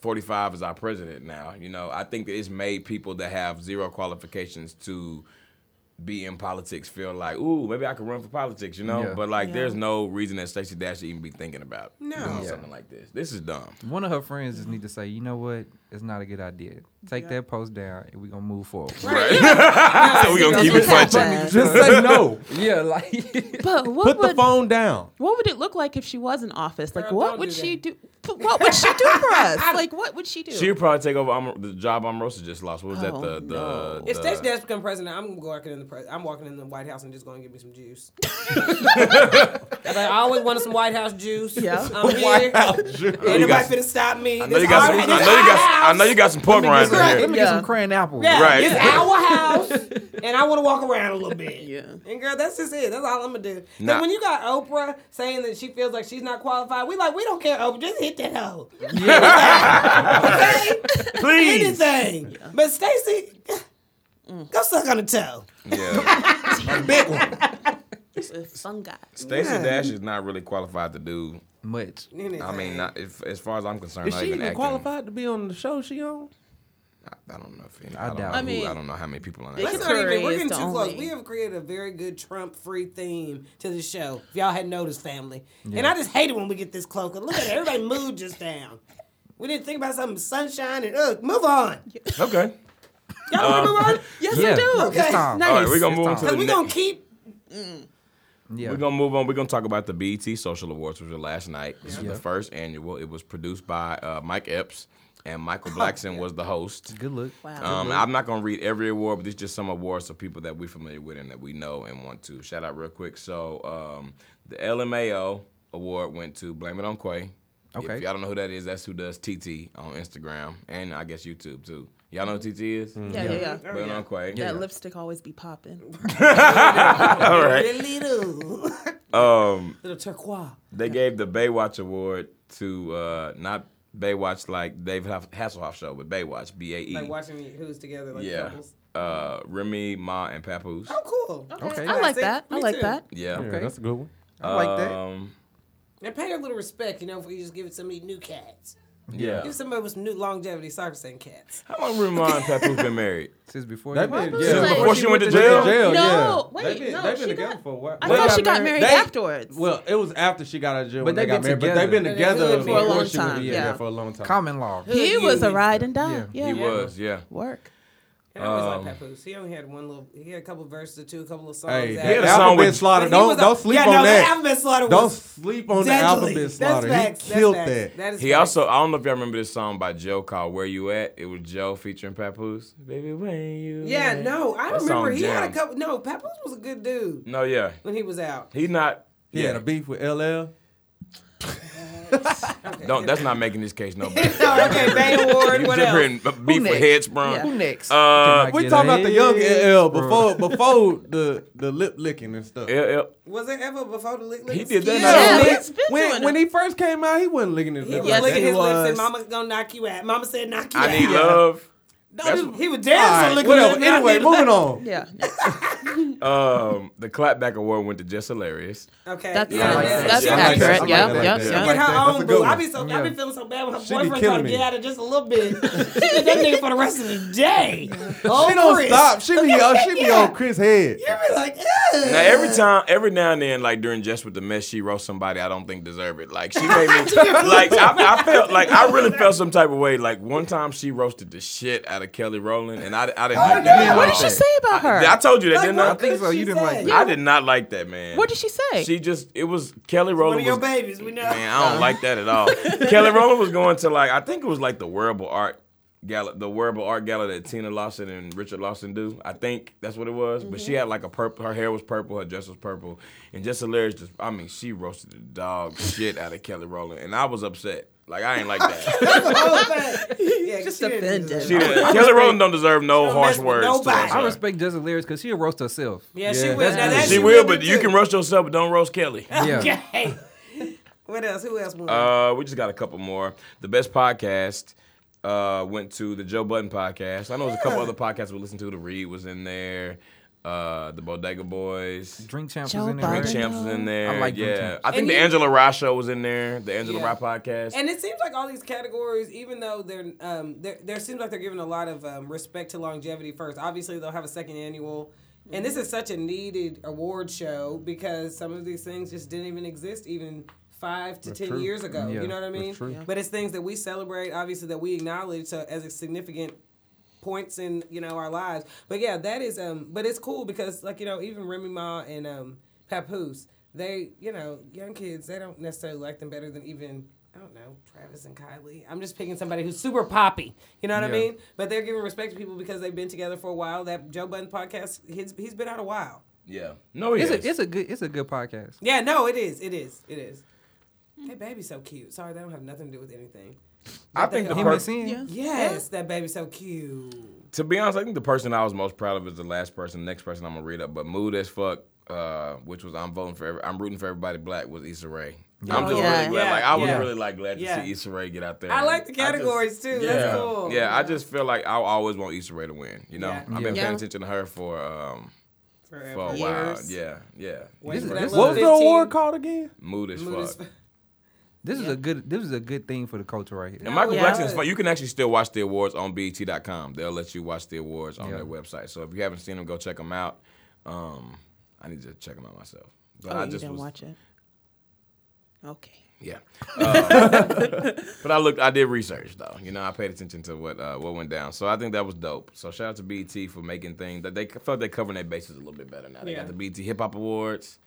[SPEAKER 1] 45 is our president now. You know, I think that it's made people that have zero qualifications to be in politics feel like, ooh, maybe I could run for politics. You know,
[SPEAKER 4] Yeah.
[SPEAKER 1] but like,
[SPEAKER 6] Yeah.
[SPEAKER 1] there's no reason that Stacey Dash should even be thinking about
[SPEAKER 3] No.
[SPEAKER 1] doing
[SPEAKER 3] Yeah.
[SPEAKER 1] something like this. This is
[SPEAKER 3] [laughs]
[SPEAKER 1] dumb.
[SPEAKER 4] One of her friends just need to say, you know what? It's not a good idea. Take that post down, and we gonna move forward.
[SPEAKER 1] so we gonna keep it punching.
[SPEAKER 5] Just say no.
[SPEAKER 4] [laughs] Yeah, [laughs] like
[SPEAKER 6] But what
[SPEAKER 5] Put the
[SPEAKER 6] would
[SPEAKER 5] phone down.
[SPEAKER 6] what would it look like if she was in office? Like,
[SPEAKER 3] Girl,
[SPEAKER 6] what
[SPEAKER 3] don't
[SPEAKER 6] would
[SPEAKER 3] do
[SPEAKER 6] she
[SPEAKER 3] that.
[SPEAKER 6] do? but What would she do for us? Like, what would she do?
[SPEAKER 1] She'll probably take over Am- the job Omarosa just lost. What was
[SPEAKER 6] Oh,
[SPEAKER 1] that? The the,
[SPEAKER 6] no.
[SPEAKER 1] the
[SPEAKER 3] If Stacey Dash become president, I'm walking in the pres- I'm walking in the White House and just going to get me some [laughs] juice. 'Cause I always wanted some White House juice.
[SPEAKER 6] Yeah.
[SPEAKER 3] I'm here. Ain't
[SPEAKER 1] You got-
[SPEAKER 3] nobody finna stop me.
[SPEAKER 1] I know you got some. I know you got. I know you got
[SPEAKER 3] [laughs]
[SPEAKER 1] some pork rinds in
[SPEAKER 4] let
[SPEAKER 1] here.
[SPEAKER 4] me get
[SPEAKER 6] Yeah.
[SPEAKER 4] some crayon apple.
[SPEAKER 3] Yeah,
[SPEAKER 1] Right.
[SPEAKER 3] It's our
[SPEAKER 1] [laughs]
[SPEAKER 3] house, and I want to walk around a little bit.
[SPEAKER 6] Yeah.
[SPEAKER 3] And girl, that's just it. That's all I'm gonna do. 'Cause
[SPEAKER 1] Nah.
[SPEAKER 3] when you got Oprah saying that she feels like she's not qualified, we like we don't care. Oprah, just hit that hoe. okay?
[SPEAKER 1] Please.
[SPEAKER 3] Anything. But Stacey, go suck on the toe.
[SPEAKER 1] Yeah.
[SPEAKER 6] With fungi.
[SPEAKER 1] Stacey Dash is not really qualified to do.
[SPEAKER 4] Much.
[SPEAKER 3] [laughs] Anything.
[SPEAKER 1] I mean, not, if, as far as I'm concerned,
[SPEAKER 5] Is
[SPEAKER 1] not
[SPEAKER 5] she
[SPEAKER 1] even
[SPEAKER 5] even
[SPEAKER 1] acting.
[SPEAKER 5] qualified to be on the show she on?
[SPEAKER 1] I don't know if any.
[SPEAKER 4] I
[SPEAKER 1] I, don't
[SPEAKER 4] doubt
[SPEAKER 1] know
[SPEAKER 4] it.
[SPEAKER 1] who-
[SPEAKER 6] I mean-
[SPEAKER 1] I don't know how many people on that.
[SPEAKER 6] They
[SPEAKER 1] show.
[SPEAKER 3] Let's
[SPEAKER 6] Stacey
[SPEAKER 3] not even.
[SPEAKER 6] Curry
[SPEAKER 3] We're
[SPEAKER 6] is
[SPEAKER 3] getting too
[SPEAKER 6] the
[SPEAKER 3] close.
[SPEAKER 6] only-
[SPEAKER 3] We have created a very good Trump-free theme to the show. If y'all hadn't noticed, family. And I just hate it when we get this close. 'cause look at it, everybody mood just down. We didn't think about something sunshine and ugh, move on.
[SPEAKER 1] Okay.
[SPEAKER 3] Y'all want to move on?
[SPEAKER 6] Uh, Yes,
[SPEAKER 4] yeah,
[SPEAKER 6] I do.
[SPEAKER 4] It's
[SPEAKER 3] Okay.
[SPEAKER 4] time.
[SPEAKER 1] All
[SPEAKER 3] [laughs]
[SPEAKER 1] right, we're gonna
[SPEAKER 4] It's
[SPEAKER 1] move on
[SPEAKER 4] time.
[SPEAKER 1] to the
[SPEAKER 3] Because we
[SPEAKER 1] next-
[SPEAKER 3] gonna keep.
[SPEAKER 4] Yeah.
[SPEAKER 1] We're gonna move on. We're gonna talk about the BET Social Awards, which were last night. This is
[SPEAKER 4] Yeah.
[SPEAKER 1] the first annual. It was produced by uh, Mike Epps, and Michael Blackson was the host.
[SPEAKER 4] Oh, Good look.
[SPEAKER 6] Wow.
[SPEAKER 1] Um, I'm not gonna read every award, but these just some awards of people that we're familiar with and that we know and want to shout out real quick. So um, the LMAO award went to Blame It On Quay.
[SPEAKER 4] Okay.
[SPEAKER 1] If y'all don't know who that is, that's who does TT on Instagram and I guess YouTube too. Y'all know who TT is?
[SPEAKER 6] Yeah, yeah, yeah.
[SPEAKER 1] Blame It On Quay.
[SPEAKER 6] That lipstick always be popping.
[SPEAKER 1] All right.
[SPEAKER 3] Really do.
[SPEAKER 1] [laughs] Um,
[SPEAKER 3] Little turquoise.
[SPEAKER 1] They gave the Baywatch award to uh, not Baywatch like David Hass- Hasselhoff show, but Baywatch B A E.
[SPEAKER 3] Like watching who's together, like
[SPEAKER 1] yeah.
[SPEAKER 3] couples.
[SPEAKER 1] Uh, Remy Ma and Papoose.
[SPEAKER 3] Oh, cool.
[SPEAKER 4] Okay.
[SPEAKER 6] I like
[SPEAKER 3] see?
[SPEAKER 6] that. I
[SPEAKER 3] Me
[SPEAKER 6] like
[SPEAKER 3] too.
[SPEAKER 6] that.
[SPEAKER 1] Yeah.
[SPEAKER 5] Yeah, that's a good one.
[SPEAKER 4] I like that.
[SPEAKER 1] Um,
[SPEAKER 3] Now pay a little respect, you know, before you just give it to some of these new cats.
[SPEAKER 1] yeah.
[SPEAKER 3] Give some of us new longevity Cyrus and cats.
[SPEAKER 1] How long Remy Ma and Papoose been married?
[SPEAKER 4] Since before
[SPEAKER 5] That
[SPEAKER 4] you-
[SPEAKER 5] been
[SPEAKER 6] was
[SPEAKER 5] yeah.
[SPEAKER 6] like-
[SPEAKER 1] Before she went to jail?
[SPEAKER 5] jail
[SPEAKER 6] No,
[SPEAKER 5] yeah.
[SPEAKER 6] wait,
[SPEAKER 5] They been,
[SPEAKER 6] no,
[SPEAKER 5] they been
[SPEAKER 6] she
[SPEAKER 5] together
[SPEAKER 6] got-
[SPEAKER 5] for a while.
[SPEAKER 6] I
[SPEAKER 5] They
[SPEAKER 6] thought she got married
[SPEAKER 5] they-
[SPEAKER 6] afterwards.
[SPEAKER 5] Well, it was after she got out of jail, when
[SPEAKER 4] But
[SPEAKER 5] they,
[SPEAKER 4] they
[SPEAKER 5] got
[SPEAKER 4] been
[SPEAKER 5] married. But they've been
[SPEAKER 3] together.
[SPEAKER 5] together
[SPEAKER 3] For a
[SPEAKER 5] before
[SPEAKER 6] long
[SPEAKER 5] she was-
[SPEAKER 6] time,
[SPEAKER 5] Yeah,
[SPEAKER 6] yeah.
[SPEAKER 5] for a long time.
[SPEAKER 4] common law.
[SPEAKER 6] He
[SPEAKER 3] Hood
[SPEAKER 6] was a
[SPEAKER 3] unit.
[SPEAKER 6] ride and die.
[SPEAKER 4] Yeah.
[SPEAKER 6] Yeah,
[SPEAKER 1] He was, yeah.
[SPEAKER 6] work.
[SPEAKER 3] And I
[SPEAKER 5] Um,
[SPEAKER 3] always like Papoose. He only had one little, he had a couple verses or two, a couple of songs.
[SPEAKER 5] Hey,
[SPEAKER 3] out.
[SPEAKER 5] that
[SPEAKER 1] had a song
[SPEAKER 5] alphabet
[SPEAKER 1] with-
[SPEAKER 5] slaughter.
[SPEAKER 3] But he
[SPEAKER 5] Don't
[SPEAKER 3] was a-
[SPEAKER 5] don't sleep
[SPEAKER 3] yeah,
[SPEAKER 5] on
[SPEAKER 3] no,
[SPEAKER 5] that.
[SPEAKER 3] The alphabet slaughter was
[SPEAKER 5] Don't sleep on
[SPEAKER 3] deadly.
[SPEAKER 5] the alphabet
[SPEAKER 3] That's
[SPEAKER 5] slaughter.
[SPEAKER 3] facts.
[SPEAKER 5] he
[SPEAKER 3] That's
[SPEAKER 5] killed
[SPEAKER 3] facts.
[SPEAKER 5] that.
[SPEAKER 3] That is
[SPEAKER 1] He
[SPEAKER 3] facts.
[SPEAKER 1] also, I don't know if y'all remember this song by Joe called Where You At. It was Joe featuring Papoose. Baby, when you.
[SPEAKER 3] Yeah,
[SPEAKER 1] at?
[SPEAKER 3] no, I
[SPEAKER 1] That
[SPEAKER 3] remember
[SPEAKER 1] song
[SPEAKER 3] he had a
[SPEAKER 1] jammed.
[SPEAKER 3] couple. No, Papoose was a good dude
[SPEAKER 1] No, yeah.
[SPEAKER 3] when he was out.
[SPEAKER 1] He not.
[SPEAKER 5] He
[SPEAKER 1] Yeah.
[SPEAKER 5] had a beef with LL.
[SPEAKER 1] Don't. That's not making this case
[SPEAKER 3] [laughs]
[SPEAKER 1] no better.
[SPEAKER 3] No, okay, Bane
[SPEAKER 1] [laughs]
[SPEAKER 3] Award,
[SPEAKER 1] You
[SPEAKER 3] what
[SPEAKER 1] just
[SPEAKER 3] else?
[SPEAKER 1] hearing beef with
[SPEAKER 4] next?
[SPEAKER 1] head sprung.
[SPEAKER 6] Yeah.
[SPEAKER 4] Who next?
[SPEAKER 1] Uh,
[SPEAKER 5] We talking about the young LL before before the the lip licking and stuff.
[SPEAKER 1] yeah, yeah.
[SPEAKER 3] Was it ever before the lick lick?
[SPEAKER 1] He did that.
[SPEAKER 6] Yeah,
[SPEAKER 5] when-
[SPEAKER 6] it's been doing
[SPEAKER 5] when,
[SPEAKER 6] it.
[SPEAKER 5] when he first came out, he wasn't licking his
[SPEAKER 3] He
[SPEAKER 5] lips.
[SPEAKER 3] was
[SPEAKER 6] Yes,
[SPEAKER 5] like
[SPEAKER 3] licking
[SPEAKER 5] that.
[SPEAKER 3] his lips
[SPEAKER 4] was.
[SPEAKER 3] and mama's gonna knock you out. Mama said knock you
[SPEAKER 1] I
[SPEAKER 3] out.
[SPEAKER 1] need love. That's-
[SPEAKER 3] He was
[SPEAKER 5] All
[SPEAKER 3] dancing
[SPEAKER 5] right,
[SPEAKER 3] looking
[SPEAKER 5] whatever.
[SPEAKER 3] at
[SPEAKER 5] Anyway, moving on.
[SPEAKER 6] Yeah.
[SPEAKER 1] Um, the clapback award went to Jess Hilarious.
[SPEAKER 3] Okay.
[SPEAKER 6] That's
[SPEAKER 3] yeah,
[SPEAKER 6] nice.
[SPEAKER 3] yeah.
[SPEAKER 6] That's
[SPEAKER 5] Yeah, I like that. I
[SPEAKER 6] accurate.
[SPEAKER 5] like
[SPEAKER 6] Yep,
[SPEAKER 5] that.
[SPEAKER 6] yep,
[SPEAKER 5] Yeah.
[SPEAKER 3] She get
[SPEAKER 6] yep.
[SPEAKER 5] that.
[SPEAKER 3] her
[SPEAKER 5] That's a
[SPEAKER 3] own
[SPEAKER 5] good
[SPEAKER 3] boo. I
[SPEAKER 5] one.
[SPEAKER 3] be so I be feeling so bad when her
[SPEAKER 5] She be
[SPEAKER 3] boyfriend trying
[SPEAKER 5] killing
[SPEAKER 3] to
[SPEAKER 5] me.
[SPEAKER 3] get out of just a little
[SPEAKER 5] [laughs]
[SPEAKER 3] bit. she did that nigga for the rest of the day. Oh,
[SPEAKER 5] She don't
[SPEAKER 3] Chris.
[SPEAKER 5] stop. She be on. She be
[SPEAKER 3] Yeah.
[SPEAKER 5] on Chris' head.
[SPEAKER 3] You be like, Ugh.
[SPEAKER 1] Now every time, every now and then, like during Jess with the mess, she wrote somebody I don't think deserve it.
[SPEAKER 6] [laughs]
[SPEAKER 1] Like she made me, like I, I felt like I really felt some type of way. Like one time she roasted the shit out of Kelly Rowland, and I, I didn't. like that.
[SPEAKER 6] What did she say about her?
[SPEAKER 1] I told you that, didn't I?
[SPEAKER 4] I think so.
[SPEAKER 3] She
[SPEAKER 4] You didn't
[SPEAKER 3] said-
[SPEAKER 4] like that.
[SPEAKER 1] I did not like that man.
[SPEAKER 6] What did she say?
[SPEAKER 1] She just it was Kelly
[SPEAKER 3] One
[SPEAKER 1] Rowland
[SPEAKER 3] of your
[SPEAKER 1] was
[SPEAKER 3] babies, we know.
[SPEAKER 1] Man, I don't like that at all. Kelly Rowland was going to like I think it was like the wearable art gala, the wearable art gala that Tina Lawson and Richard Lawson do. I think that's what it was. But
[SPEAKER 3] Mm-hmm.
[SPEAKER 1] she had like a purple. Her hair was purple. Her dress was purple. And just hilarious. Just I mean, she roasted the dog shit out of Kelly Rowland, and I was upset. Like I ain't like that.
[SPEAKER 3] [laughs] Oh,
[SPEAKER 5] [laughs]
[SPEAKER 3] yeah,
[SPEAKER 6] Just
[SPEAKER 3] she didn't
[SPEAKER 6] offended.
[SPEAKER 3] deserve it.
[SPEAKER 1] She didn't- Kelly Rowland don't deserve no
[SPEAKER 3] don't
[SPEAKER 1] harsh
[SPEAKER 3] mess with
[SPEAKER 1] words. towards
[SPEAKER 3] nobody.
[SPEAKER 1] her.
[SPEAKER 4] I respect Jessica Lyrics because she'll roast herself.
[SPEAKER 3] Yeah, she
[SPEAKER 5] Yeah.
[SPEAKER 3] will. Now, that
[SPEAKER 1] She, will, but you can roast yourself, but don't roast Kelly.
[SPEAKER 4] Yeah.
[SPEAKER 3] [laughs] Okay. what else? Who else? won?
[SPEAKER 1] Uh, we just got a couple more. The best podcast uh, went to the Joe Button podcast. I know there's a couple other podcasts we listened to. The Reed was in there. Uh, the Bodega Boys.
[SPEAKER 4] Drink Champs
[SPEAKER 6] Joe
[SPEAKER 4] was in there.
[SPEAKER 6] Biden.
[SPEAKER 4] right?
[SPEAKER 1] Champs was in there.
[SPEAKER 4] I like them
[SPEAKER 1] yeah.
[SPEAKER 4] too.
[SPEAKER 1] I think
[SPEAKER 3] And
[SPEAKER 1] the
[SPEAKER 3] you-
[SPEAKER 1] Angela Rye show was in there. The Angela
[SPEAKER 3] Yeah.
[SPEAKER 1] Rye podcast.
[SPEAKER 3] And it seems like all these categories, even though they're um, there, there seems like they're giving a lot of um, respect to longevity first. Obviously, they'll have a second annual, and
[SPEAKER 5] Mm-hmm.
[SPEAKER 3] this is such a needed award show because some of these things just didn't even exist even five to ten
[SPEAKER 5] true.
[SPEAKER 3] years ago.
[SPEAKER 4] Yeah,
[SPEAKER 3] you know what I
[SPEAKER 5] that's
[SPEAKER 3] mean?
[SPEAKER 5] true. Yeah.
[SPEAKER 3] But it's things that we celebrate, obviously, that we acknowledge so, as a significant points in you know our lives. But yeah, that is um. But it's cool because like you know even Remy Ma and um Papoose, they you know young kids they don't necessarily like them better than even. I don't know Travis and Kylie. I'm just picking somebody who's super poppy. You know what I
[SPEAKER 4] Yeah.
[SPEAKER 3] mean? But they're giving respect to people because they've been together for a while. That Joe Budden podcast, he's, he's been out a while.
[SPEAKER 1] yeah. No, he is.
[SPEAKER 4] It's a, it's a good it's a good podcast.
[SPEAKER 3] Yeah, no, it is, it is, it is. That baby's so cute. Sorry, they don't have nothing to do with anything.
[SPEAKER 1] I think the
[SPEAKER 4] Him
[SPEAKER 1] per-
[SPEAKER 4] and Sin.
[SPEAKER 6] Yeah.
[SPEAKER 3] Yes, that baby's so cute.
[SPEAKER 1] to be honest, I think the person I was most proud of is the last person, next person I'm gonna read up. But mood as fuck, uh, which was I'm voting for, every, I'm rooting for everybody black was Issa Rae. I'm just
[SPEAKER 6] Yeah.
[SPEAKER 1] really glad.
[SPEAKER 3] Yeah.
[SPEAKER 1] Like I was
[SPEAKER 3] Yeah.
[SPEAKER 1] really like glad to
[SPEAKER 3] Yeah.
[SPEAKER 1] see Issa Rae get out there.
[SPEAKER 3] I like the
[SPEAKER 1] just-
[SPEAKER 3] categories, too.
[SPEAKER 1] Yeah,
[SPEAKER 3] [laughs] That's cool.
[SPEAKER 1] yeah. I just feel like I always want Issa Rae to win. You know,
[SPEAKER 3] Yeah.
[SPEAKER 1] I've been
[SPEAKER 4] Yeah.
[SPEAKER 1] paying attention to her for um
[SPEAKER 3] Forever.
[SPEAKER 1] for a while.
[SPEAKER 6] Years.
[SPEAKER 1] Yeah, yeah.
[SPEAKER 3] Wait,
[SPEAKER 1] Issa
[SPEAKER 3] is
[SPEAKER 1] Rae.
[SPEAKER 3] that
[SPEAKER 5] What was the
[SPEAKER 3] 15?
[SPEAKER 5] award called again?
[SPEAKER 1] Mood as
[SPEAKER 3] Mood is- [laughs]
[SPEAKER 1] fuck.
[SPEAKER 4] This is a good this is a good thing for the culture right here.
[SPEAKER 1] And Michael
[SPEAKER 6] yeah.
[SPEAKER 1] Jackson is fun. You can actually still watch the awards on E BET.com. They'll let you watch the awards on
[SPEAKER 4] Yeah.
[SPEAKER 1] their website. So if you haven't seen them, go check them out. Um, I need to check them out myself. But
[SPEAKER 6] Oh,
[SPEAKER 1] I
[SPEAKER 6] you
[SPEAKER 1] just
[SPEAKER 6] didn't
[SPEAKER 1] was,
[SPEAKER 6] watch it. Okay.
[SPEAKER 1] Yeah. Uh, but I looked. I did research though. You know, I paid attention to what uh, what went down. So I think that was dope. So shout out to BET for making things that they felt they covering their bases a little bit better now. They
[SPEAKER 3] Yeah.
[SPEAKER 1] got the BET Hip Hop Awards,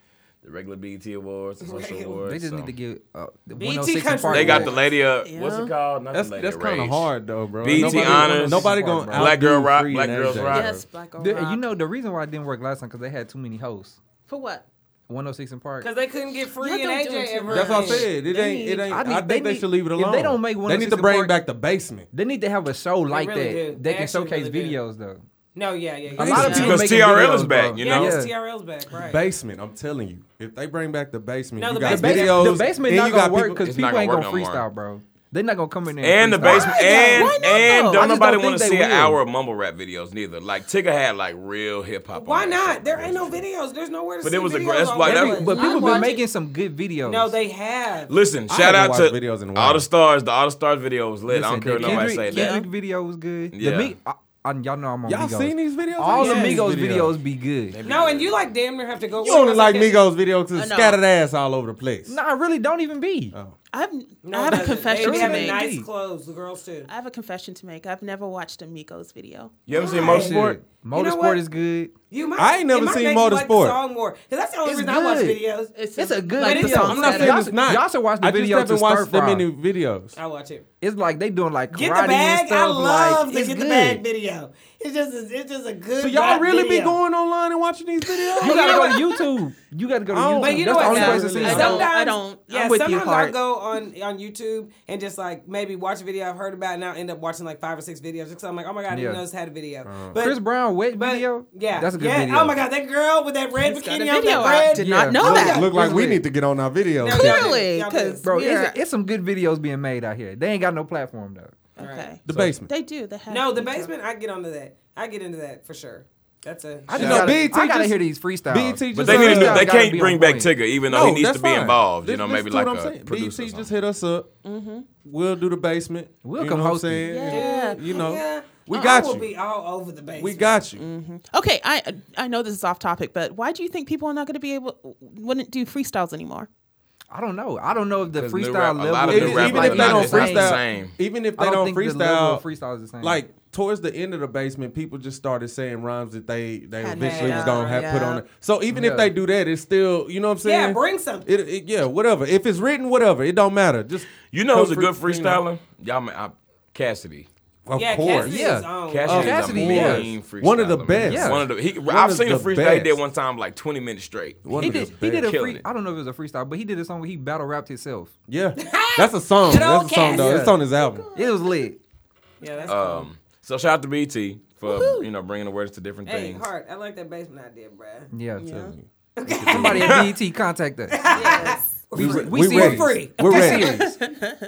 [SPEAKER 1] the regular BET Awards, the social
[SPEAKER 3] Regular.
[SPEAKER 1] awards.
[SPEAKER 4] They just
[SPEAKER 1] so.
[SPEAKER 4] need to give uh, the
[SPEAKER 3] BET
[SPEAKER 4] 106
[SPEAKER 3] country.
[SPEAKER 4] and Park
[SPEAKER 1] They got the
[SPEAKER 4] Awards.
[SPEAKER 1] lady. Uh, What's
[SPEAKER 6] Yeah.
[SPEAKER 1] it called? Not
[SPEAKER 5] That's
[SPEAKER 1] the lady
[SPEAKER 5] that's kind of
[SPEAKER 1] Rage.
[SPEAKER 5] hard though, bro.
[SPEAKER 1] BET
[SPEAKER 5] nobody,
[SPEAKER 1] honors.
[SPEAKER 5] Nobody gonna
[SPEAKER 4] Black
[SPEAKER 5] outdo
[SPEAKER 1] girl rock,
[SPEAKER 5] Free
[SPEAKER 1] black
[SPEAKER 5] and
[SPEAKER 1] girls
[SPEAKER 5] AJ,
[SPEAKER 1] rock.
[SPEAKER 5] bro.
[SPEAKER 6] Yes, Black on
[SPEAKER 4] The-
[SPEAKER 6] Rock.
[SPEAKER 4] you know the reason why it didn't work last time because they had too many hosts.
[SPEAKER 6] for what?
[SPEAKER 4] 106 and Park.
[SPEAKER 3] Because they couldn't get free
[SPEAKER 6] Y'all
[SPEAKER 3] and
[SPEAKER 6] don't do it
[SPEAKER 3] AJ
[SPEAKER 6] to
[SPEAKER 3] ever.
[SPEAKER 6] me.
[SPEAKER 5] That's what I
[SPEAKER 6] Right.
[SPEAKER 5] said. It ain't. It ain't.
[SPEAKER 4] I
[SPEAKER 5] I,
[SPEAKER 4] think
[SPEAKER 5] think
[SPEAKER 4] they
[SPEAKER 5] they,
[SPEAKER 4] need-
[SPEAKER 5] should leave it
[SPEAKER 4] if they
[SPEAKER 5] alone.
[SPEAKER 4] don't make
[SPEAKER 5] They need to
[SPEAKER 4] 106
[SPEAKER 5] bring
[SPEAKER 4] apart-
[SPEAKER 5] back the basement.
[SPEAKER 4] They need to have a show like
[SPEAKER 3] really
[SPEAKER 4] that.
[SPEAKER 3] do.
[SPEAKER 4] They
[SPEAKER 3] They
[SPEAKER 4] can
[SPEAKER 3] actually
[SPEAKER 4] showcase
[SPEAKER 3] really do.
[SPEAKER 4] videos though.
[SPEAKER 3] No, yeah, yeah. yeah.
[SPEAKER 4] A lot of
[SPEAKER 6] Yeah.
[SPEAKER 4] people
[SPEAKER 1] Because
[SPEAKER 4] making
[SPEAKER 1] TRL
[SPEAKER 4] videos,
[SPEAKER 1] is back,
[SPEAKER 4] bro.
[SPEAKER 1] you
[SPEAKER 3] Yeah,
[SPEAKER 1] know?
[SPEAKER 3] yes, TRL's back, right?
[SPEAKER 5] Basement. I'm telling you, if they bring back the basement,
[SPEAKER 3] No,
[SPEAKER 5] you
[SPEAKER 3] the
[SPEAKER 5] got
[SPEAKER 3] basement-
[SPEAKER 5] videos.
[SPEAKER 4] The basement
[SPEAKER 5] and
[SPEAKER 4] not
[SPEAKER 5] you got
[SPEAKER 4] gonna work
[SPEAKER 5] people-
[SPEAKER 4] because
[SPEAKER 1] It's
[SPEAKER 4] people
[SPEAKER 1] not
[SPEAKER 4] ain't gonna
[SPEAKER 1] gonna work no more.
[SPEAKER 4] freestyle, bro. They're not gonna come in there.
[SPEAKER 1] And the
[SPEAKER 4] freestyle.
[SPEAKER 1] basement, and
[SPEAKER 6] Why
[SPEAKER 1] and
[SPEAKER 6] not, though?
[SPEAKER 1] don't
[SPEAKER 6] I
[SPEAKER 4] just
[SPEAKER 1] nobody
[SPEAKER 4] don't
[SPEAKER 1] want to
[SPEAKER 4] think
[SPEAKER 1] see
[SPEAKER 4] they
[SPEAKER 1] an
[SPEAKER 4] will.
[SPEAKER 1] hour of mumble rap videos neither. Like Tigger had like real hip hop. on
[SPEAKER 3] Why
[SPEAKER 1] that
[SPEAKER 3] not?
[SPEAKER 1] shit.
[SPEAKER 3] There ain't no videos. There's nowhere to
[SPEAKER 1] But
[SPEAKER 3] see
[SPEAKER 1] it was a
[SPEAKER 3] videos
[SPEAKER 1] gra- that's
[SPEAKER 3] on
[SPEAKER 1] why that-
[SPEAKER 3] Netflix.
[SPEAKER 4] But
[SPEAKER 6] I
[SPEAKER 4] people
[SPEAKER 6] watch
[SPEAKER 4] been making
[SPEAKER 6] it.
[SPEAKER 4] some good videos.
[SPEAKER 3] No, they have.
[SPEAKER 1] Listen,
[SPEAKER 5] I
[SPEAKER 1] shout
[SPEAKER 5] haven't
[SPEAKER 1] out
[SPEAKER 5] watched
[SPEAKER 1] to
[SPEAKER 5] videos in a
[SPEAKER 1] all
[SPEAKER 5] while.
[SPEAKER 1] the stars. The all the stars video was lit. I
[SPEAKER 4] Listen,
[SPEAKER 1] don't care what
[SPEAKER 4] the
[SPEAKER 1] nobody say
[SPEAKER 4] Kendrick-
[SPEAKER 1] that.
[SPEAKER 4] Kendrick video was good.
[SPEAKER 1] Yeah.
[SPEAKER 4] The Mi- I, I, y'all know I'm on
[SPEAKER 5] Y'all
[SPEAKER 4] Migos.
[SPEAKER 5] seen these videos?
[SPEAKER 4] All the
[SPEAKER 5] Yes.
[SPEAKER 4] Migos
[SPEAKER 5] These
[SPEAKER 4] videos be good.
[SPEAKER 3] No, and you like damn near have to go.
[SPEAKER 5] You only
[SPEAKER 3] Wait,
[SPEAKER 5] like
[SPEAKER 3] okay.
[SPEAKER 5] Migos videos because
[SPEAKER 6] know.
[SPEAKER 5] scattered ass all over the place.
[SPEAKER 4] Nah, really, don't even be.
[SPEAKER 1] Oh.
[SPEAKER 6] I've,
[SPEAKER 3] No,
[SPEAKER 6] I have a
[SPEAKER 3] doesn't.
[SPEAKER 6] confession
[SPEAKER 3] They
[SPEAKER 6] to
[SPEAKER 3] have
[SPEAKER 6] make.
[SPEAKER 3] nice
[SPEAKER 4] Indeed.
[SPEAKER 3] clothes. The girls too.
[SPEAKER 6] I have a confession to make. I've never watched a Migos video.
[SPEAKER 1] You haven't seen
[SPEAKER 3] Why?
[SPEAKER 4] Shit.
[SPEAKER 1] Motorsport?
[SPEAKER 4] Motorsport
[SPEAKER 3] what?
[SPEAKER 4] is good.
[SPEAKER 3] You might.
[SPEAKER 5] I ain't never
[SPEAKER 3] it might
[SPEAKER 5] seen
[SPEAKER 3] make you Like the
[SPEAKER 5] Motorsport.
[SPEAKER 3] song more because that's the only
[SPEAKER 4] It's
[SPEAKER 3] reason I watch
[SPEAKER 4] good.
[SPEAKER 3] videos.
[SPEAKER 4] It's a good
[SPEAKER 6] like the
[SPEAKER 4] video.
[SPEAKER 6] song
[SPEAKER 5] I'm not
[SPEAKER 6] said.
[SPEAKER 5] saying
[SPEAKER 4] Y'all
[SPEAKER 5] it's
[SPEAKER 4] should-
[SPEAKER 5] not.
[SPEAKER 4] y'all should watch the
[SPEAKER 5] I just
[SPEAKER 4] video
[SPEAKER 5] haven't
[SPEAKER 4] to
[SPEAKER 5] watched
[SPEAKER 4] start
[SPEAKER 5] that
[SPEAKER 4] from.
[SPEAKER 5] many videos.
[SPEAKER 3] I watch it.
[SPEAKER 4] It's like they doing like karate
[SPEAKER 3] Get the
[SPEAKER 4] and
[SPEAKER 3] bag.
[SPEAKER 4] stuff.
[SPEAKER 3] I love
[SPEAKER 4] like,
[SPEAKER 3] the
[SPEAKER 4] it's
[SPEAKER 3] get
[SPEAKER 4] good.
[SPEAKER 3] the bag video. It's just a, it's just a good.
[SPEAKER 5] So y'all
[SPEAKER 3] rap
[SPEAKER 5] really be
[SPEAKER 3] video.
[SPEAKER 5] going online and watching these videos?
[SPEAKER 3] [laughs]
[SPEAKER 4] You gotta go to YouTube. You gotta go to
[SPEAKER 5] I
[SPEAKER 3] Oh,
[SPEAKER 4] YouTube.
[SPEAKER 5] don't-
[SPEAKER 3] But you know
[SPEAKER 4] That's
[SPEAKER 3] what?
[SPEAKER 4] the only
[SPEAKER 3] now?
[SPEAKER 4] place to
[SPEAKER 6] really
[SPEAKER 4] see
[SPEAKER 6] I
[SPEAKER 4] it.
[SPEAKER 6] don't-
[SPEAKER 3] Sometimes-
[SPEAKER 6] I don't-
[SPEAKER 3] Yeah,
[SPEAKER 4] I'm with you,
[SPEAKER 3] sometimes I
[SPEAKER 4] Hart.
[SPEAKER 3] go on on YouTube and just like maybe watch a video I've heard about, and I'll end up watching like five or six videos. Because I'm like, oh my god, I didn't
[SPEAKER 4] Yeah.
[SPEAKER 3] know this had a video. But
[SPEAKER 4] Chris Brown wet
[SPEAKER 3] but-
[SPEAKER 4] video.
[SPEAKER 3] yeah,
[SPEAKER 4] that's a good
[SPEAKER 3] yeah.
[SPEAKER 4] video.
[SPEAKER 3] Oh my god, that girl with that red
[SPEAKER 6] He's got a
[SPEAKER 3] bikini on
[SPEAKER 6] video
[SPEAKER 3] that
[SPEAKER 6] out.
[SPEAKER 3] red.
[SPEAKER 6] Did not know
[SPEAKER 5] look,
[SPEAKER 6] that.
[SPEAKER 5] Look like we
[SPEAKER 4] Where's
[SPEAKER 5] need to get on our video.
[SPEAKER 3] No,
[SPEAKER 5] shit.
[SPEAKER 3] y'all did.
[SPEAKER 6] Clearly,
[SPEAKER 3] Y'all
[SPEAKER 6] 'cause-
[SPEAKER 3] did.
[SPEAKER 4] bro,
[SPEAKER 6] we are-
[SPEAKER 4] it's, it's some good videos being made out here. They ain't got no platform though.
[SPEAKER 6] Okay.
[SPEAKER 5] The basement.
[SPEAKER 6] They do. They have
[SPEAKER 3] no, the
[SPEAKER 6] YouTube.
[SPEAKER 3] basement. I get onto that. I get into that for sure. That's a.
[SPEAKER 4] I
[SPEAKER 5] You
[SPEAKER 4] just
[SPEAKER 5] know,
[SPEAKER 4] gotta,
[SPEAKER 5] BET
[SPEAKER 4] I gotta
[SPEAKER 5] just-
[SPEAKER 4] hear these freestyles.
[SPEAKER 5] BET just
[SPEAKER 4] But
[SPEAKER 1] But they
[SPEAKER 5] Just
[SPEAKER 1] need to,
[SPEAKER 5] gotta-
[SPEAKER 1] they
[SPEAKER 4] gotta
[SPEAKER 1] can't
[SPEAKER 4] be on
[SPEAKER 1] bring back
[SPEAKER 4] point.
[SPEAKER 1] Tigger, even though
[SPEAKER 5] No,
[SPEAKER 1] he needs
[SPEAKER 5] Oh, that's
[SPEAKER 1] to be
[SPEAKER 5] fine.
[SPEAKER 1] involved.
[SPEAKER 5] This-
[SPEAKER 1] you know,
[SPEAKER 5] this
[SPEAKER 1] maybe
[SPEAKER 5] is what
[SPEAKER 1] like
[SPEAKER 5] I'm
[SPEAKER 1] a
[SPEAKER 5] saying.
[SPEAKER 1] producer. or
[SPEAKER 5] BET just
[SPEAKER 1] something.
[SPEAKER 5] hit us up. We'll do the basement.
[SPEAKER 4] Mm-hmm. We'll
[SPEAKER 5] you
[SPEAKER 4] come
[SPEAKER 5] know what I'm
[SPEAKER 4] host it.
[SPEAKER 5] saying?
[SPEAKER 6] Yeah.
[SPEAKER 5] You know,
[SPEAKER 3] Yeah.
[SPEAKER 5] we
[SPEAKER 3] I
[SPEAKER 5] got
[SPEAKER 3] will
[SPEAKER 5] you.
[SPEAKER 3] be all over the basement.
[SPEAKER 5] We got you.
[SPEAKER 4] Mm-hmm.
[SPEAKER 6] Okay, I I know this is off topic, but why do you think people are not going to be able wouldn't do freestyles anymore?
[SPEAKER 4] I don't know. I don't know if the
[SPEAKER 1] 'Cause new
[SPEAKER 4] freestyle
[SPEAKER 1] rap- a
[SPEAKER 4] level.
[SPEAKER 1] lot of
[SPEAKER 4] is
[SPEAKER 5] Even,
[SPEAKER 1] new
[SPEAKER 5] even
[SPEAKER 1] rap
[SPEAKER 4] like-
[SPEAKER 5] if
[SPEAKER 1] like
[SPEAKER 5] they
[SPEAKER 1] not
[SPEAKER 5] don't
[SPEAKER 1] the same.
[SPEAKER 5] freestyle,
[SPEAKER 1] Same.
[SPEAKER 5] even if
[SPEAKER 4] I
[SPEAKER 5] they
[SPEAKER 4] don't
[SPEAKER 5] don't
[SPEAKER 4] think the level
[SPEAKER 5] freestyle,
[SPEAKER 4] of freestyle is the same.
[SPEAKER 5] like towards the end of the basement, people just started saying rhymes that they they
[SPEAKER 6] Had
[SPEAKER 5] eventually
[SPEAKER 6] made
[SPEAKER 5] was
[SPEAKER 6] up,
[SPEAKER 5] gonna have put on.
[SPEAKER 6] yeah.
[SPEAKER 5] It. So even
[SPEAKER 4] Yeah.
[SPEAKER 5] if they do that, it's still you know what I'm saying.
[SPEAKER 3] Yeah, bring something.
[SPEAKER 5] It, it- yeah, whatever. If it's written, whatever, it don't matter. Just
[SPEAKER 1] You know who's a
[SPEAKER 5] come
[SPEAKER 1] good
[SPEAKER 5] free- you know.
[SPEAKER 1] freestyler? Y'all, man, I, Cassidy.
[SPEAKER 5] of
[SPEAKER 3] Yeah,
[SPEAKER 5] course.
[SPEAKER 3] Cassidy
[SPEAKER 4] Yeah.
[SPEAKER 3] is on.
[SPEAKER 1] Cassidy, is a
[SPEAKER 4] Cassidy,
[SPEAKER 1] mean
[SPEAKER 5] Oh, yes.
[SPEAKER 1] freestyler,
[SPEAKER 5] One of the
[SPEAKER 1] man.
[SPEAKER 5] best.
[SPEAKER 4] Yeah.
[SPEAKER 1] One of the. He,
[SPEAKER 5] One
[SPEAKER 1] I've
[SPEAKER 5] of
[SPEAKER 1] seen
[SPEAKER 5] the
[SPEAKER 1] a freestyle he did
[SPEAKER 5] best.
[SPEAKER 1] one time like 20 minutes straight.
[SPEAKER 5] One
[SPEAKER 4] he
[SPEAKER 5] of the
[SPEAKER 4] did. He
[SPEAKER 5] best.
[SPEAKER 4] did a
[SPEAKER 1] Killing
[SPEAKER 4] free.
[SPEAKER 1] it.
[SPEAKER 4] I don't know if it was a freestyle, but he did a song where he battle rapped himself.
[SPEAKER 3] [laughs]
[SPEAKER 5] Yeah, that's a song.
[SPEAKER 3] Good
[SPEAKER 5] That's
[SPEAKER 3] old
[SPEAKER 5] a song though.
[SPEAKER 3] Cass.
[SPEAKER 5] It's on his album.
[SPEAKER 4] It was lit.
[SPEAKER 3] Yeah, that's
[SPEAKER 1] Um, so shout out to BT for you know bringing awareness to different
[SPEAKER 3] cool. Hey,
[SPEAKER 1] things.
[SPEAKER 3] Hart, I like that basement idea, bruh.
[SPEAKER 4] Yeah. Somebody at BET
[SPEAKER 1] [laughs]
[SPEAKER 4] contact us.
[SPEAKER 3] Yes.
[SPEAKER 4] We, we,
[SPEAKER 5] we
[SPEAKER 4] serious.
[SPEAKER 5] ready.
[SPEAKER 3] free.
[SPEAKER 5] We're
[SPEAKER 4] We
[SPEAKER 5] ready.
[SPEAKER 4] serious.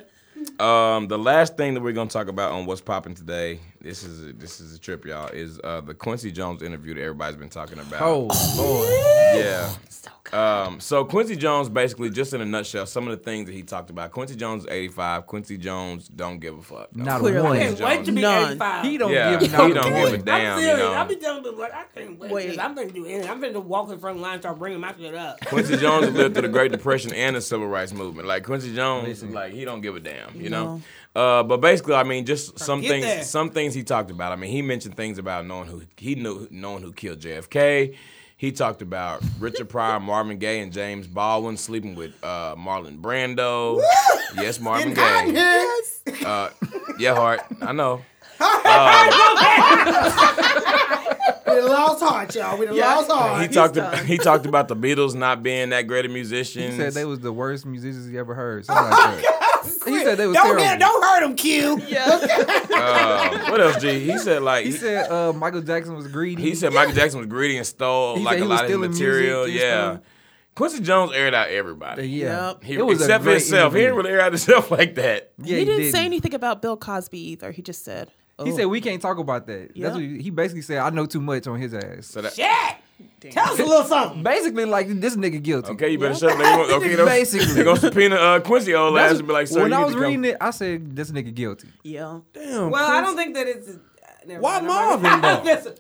[SPEAKER 1] Um, the last thing that we're gonna talk about on what's popping today, this is this is a trip, y'all. Is uh, the Quincy Jones interview that everybody's been talking about.
[SPEAKER 4] Oh,
[SPEAKER 1] yeah. Um, so Quincy Jones, basically, just in a nutshell, some of the things that he talked about. Quincy Jones, is eighty-five. Quincy Jones don't give a fuck. though.
[SPEAKER 4] not
[SPEAKER 6] Clearly.
[SPEAKER 4] one.
[SPEAKER 3] Can't wait to be
[SPEAKER 6] None.
[SPEAKER 3] 85.
[SPEAKER 4] He don't
[SPEAKER 1] Yeah,
[SPEAKER 4] give.
[SPEAKER 1] he
[SPEAKER 4] not
[SPEAKER 1] don't
[SPEAKER 4] one.
[SPEAKER 1] give a damn.
[SPEAKER 3] I'm
[SPEAKER 1] You
[SPEAKER 3] serious.
[SPEAKER 1] know?
[SPEAKER 3] I'll be telling people, like, I can't wait.
[SPEAKER 6] Wait.
[SPEAKER 3] Wait. I'm going to do anything. I'm going to walk in front of the line and start bringing my shit up.
[SPEAKER 1] Quincy Jones lived through the Great Depression and the Civil Rights Movement. Like Quincy Jones, like he don't give a damn, you know. Uh, but basically, I mean, just some
[SPEAKER 3] Forget
[SPEAKER 1] things,
[SPEAKER 3] that.
[SPEAKER 1] some things he talked about. I mean, he mentioned things about knowing who he knew, knowing who killed JFK. He talked about Richard Pryor, [laughs] Marvin Gaye, and James Baldwin sleeping with uh, Marlon Brando. yes, Marvin Gaye.
[SPEAKER 3] Yes.
[SPEAKER 1] Uh, yeah, Hart. I know.
[SPEAKER 3] [laughs] We done lost heart, y'all. We done lost heart.
[SPEAKER 1] He talked. About, he talked about the Beatles not being that great of musicians. Uh,
[SPEAKER 4] He said they was the worst musicians he ever heard. Something like that. he said they was
[SPEAKER 3] don't,
[SPEAKER 4] terrible.
[SPEAKER 3] hurt- don't hurt him, Q.
[SPEAKER 1] Uh, what else, G? He said like
[SPEAKER 4] He said uh, Michael Jackson was greedy.
[SPEAKER 1] He said Michael Jackson was greedy and stole
[SPEAKER 4] He
[SPEAKER 1] like
[SPEAKER 4] said
[SPEAKER 1] a
[SPEAKER 4] he was
[SPEAKER 1] lot of his
[SPEAKER 4] stealing music
[SPEAKER 1] material.
[SPEAKER 4] and
[SPEAKER 1] Yeah.
[SPEAKER 4] stuff.
[SPEAKER 1] Quincy Jones aired out everybody.
[SPEAKER 4] Uh, yeah.
[SPEAKER 1] He,
[SPEAKER 4] It was a
[SPEAKER 1] except for
[SPEAKER 4] great
[SPEAKER 1] himself. He
[SPEAKER 4] interview.
[SPEAKER 1] didn't really air out himself [laughs] like that.
[SPEAKER 4] Yeah,
[SPEAKER 6] he didn't say anything about Bill Cosby either. He just said "Oh,
[SPEAKER 4] He said we can't talk about that.
[SPEAKER 6] Yeah.
[SPEAKER 4] That's what he, he basically said. I know too much on his ass.
[SPEAKER 1] So that,
[SPEAKER 3] Jack, tell us a little something.
[SPEAKER 4] basically, like this nigga guilty.
[SPEAKER 1] okay, you better shut up. They
[SPEAKER 4] [laughs]
[SPEAKER 1] gonna- Okay,
[SPEAKER 4] Basically.
[SPEAKER 1] they're going to subpoena uh, Quincy old
[SPEAKER 4] That's-
[SPEAKER 1] ass and be like, sir,
[SPEAKER 4] when
[SPEAKER 1] you
[SPEAKER 4] I
[SPEAKER 1] need
[SPEAKER 4] was
[SPEAKER 1] to come-
[SPEAKER 4] reading it, I said this nigga guilty.
[SPEAKER 6] yeah.
[SPEAKER 3] Well, I don't think that it's. uh, never
[SPEAKER 5] Why
[SPEAKER 3] mind. I'm
[SPEAKER 5] Marvin,
[SPEAKER 3] not- [laughs]
[SPEAKER 5] though?
[SPEAKER 3] Listen,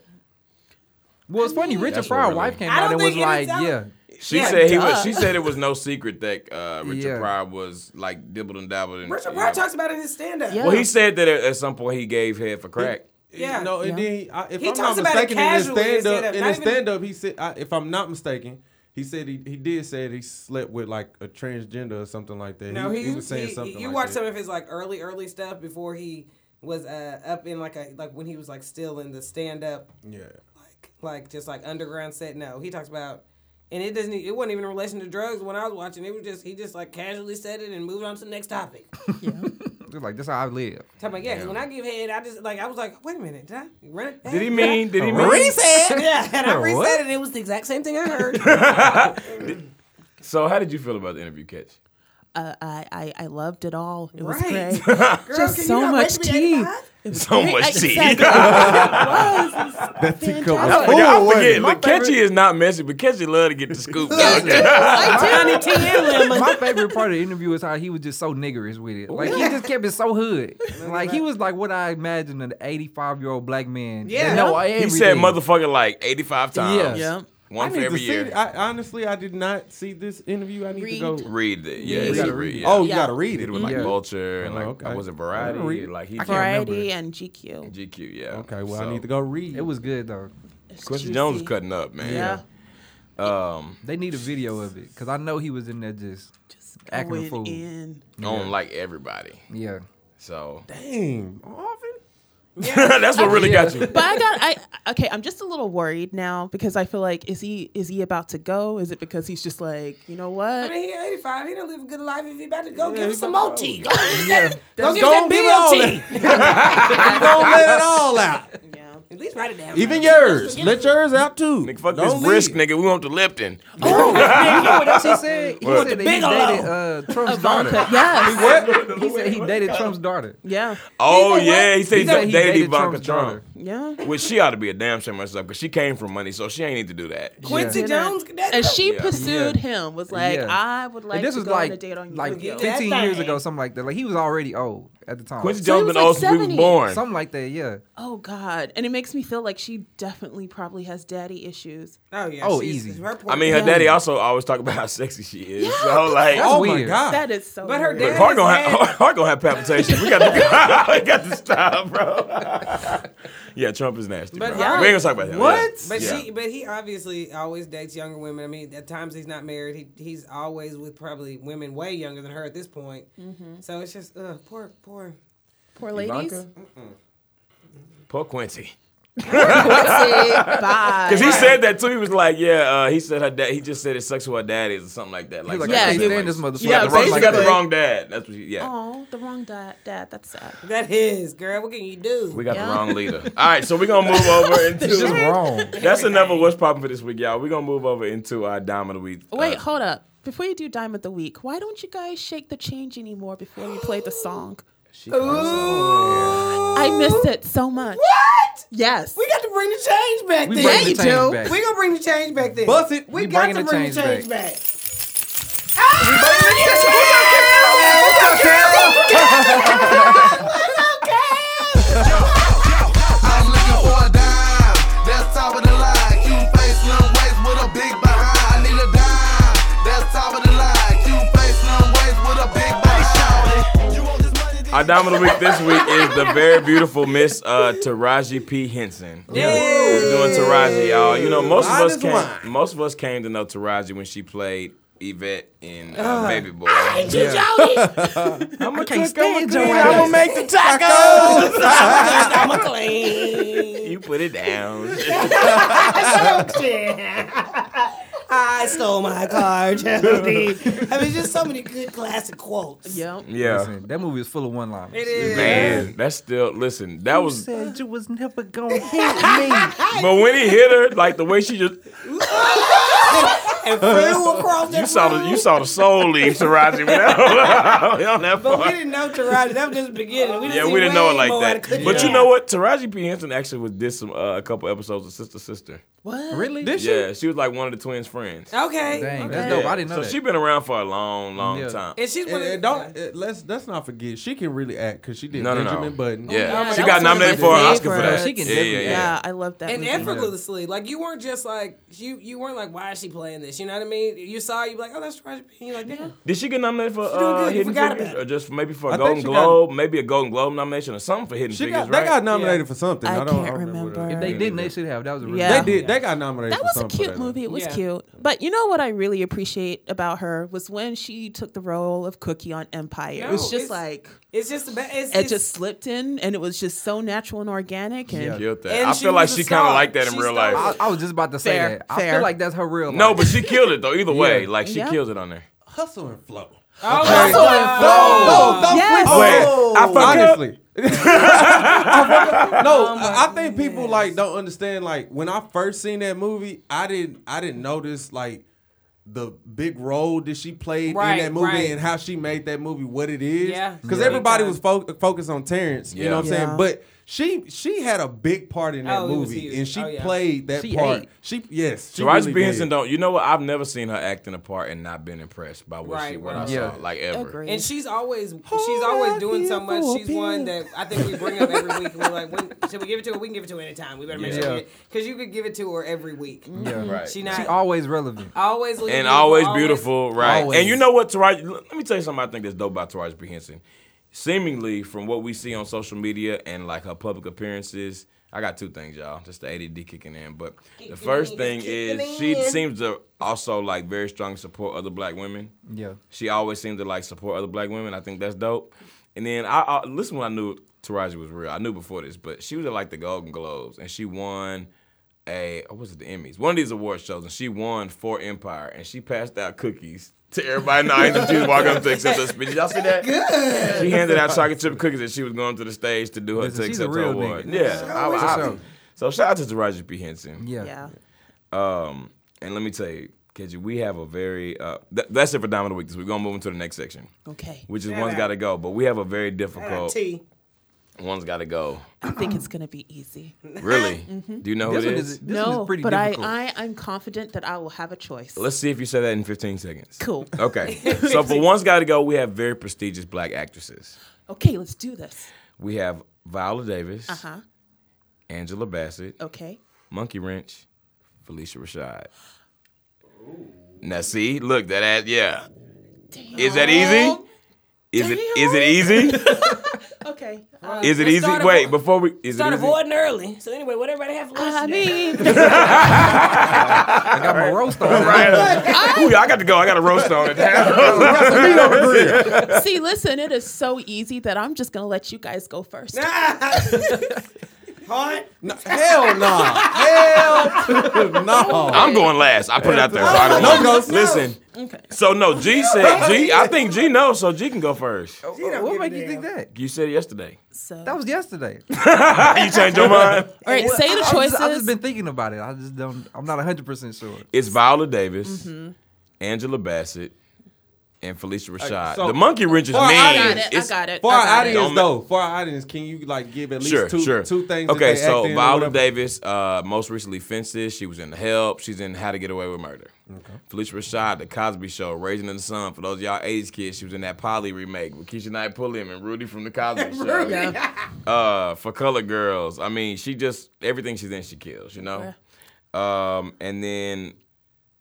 [SPEAKER 4] Well, it's funny. Richard
[SPEAKER 1] That's what
[SPEAKER 4] Pryor's
[SPEAKER 1] really-
[SPEAKER 4] wife came
[SPEAKER 3] I
[SPEAKER 4] out
[SPEAKER 3] don't
[SPEAKER 4] and was
[SPEAKER 3] think any
[SPEAKER 4] like,
[SPEAKER 3] time-
[SPEAKER 4] "Yeah,
[SPEAKER 1] She
[SPEAKER 3] Yeah,
[SPEAKER 1] said he
[SPEAKER 6] duh.
[SPEAKER 1] was. She said it was no secret that uh, Richard
[SPEAKER 4] Yeah.
[SPEAKER 1] Pryor was like dibbling dabbling. and-
[SPEAKER 3] Richard
[SPEAKER 1] you
[SPEAKER 3] Pryor
[SPEAKER 1] know.
[SPEAKER 3] talks about it in his stand up.
[SPEAKER 6] Yeah.
[SPEAKER 1] Well, he said that at, at some point he gave head for crack.
[SPEAKER 3] Yeah.
[SPEAKER 5] No, and then he, I, if
[SPEAKER 3] He
[SPEAKER 5] I'm
[SPEAKER 3] talks
[SPEAKER 5] not
[SPEAKER 3] about it
[SPEAKER 5] mistaken, in his
[SPEAKER 3] casually in
[SPEAKER 5] stand up,
[SPEAKER 3] stand-up,
[SPEAKER 5] in
[SPEAKER 3] not
[SPEAKER 5] his
[SPEAKER 3] even-
[SPEAKER 5] stand up, he said, I, if I'm not mistaken, he said he, he did say that he slept with like a transgender or something like that.
[SPEAKER 3] No,
[SPEAKER 5] he,
[SPEAKER 3] he,
[SPEAKER 5] he was saying
[SPEAKER 3] he-
[SPEAKER 5] something.
[SPEAKER 3] You
[SPEAKER 5] like
[SPEAKER 3] watch
[SPEAKER 5] that.
[SPEAKER 3] some of his like early, early stuff before he was uh, up in like a like when he was like still in the stand up
[SPEAKER 5] Yeah.
[SPEAKER 3] like like just like underground set. No, he talks about, and it doesn't. It wasn't even in relation to drugs when I was watching. It was just he just like casually said it and moved on to the next topic. Talking
[SPEAKER 4] It's like that's how I
[SPEAKER 3] [laughs]
[SPEAKER 4] live."
[SPEAKER 3] about yeah, 'cause when I give head, I just like I was like, wait a minute, did I run it?
[SPEAKER 1] Did he mean?
[SPEAKER 5] [laughs]
[SPEAKER 1] Did he mean?
[SPEAKER 3] reset? yeah, and I reset
[SPEAKER 4] What?
[SPEAKER 3] it. and It was the exact same thing I heard.
[SPEAKER 1] So, how did you feel about the interview, Catch?
[SPEAKER 6] Uh, I, I I loved it all. It was
[SPEAKER 3] Right.
[SPEAKER 6] [laughs] great.
[SPEAKER 3] Girl,
[SPEAKER 6] Just
[SPEAKER 3] can you
[SPEAKER 6] so
[SPEAKER 3] not wait
[SPEAKER 6] much
[SPEAKER 3] to be
[SPEAKER 6] tea.
[SPEAKER 3] 85?
[SPEAKER 1] So much tea. [laughs]
[SPEAKER 6] Exactly. it was. It's fantastic.
[SPEAKER 1] But I
[SPEAKER 5] Oh, wait.
[SPEAKER 1] forget.
[SPEAKER 5] My
[SPEAKER 1] Look, Catchy is not messy, but Catchy love to get the
[SPEAKER 5] [laughs]
[SPEAKER 1] scoop. dog.
[SPEAKER 3] Johnny T and Lemon.
[SPEAKER 4] My favorite part of the interview is how he was just so niggerish with it. Like he just kept it
[SPEAKER 3] [laughs]
[SPEAKER 4] so hood. Like he was like what I imagined an 85 year old black man.
[SPEAKER 3] Yeah.
[SPEAKER 4] Yeah, no, I
[SPEAKER 1] He said motherfucker like 85 times.
[SPEAKER 4] Yeah.
[SPEAKER 5] I
[SPEAKER 1] One for
[SPEAKER 5] need to
[SPEAKER 1] every
[SPEAKER 5] see.
[SPEAKER 1] year.
[SPEAKER 5] it. I, honestly, I did not see this interview. I need to
[SPEAKER 6] Read.
[SPEAKER 5] go.
[SPEAKER 1] read it. Yeah,
[SPEAKER 6] Read
[SPEAKER 1] it's
[SPEAKER 6] it.
[SPEAKER 1] a read. Yeah. Mm-hmm.
[SPEAKER 5] Oh, you
[SPEAKER 6] Yeah.
[SPEAKER 5] gotta read
[SPEAKER 1] he did
[SPEAKER 5] it.
[SPEAKER 1] it with like
[SPEAKER 4] Yeah.
[SPEAKER 1] Vulture and
[SPEAKER 5] Oh,
[SPEAKER 1] like
[SPEAKER 5] okay.
[SPEAKER 1] I was it
[SPEAKER 5] I don't
[SPEAKER 1] Variety?
[SPEAKER 5] read.
[SPEAKER 1] Like he
[SPEAKER 4] I can't
[SPEAKER 1] did
[SPEAKER 6] Variety
[SPEAKER 4] remember.
[SPEAKER 6] and GQ.
[SPEAKER 1] GQ. Yeah.
[SPEAKER 5] Okay, well,
[SPEAKER 1] So,
[SPEAKER 5] I need to go read.
[SPEAKER 4] It was good though.
[SPEAKER 6] It's
[SPEAKER 1] Quincy
[SPEAKER 6] juicy.
[SPEAKER 1] Jones was cutting up, man.
[SPEAKER 6] Yeah.
[SPEAKER 1] Um,
[SPEAKER 4] They need a video of it because I know he was in there just
[SPEAKER 6] Just
[SPEAKER 4] Acting a fool.
[SPEAKER 6] going in.
[SPEAKER 1] on like everybody.
[SPEAKER 4] yeah.
[SPEAKER 1] So
[SPEAKER 5] Dang, Marvin.
[SPEAKER 1] [laughs] That's what really got you.
[SPEAKER 6] But I got I okay. I'm just a little worried now because I feel like is he is he about to go? Is it because he's just like you know
[SPEAKER 3] I
[SPEAKER 6] what?
[SPEAKER 3] mean, he 85. He don't live a good life if he about to go give him
[SPEAKER 5] he
[SPEAKER 3] some
[SPEAKER 5] about
[SPEAKER 3] more tea. Go give him that, [laughs] go give him
[SPEAKER 5] Don't give all
[SPEAKER 3] that BLT.
[SPEAKER 5] that. Don't let it all out.
[SPEAKER 6] Yeah.
[SPEAKER 3] [laughs] At least write it down.
[SPEAKER 5] Even yours. Let yours out too.
[SPEAKER 1] Nigga, fuck
[SPEAKER 5] Don't
[SPEAKER 1] this brisk,
[SPEAKER 5] leave.
[SPEAKER 1] nigga. We want to Lipton.
[SPEAKER 4] You know what else he
[SPEAKER 3] [laughs]
[SPEAKER 4] said? He said that he dated
[SPEAKER 3] Bigelow. [laughs]
[SPEAKER 4] uh, Trump's daughter.
[SPEAKER 6] Yes.
[SPEAKER 5] What?
[SPEAKER 4] He said he dated Trump's daughter.
[SPEAKER 6] Yeah.
[SPEAKER 1] Oh yeah, he said he,
[SPEAKER 4] He said he
[SPEAKER 1] dated
[SPEAKER 4] dated
[SPEAKER 1] Ivanka
[SPEAKER 4] Trump's
[SPEAKER 1] Trump.
[SPEAKER 4] daughter.
[SPEAKER 6] Yeah.
[SPEAKER 1] Which she ought to be a damn shame herself because she came from money, so she ain't need to do that.
[SPEAKER 3] Quincy
[SPEAKER 6] Yeah.
[SPEAKER 3] Jones. That, oh.
[SPEAKER 6] And she
[SPEAKER 1] Yeah.
[SPEAKER 6] pursued him. Was like,
[SPEAKER 4] Yeah.
[SPEAKER 6] I would like
[SPEAKER 4] and this
[SPEAKER 6] to
[SPEAKER 4] was
[SPEAKER 6] go
[SPEAKER 4] like,
[SPEAKER 6] on a date on you.
[SPEAKER 4] like
[SPEAKER 3] Yu-Gi-Oh.
[SPEAKER 4] 15
[SPEAKER 3] That
[SPEAKER 4] years
[SPEAKER 3] thing.
[SPEAKER 4] ago, something like that. Like he was already old at the time.
[SPEAKER 1] Quincy
[SPEAKER 6] So he
[SPEAKER 1] Jones
[SPEAKER 6] was
[SPEAKER 1] been
[SPEAKER 6] like
[SPEAKER 1] old since we
[SPEAKER 6] 70.
[SPEAKER 1] was born.
[SPEAKER 4] something like that. Yeah.
[SPEAKER 6] oh God. And it makes me feel like she definitely probably has daddy issues.
[SPEAKER 3] oh, yeah.
[SPEAKER 4] Oh,
[SPEAKER 3] she's-
[SPEAKER 4] easy.
[SPEAKER 3] her poor-
[SPEAKER 1] I mean, her daddy also always talk about how sexy she is. so like,
[SPEAKER 4] That's
[SPEAKER 5] Oh my
[SPEAKER 4] weird.
[SPEAKER 5] god.
[SPEAKER 6] That is so.
[SPEAKER 3] But her
[SPEAKER 6] weird.
[SPEAKER 3] dad-
[SPEAKER 1] Hard gonna
[SPEAKER 3] His
[SPEAKER 1] have hard gonna have palpitations. We got to [laughs] we got to stop, bro. yeah, Trump is nasty.
[SPEAKER 3] But
[SPEAKER 1] bro.
[SPEAKER 3] yeah.
[SPEAKER 1] We ain't gonna talk about him.
[SPEAKER 5] What?
[SPEAKER 3] But
[SPEAKER 1] Yeah.
[SPEAKER 3] she, but he obviously always dates younger women. I mean, at times he's not married. He he's always with probably women way younger than her at this point.
[SPEAKER 6] Mm-hmm.
[SPEAKER 3] So it's just uh, poor, poor.
[SPEAKER 6] Poor ladies.
[SPEAKER 1] Poor Quincy.
[SPEAKER 6] Say bye.
[SPEAKER 1] Because he said that too. He was like, yeah. Uh, he said her dad. He just said it's sexual daddies or something like that. Like,
[SPEAKER 4] He's like,
[SPEAKER 6] Yeah,
[SPEAKER 4] I
[SPEAKER 6] he
[SPEAKER 4] can't stand
[SPEAKER 1] was-
[SPEAKER 4] this motherfucker.
[SPEAKER 1] She got,
[SPEAKER 6] Yeah,
[SPEAKER 1] the wrong, she got the
[SPEAKER 6] basically.
[SPEAKER 1] wrong dad. That's what she, yeah.
[SPEAKER 6] [laughs] Oh, the wrong dad. Dad, that's sad.
[SPEAKER 3] That is girl. What can you do?
[SPEAKER 1] We got the
[SPEAKER 6] Yeah.
[SPEAKER 1] wrong
[SPEAKER 6] [laughs]
[SPEAKER 1] leader. All right, so we're gonna move over
[SPEAKER 4] It's just
[SPEAKER 1] into.
[SPEAKER 4] wrong.
[SPEAKER 1] That's another what's popping for this week, y'all. We're gonna move over into our dime of the week. Uh,
[SPEAKER 6] Wait, hold up. Before you do Dime of the Week, why don't you guys shake the change anymore before you play the song? I missed it so much.
[SPEAKER 3] What?
[SPEAKER 6] Yes.
[SPEAKER 3] We got to bring the change back.
[SPEAKER 4] We
[SPEAKER 3] then.
[SPEAKER 4] bring
[SPEAKER 3] Yeah,
[SPEAKER 6] the change
[SPEAKER 3] you do.
[SPEAKER 4] back.
[SPEAKER 3] We gonna bring the change back. Then
[SPEAKER 4] Bust it.
[SPEAKER 3] We,
[SPEAKER 4] We
[SPEAKER 3] got to bring
[SPEAKER 4] bringing the
[SPEAKER 3] the
[SPEAKER 4] change
[SPEAKER 3] change back. Ah! [laughs]
[SPEAKER 8] I'm looking for a dime. That's top of the line. Cute face, slim waist with a big behind. I need a dime. That's top of the line. Cute face, slim waist with a big behind. You want this money? then
[SPEAKER 1] Our dime of the week this week is the very beautiful Miss uh, Taraji P Henson. We're doing Taraji, y'all. You know, most of
[SPEAKER 5] Wine
[SPEAKER 1] us
[SPEAKER 5] is
[SPEAKER 1] came.
[SPEAKER 5] wine.
[SPEAKER 1] Most of us came to know Taraji when she played Yvette in uh, Baby Boy. [laughs]
[SPEAKER 6] [laughs]
[SPEAKER 4] I can't stand your
[SPEAKER 5] I'ma
[SPEAKER 4] ass.
[SPEAKER 5] make the tacos.
[SPEAKER 3] I'm clean.
[SPEAKER 1] You put it down.
[SPEAKER 3] I stole my car, Jody. I mean, just so many good classic quotes.
[SPEAKER 6] Yep.
[SPEAKER 1] yeah,
[SPEAKER 4] Listen, that movie is full of one liners.
[SPEAKER 3] It is.
[SPEAKER 1] man, that's still. Listen, that was.
[SPEAKER 4] Said you was never gonna hit me.
[SPEAKER 1] [laughs] But when he hit her, like the way she just.
[SPEAKER 3] And flew across that
[SPEAKER 1] You saw the you
[SPEAKER 3] room.
[SPEAKER 1] saw the soul leave Taraji. When [laughs] that, on that
[SPEAKER 3] But we
[SPEAKER 1] part.
[SPEAKER 3] didn't know Taraji. That was just the beginning. We
[SPEAKER 1] Yeah,
[SPEAKER 3] see
[SPEAKER 1] we didn't know it
[SPEAKER 3] way
[SPEAKER 1] like
[SPEAKER 3] more out of
[SPEAKER 1] that.
[SPEAKER 3] Cookie
[SPEAKER 1] But you
[SPEAKER 3] Jar.
[SPEAKER 1] know what? Taraji P Henson actually was did some uh, a couple episodes of Sister Sister.
[SPEAKER 6] What?
[SPEAKER 4] Really? This
[SPEAKER 1] Yeah, she was like one of the twins' friends.
[SPEAKER 3] Okay.
[SPEAKER 4] Dang,
[SPEAKER 3] okay.
[SPEAKER 4] that's
[SPEAKER 1] Yeah.
[SPEAKER 4] dope. I didn't know
[SPEAKER 1] so
[SPEAKER 4] that.
[SPEAKER 1] she been around for a long, long
[SPEAKER 4] Yeah.
[SPEAKER 1] time.
[SPEAKER 3] And she's one
[SPEAKER 5] And,
[SPEAKER 3] of
[SPEAKER 5] and
[SPEAKER 3] the
[SPEAKER 5] don't uh, let's let's not forget she can really act because she did
[SPEAKER 1] No, no, no.
[SPEAKER 5] Benjamin Button.
[SPEAKER 1] Yeah,
[SPEAKER 6] yeah,
[SPEAKER 1] she got
[SPEAKER 6] that was one of
[SPEAKER 1] nominated
[SPEAKER 6] my
[SPEAKER 1] for an Oscar for
[SPEAKER 6] favorites.
[SPEAKER 1] that.
[SPEAKER 4] She can
[SPEAKER 1] yeah, yeah,
[SPEAKER 4] definitely
[SPEAKER 1] yeah.
[SPEAKER 6] Yeah. I love that.
[SPEAKER 3] and
[SPEAKER 6] movie.
[SPEAKER 3] effortlessly, like you weren't just like you you weren't like why is she playing this? You know what I mean? You saw you be like oh that's Taraji P. You like damn.
[SPEAKER 1] Did she get nominated for
[SPEAKER 3] doing
[SPEAKER 1] uh,
[SPEAKER 3] good. You
[SPEAKER 1] Hidden
[SPEAKER 3] forgot
[SPEAKER 1] Figures,
[SPEAKER 3] about it.
[SPEAKER 1] or just maybe for a
[SPEAKER 5] I think
[SPEAKER 1] Golden
[SPEAKER 5] she got-
[SPEAKER 1] Globe? maybe a Golden Globe nomination or something for Hidden
[SPEAKER 5] She
[SPEAKER 1] Figures,
[SPEAKER 5] got,
[SPEAKER 1] right?
[SPEAKER 5] they got nominated for something.
[SPEAKER 6] I
[SPEAKER 5] I, don't, I
[SPEAKER 6] can't
[SPEAKER 5] don't remember.
[SPEAKER 6] remember.
[SPEAKER 5] What
[SPEAKER 4] if they didn't, they should have. That was a really
[SPEAKER 6] Yeah.
[SPEAKER 5] it- they did. They got nominated.
[SPEAKER 6] That
[SPEAKER 5] for
[SPEAKER 6] was a
[SPEAKER 5] something for
[SPEAKER 6] cute
[SPEAKER 5] that.
[SPEAKER 6] movie. It was
[SPEAKER 3] Yeah.
[SPEAKER 6] cute. But you know what I really appreciate about her was when she took the role of Cookie on Empire. it
[SPEAKER 3] No,
[SPEAKER 6] was
[SPEAKER 3] it's-
[SPEAKER 6] just like
[SPEAKER 3] It's just the best. It's,
[SPEAKER 6] it
[SPEAKER 3] it's-
[SPEAKER 6] just slipped in and it was just so natural and organic and
[SPEAKER 4] Yeah.
[SPEAKER 1] Killed that.
[SPEAKER 3] And
[SPEAKER 1] I
[SPEAKER 3] she
[SPEAKER 1] feel like
[SPEAKER 3] was a
[SPEAKER 1] she kind
[SPEAKER 3] star.
[SPEAKER 1] of like that in
[SPEAKER 3] She
[SPEAKER 1] real
[SPEAKER 3] stole it.
[SPEAKER 1] life.
[SPEAKER 4] I, I was just about to say
[SPEAKER 6] Fair,
[SPEAKER 4] that. I
[SPEAKER 6] fair.
[SPEAKER 4] feel like that's her real. Life.
[SPEAKER 1] no, but she killed it though. Either way,
[SPEAKER 4] Yeah.
[SPEAKER 1] like she
[SPEAKER 6] Yeah.
[SPEAKER 1] killed it on there.
[SPEAKER 5] Hustle and flow.
[SPEAKER 3] oh,
[SPEAKER 5] Okay.
[SPEAKER 3] my God.
[SPEAKER 6] Yes.
[SPEAKER 3] Oh.
[SPEAKER 1] Wait, I fuck up.
[SPEAKER 5] [laughs] honestly. I fuck up. no,
[SPEAKER 3] Oh
[SPEAKER 5] I I think people like don't understand. Like when I first seen that movie, I didn't I didn't notice like the big role that she played
[SPEAKER 3] Right,
[SPEAKER 5] in that movie
[SPEAKER 3] right.
[SPEAKER 5] and how she made that movie what it is.
[SPEAKER 3] Yeah.
[SPEAKER 5] because
[SPEAKER 3] Yeah.
[SPEAKER 5] everybody was fo- focused on Terrence. You
[SPEAKER 1] Yeah.
[SPEAKER 5] know what I'm
[SPEAKER 6] Yeah.
[SPEAKER 5] saying? But she she had a big part in that
[SPEAKER 3] Oh, it was huge.
[SPEAKER 5] movie, and she
[SPEAKER 3] Oh, yeah.
[SPEAKER 5] played that
[SPEAKER 4] She
[SPEAKER 5] part.
[SPEAKER 4] ate.
[SPEAKER 5] She yes, she
[SPEAKER 1] Taraji
[SPEAKER 5] really
[SPEAKER 1] P
[SPEAKER 5] did.
[SPEAKER 1] Henson don't. You know what? I've never seen her acting a part and not been impressed by what she
[SPEAKER 3] Right,
[SPEAKER 1] what I
[SPEAKER 3] right.
[SPEAKER 1] saw,
[SPEAKER 4] Yeah.
[SPEAKER 1] like ever.
[SPEAKER 6] Agreed.
[SPEAKER 3] And she's always she's always doing so much. She's one that I think we bring up every week. And we're like, when, should we give it to her? We can give it to her anytime. We better make sure
[SPEAKER 4] Yeah.
[SPEAKER 3] because you could give it to her every week.
[SPEAKER 4] Yeah.
[SPEAKER 1] Right.
[SPEAKER 3] She not
[SPEAKER 4] She always relevant.
[SPEAKER 3] always looking
[SPEAKER 1] and
[SPEAKER 3] beautiful,
[SPEAKER 1] always beautiful, right?
[SPEAKER 4] Always.
[SPEAKER 1] And you know what, Taraji? Let me tell you something. I think that's dope about Taraji P Henson. Seemingly, from what we see on social media and like her public appearances, I got two things, y'all. Just the ADD kicking in, but the first
[SPEAKER 3] in,
[SPEAKER 1] thing is
[SPEAKER 3] kicking
[SPEAKER 1] she
[SPEAKER 3] in.
[SPEAKER 1] seems to also like very strongly support other black women.
[SPEAKER 4] Yeah.
[SPEAKER 1] She always seemed to like support other black women. I think that's dope. And then I, I listen when I knew Taraji was real. I knew before this, but she was at like the Golden Globes and she won a or was it the Emmys? One of these award shows and she won for Empire and she passed out cookies to everybody in the audience and she was walking up to accept her speech. Did y'all see that? Good. She handed out chocolate chip cookies and she was going to the stage to do her
[SPEAKER 4] Listen,
[SPEAKER 1] to
[SPEAKER 4] she's a
[SPEAKER 1] accept her
[SPEAKER 4] real
[SPEAKER 1] award.
[SPEAKER 4] nigga.
[SPEAKER 1] Yeah. I- I-
[SPEAKER 4] show.
[SPEAKER 1] so shout out to Taraji P. Henson.
[SPEAKER 4] Yeah.
[SPEAKER 6] Yeah.
[SPEAKER 1] Um, and let me tell you, Kenji, we have a very uh, th- that's it for Diamond of the Week. This week. We're gonna move into the next section,
[SPEAKER 6] Okay.
[SPEAKER 1] which is
[SPEAKER 3] Shout
[SPEAKER 1] one's
[SPEAKER 3] out.
[SPEAKER 1] got to go. But we have a very
[SPEAKER 3] Ah,
[SPEAKER 1] difficult
[SPEAKER 3] T.
[SPEAKER 1] one's got to
[SPEAKER 3] [laughs]
[SPEAKER 1] go.
[SPEAKER 6] I think it's gonna be easy.
[SPEAKER 1] Really?
[SPEAKER 3] Mm-hmm.
[SPEAKER 1] Do you know who
[SPEAKER 4] This,
[SPEAKER 1] it
[SPEAKER 4] one
[SPEAKER 1] is?
[SPEAKER 4] is, this one
[SPEAKER 6] no,
[SPEAKER 4] is pretty
[SPEAKER 6] but
[SPEAKER 4] difficult.
[SPEAKER 6] I, I I'm confident that I will have a choice.
[SPEAKER 1] Let's see if you say that in 15 seconds. [laughs]
[SPEAKER 6] Cool.
[SPEAKER 3] [laughs]
[SPEAKER 1] Okay. so for one's got to go, we have very prestigious black actresses.
[SPEAKER 6] Okay, let's do this.
[SPEAKER 1] We have Viola Davis,
[SPEAKER 3] Uh-huh.
[SPEAKER 6] Uh huh.
[SPEAKER 1] Angela Bassett,
[SPEAKER 3] Oh.
[SPEAKER 6] Okay.
[SPEAKER 1] Monkey Wrench, Felicia Rashad. Now see, look that ass. Yeah. Is that easy?
[SPEAKER 3] Oh.
[SPEAKER 1] Is it is it easy?
[SPEAKER 6] [laughs] Okay.
[SPEAKER 1] Is it
[SPEAKER 3] Let's
[SPEAKER 1] easy?
[SPEAKER 3] start
[SPEAKER 1] Wait,
[SPEAKER 3] avo-
[SPEAKER 1] before we is
[SPEAKER 3] Start
[SPEAKER 1] it easy?
[SPEAKER 3] avoiding early. So anyway, what everybody have for lunch
[SPEAKER 6] I
[SPEAKER 3] today?
[SPEAKER 6] mean, [laughs]
[SPEAKER 4] I got my roast on. right.
[SPEAKER 1] Right. Ooh, I got to go. I got a roast on it.
[SPEAKER 3] [laughs]
[SPEAKER 6] see, listen, it is so easy that I'm just gonna let you guys go first.
[SPEAKER 3] Hard.
[SPEAKER 5] No, hell no. hell
[SPEAKER 3] [laughs]
[SPEAKER 5] no.
[SPEAKER 1] I'm going last. I put it out there. So I don't
[SPEAKER 5] No,
[SPEAKER 1] know.
[SPEAKER 5] goes.
[SPEAKER 1] Listen. So no, G [laughs] said G. I think G knows, so G can go first.
[SPEAKER 4] What make you think that?
[SPEAKER 1] You said it [laughs] yesterday.
[SPEAKER 6] So,
[SPEAKER 4] That was yesterday.
[SPEAKER 1] you changed your mind.
[SPEAKER 6] all right, say the
[SPEAKER 4] I've
[SPEAKER 6] choices.
[SPEAKER 4] just, I've just been thinking about it. I just don't. I'm not 100 percent sure.
[SPEAKER 1] It's Viola Davis,
[SPEAKER 6] Mm-hmm.
[SPEAKER 1] Angela Bassett, and Felicia Rashad.
[SPEAKER 5] so-
[SPEAKER 1] the monkey wrench is mean.
[SPEAKER 5] Well, I
[SPEAKER 6] I got it. I
[SPEAKER 1] It's-
[SPEAKER 6] got it.
[SPEAKER 5] For
[SPEAKER 6] I
[SPEAKER 5] our
[SPEAKER 6] got it.
[SPEAKER 5] audience,
[SPEAKER 1] Don't ma-
[SPEAKER 5] though, for our audience, can you like give at least
[SPEAKER 1] Sure,
[SPEAKER 5] two
[SPEAKER 1] sure.
[SPEAKER 5] two things? that
[SPEAKER 1] Okay,
[SPEAKER 5] they
[SPEAKER 1] so
[SPEAKER 5] act in or
[SPEAKER 1] Viola
[SPEAKER 5] whatever?
[SPEAKER 1] Davis, uh, most recently Fences. She was in The Help. She's in How to Get Away with Murder. Felicia Rashad, The Cosby Show, Raising in the Sun. For those of y'all age kids, she was in that Polly remake with Keisha Knight Pulliam and Rudy from The
[SPEAKER 5] [laughs]
[SPEAKER 1] Cosby Show. Uh, for Color Girls. I mean, she just, everything she's in, she kills, you know? Um, and then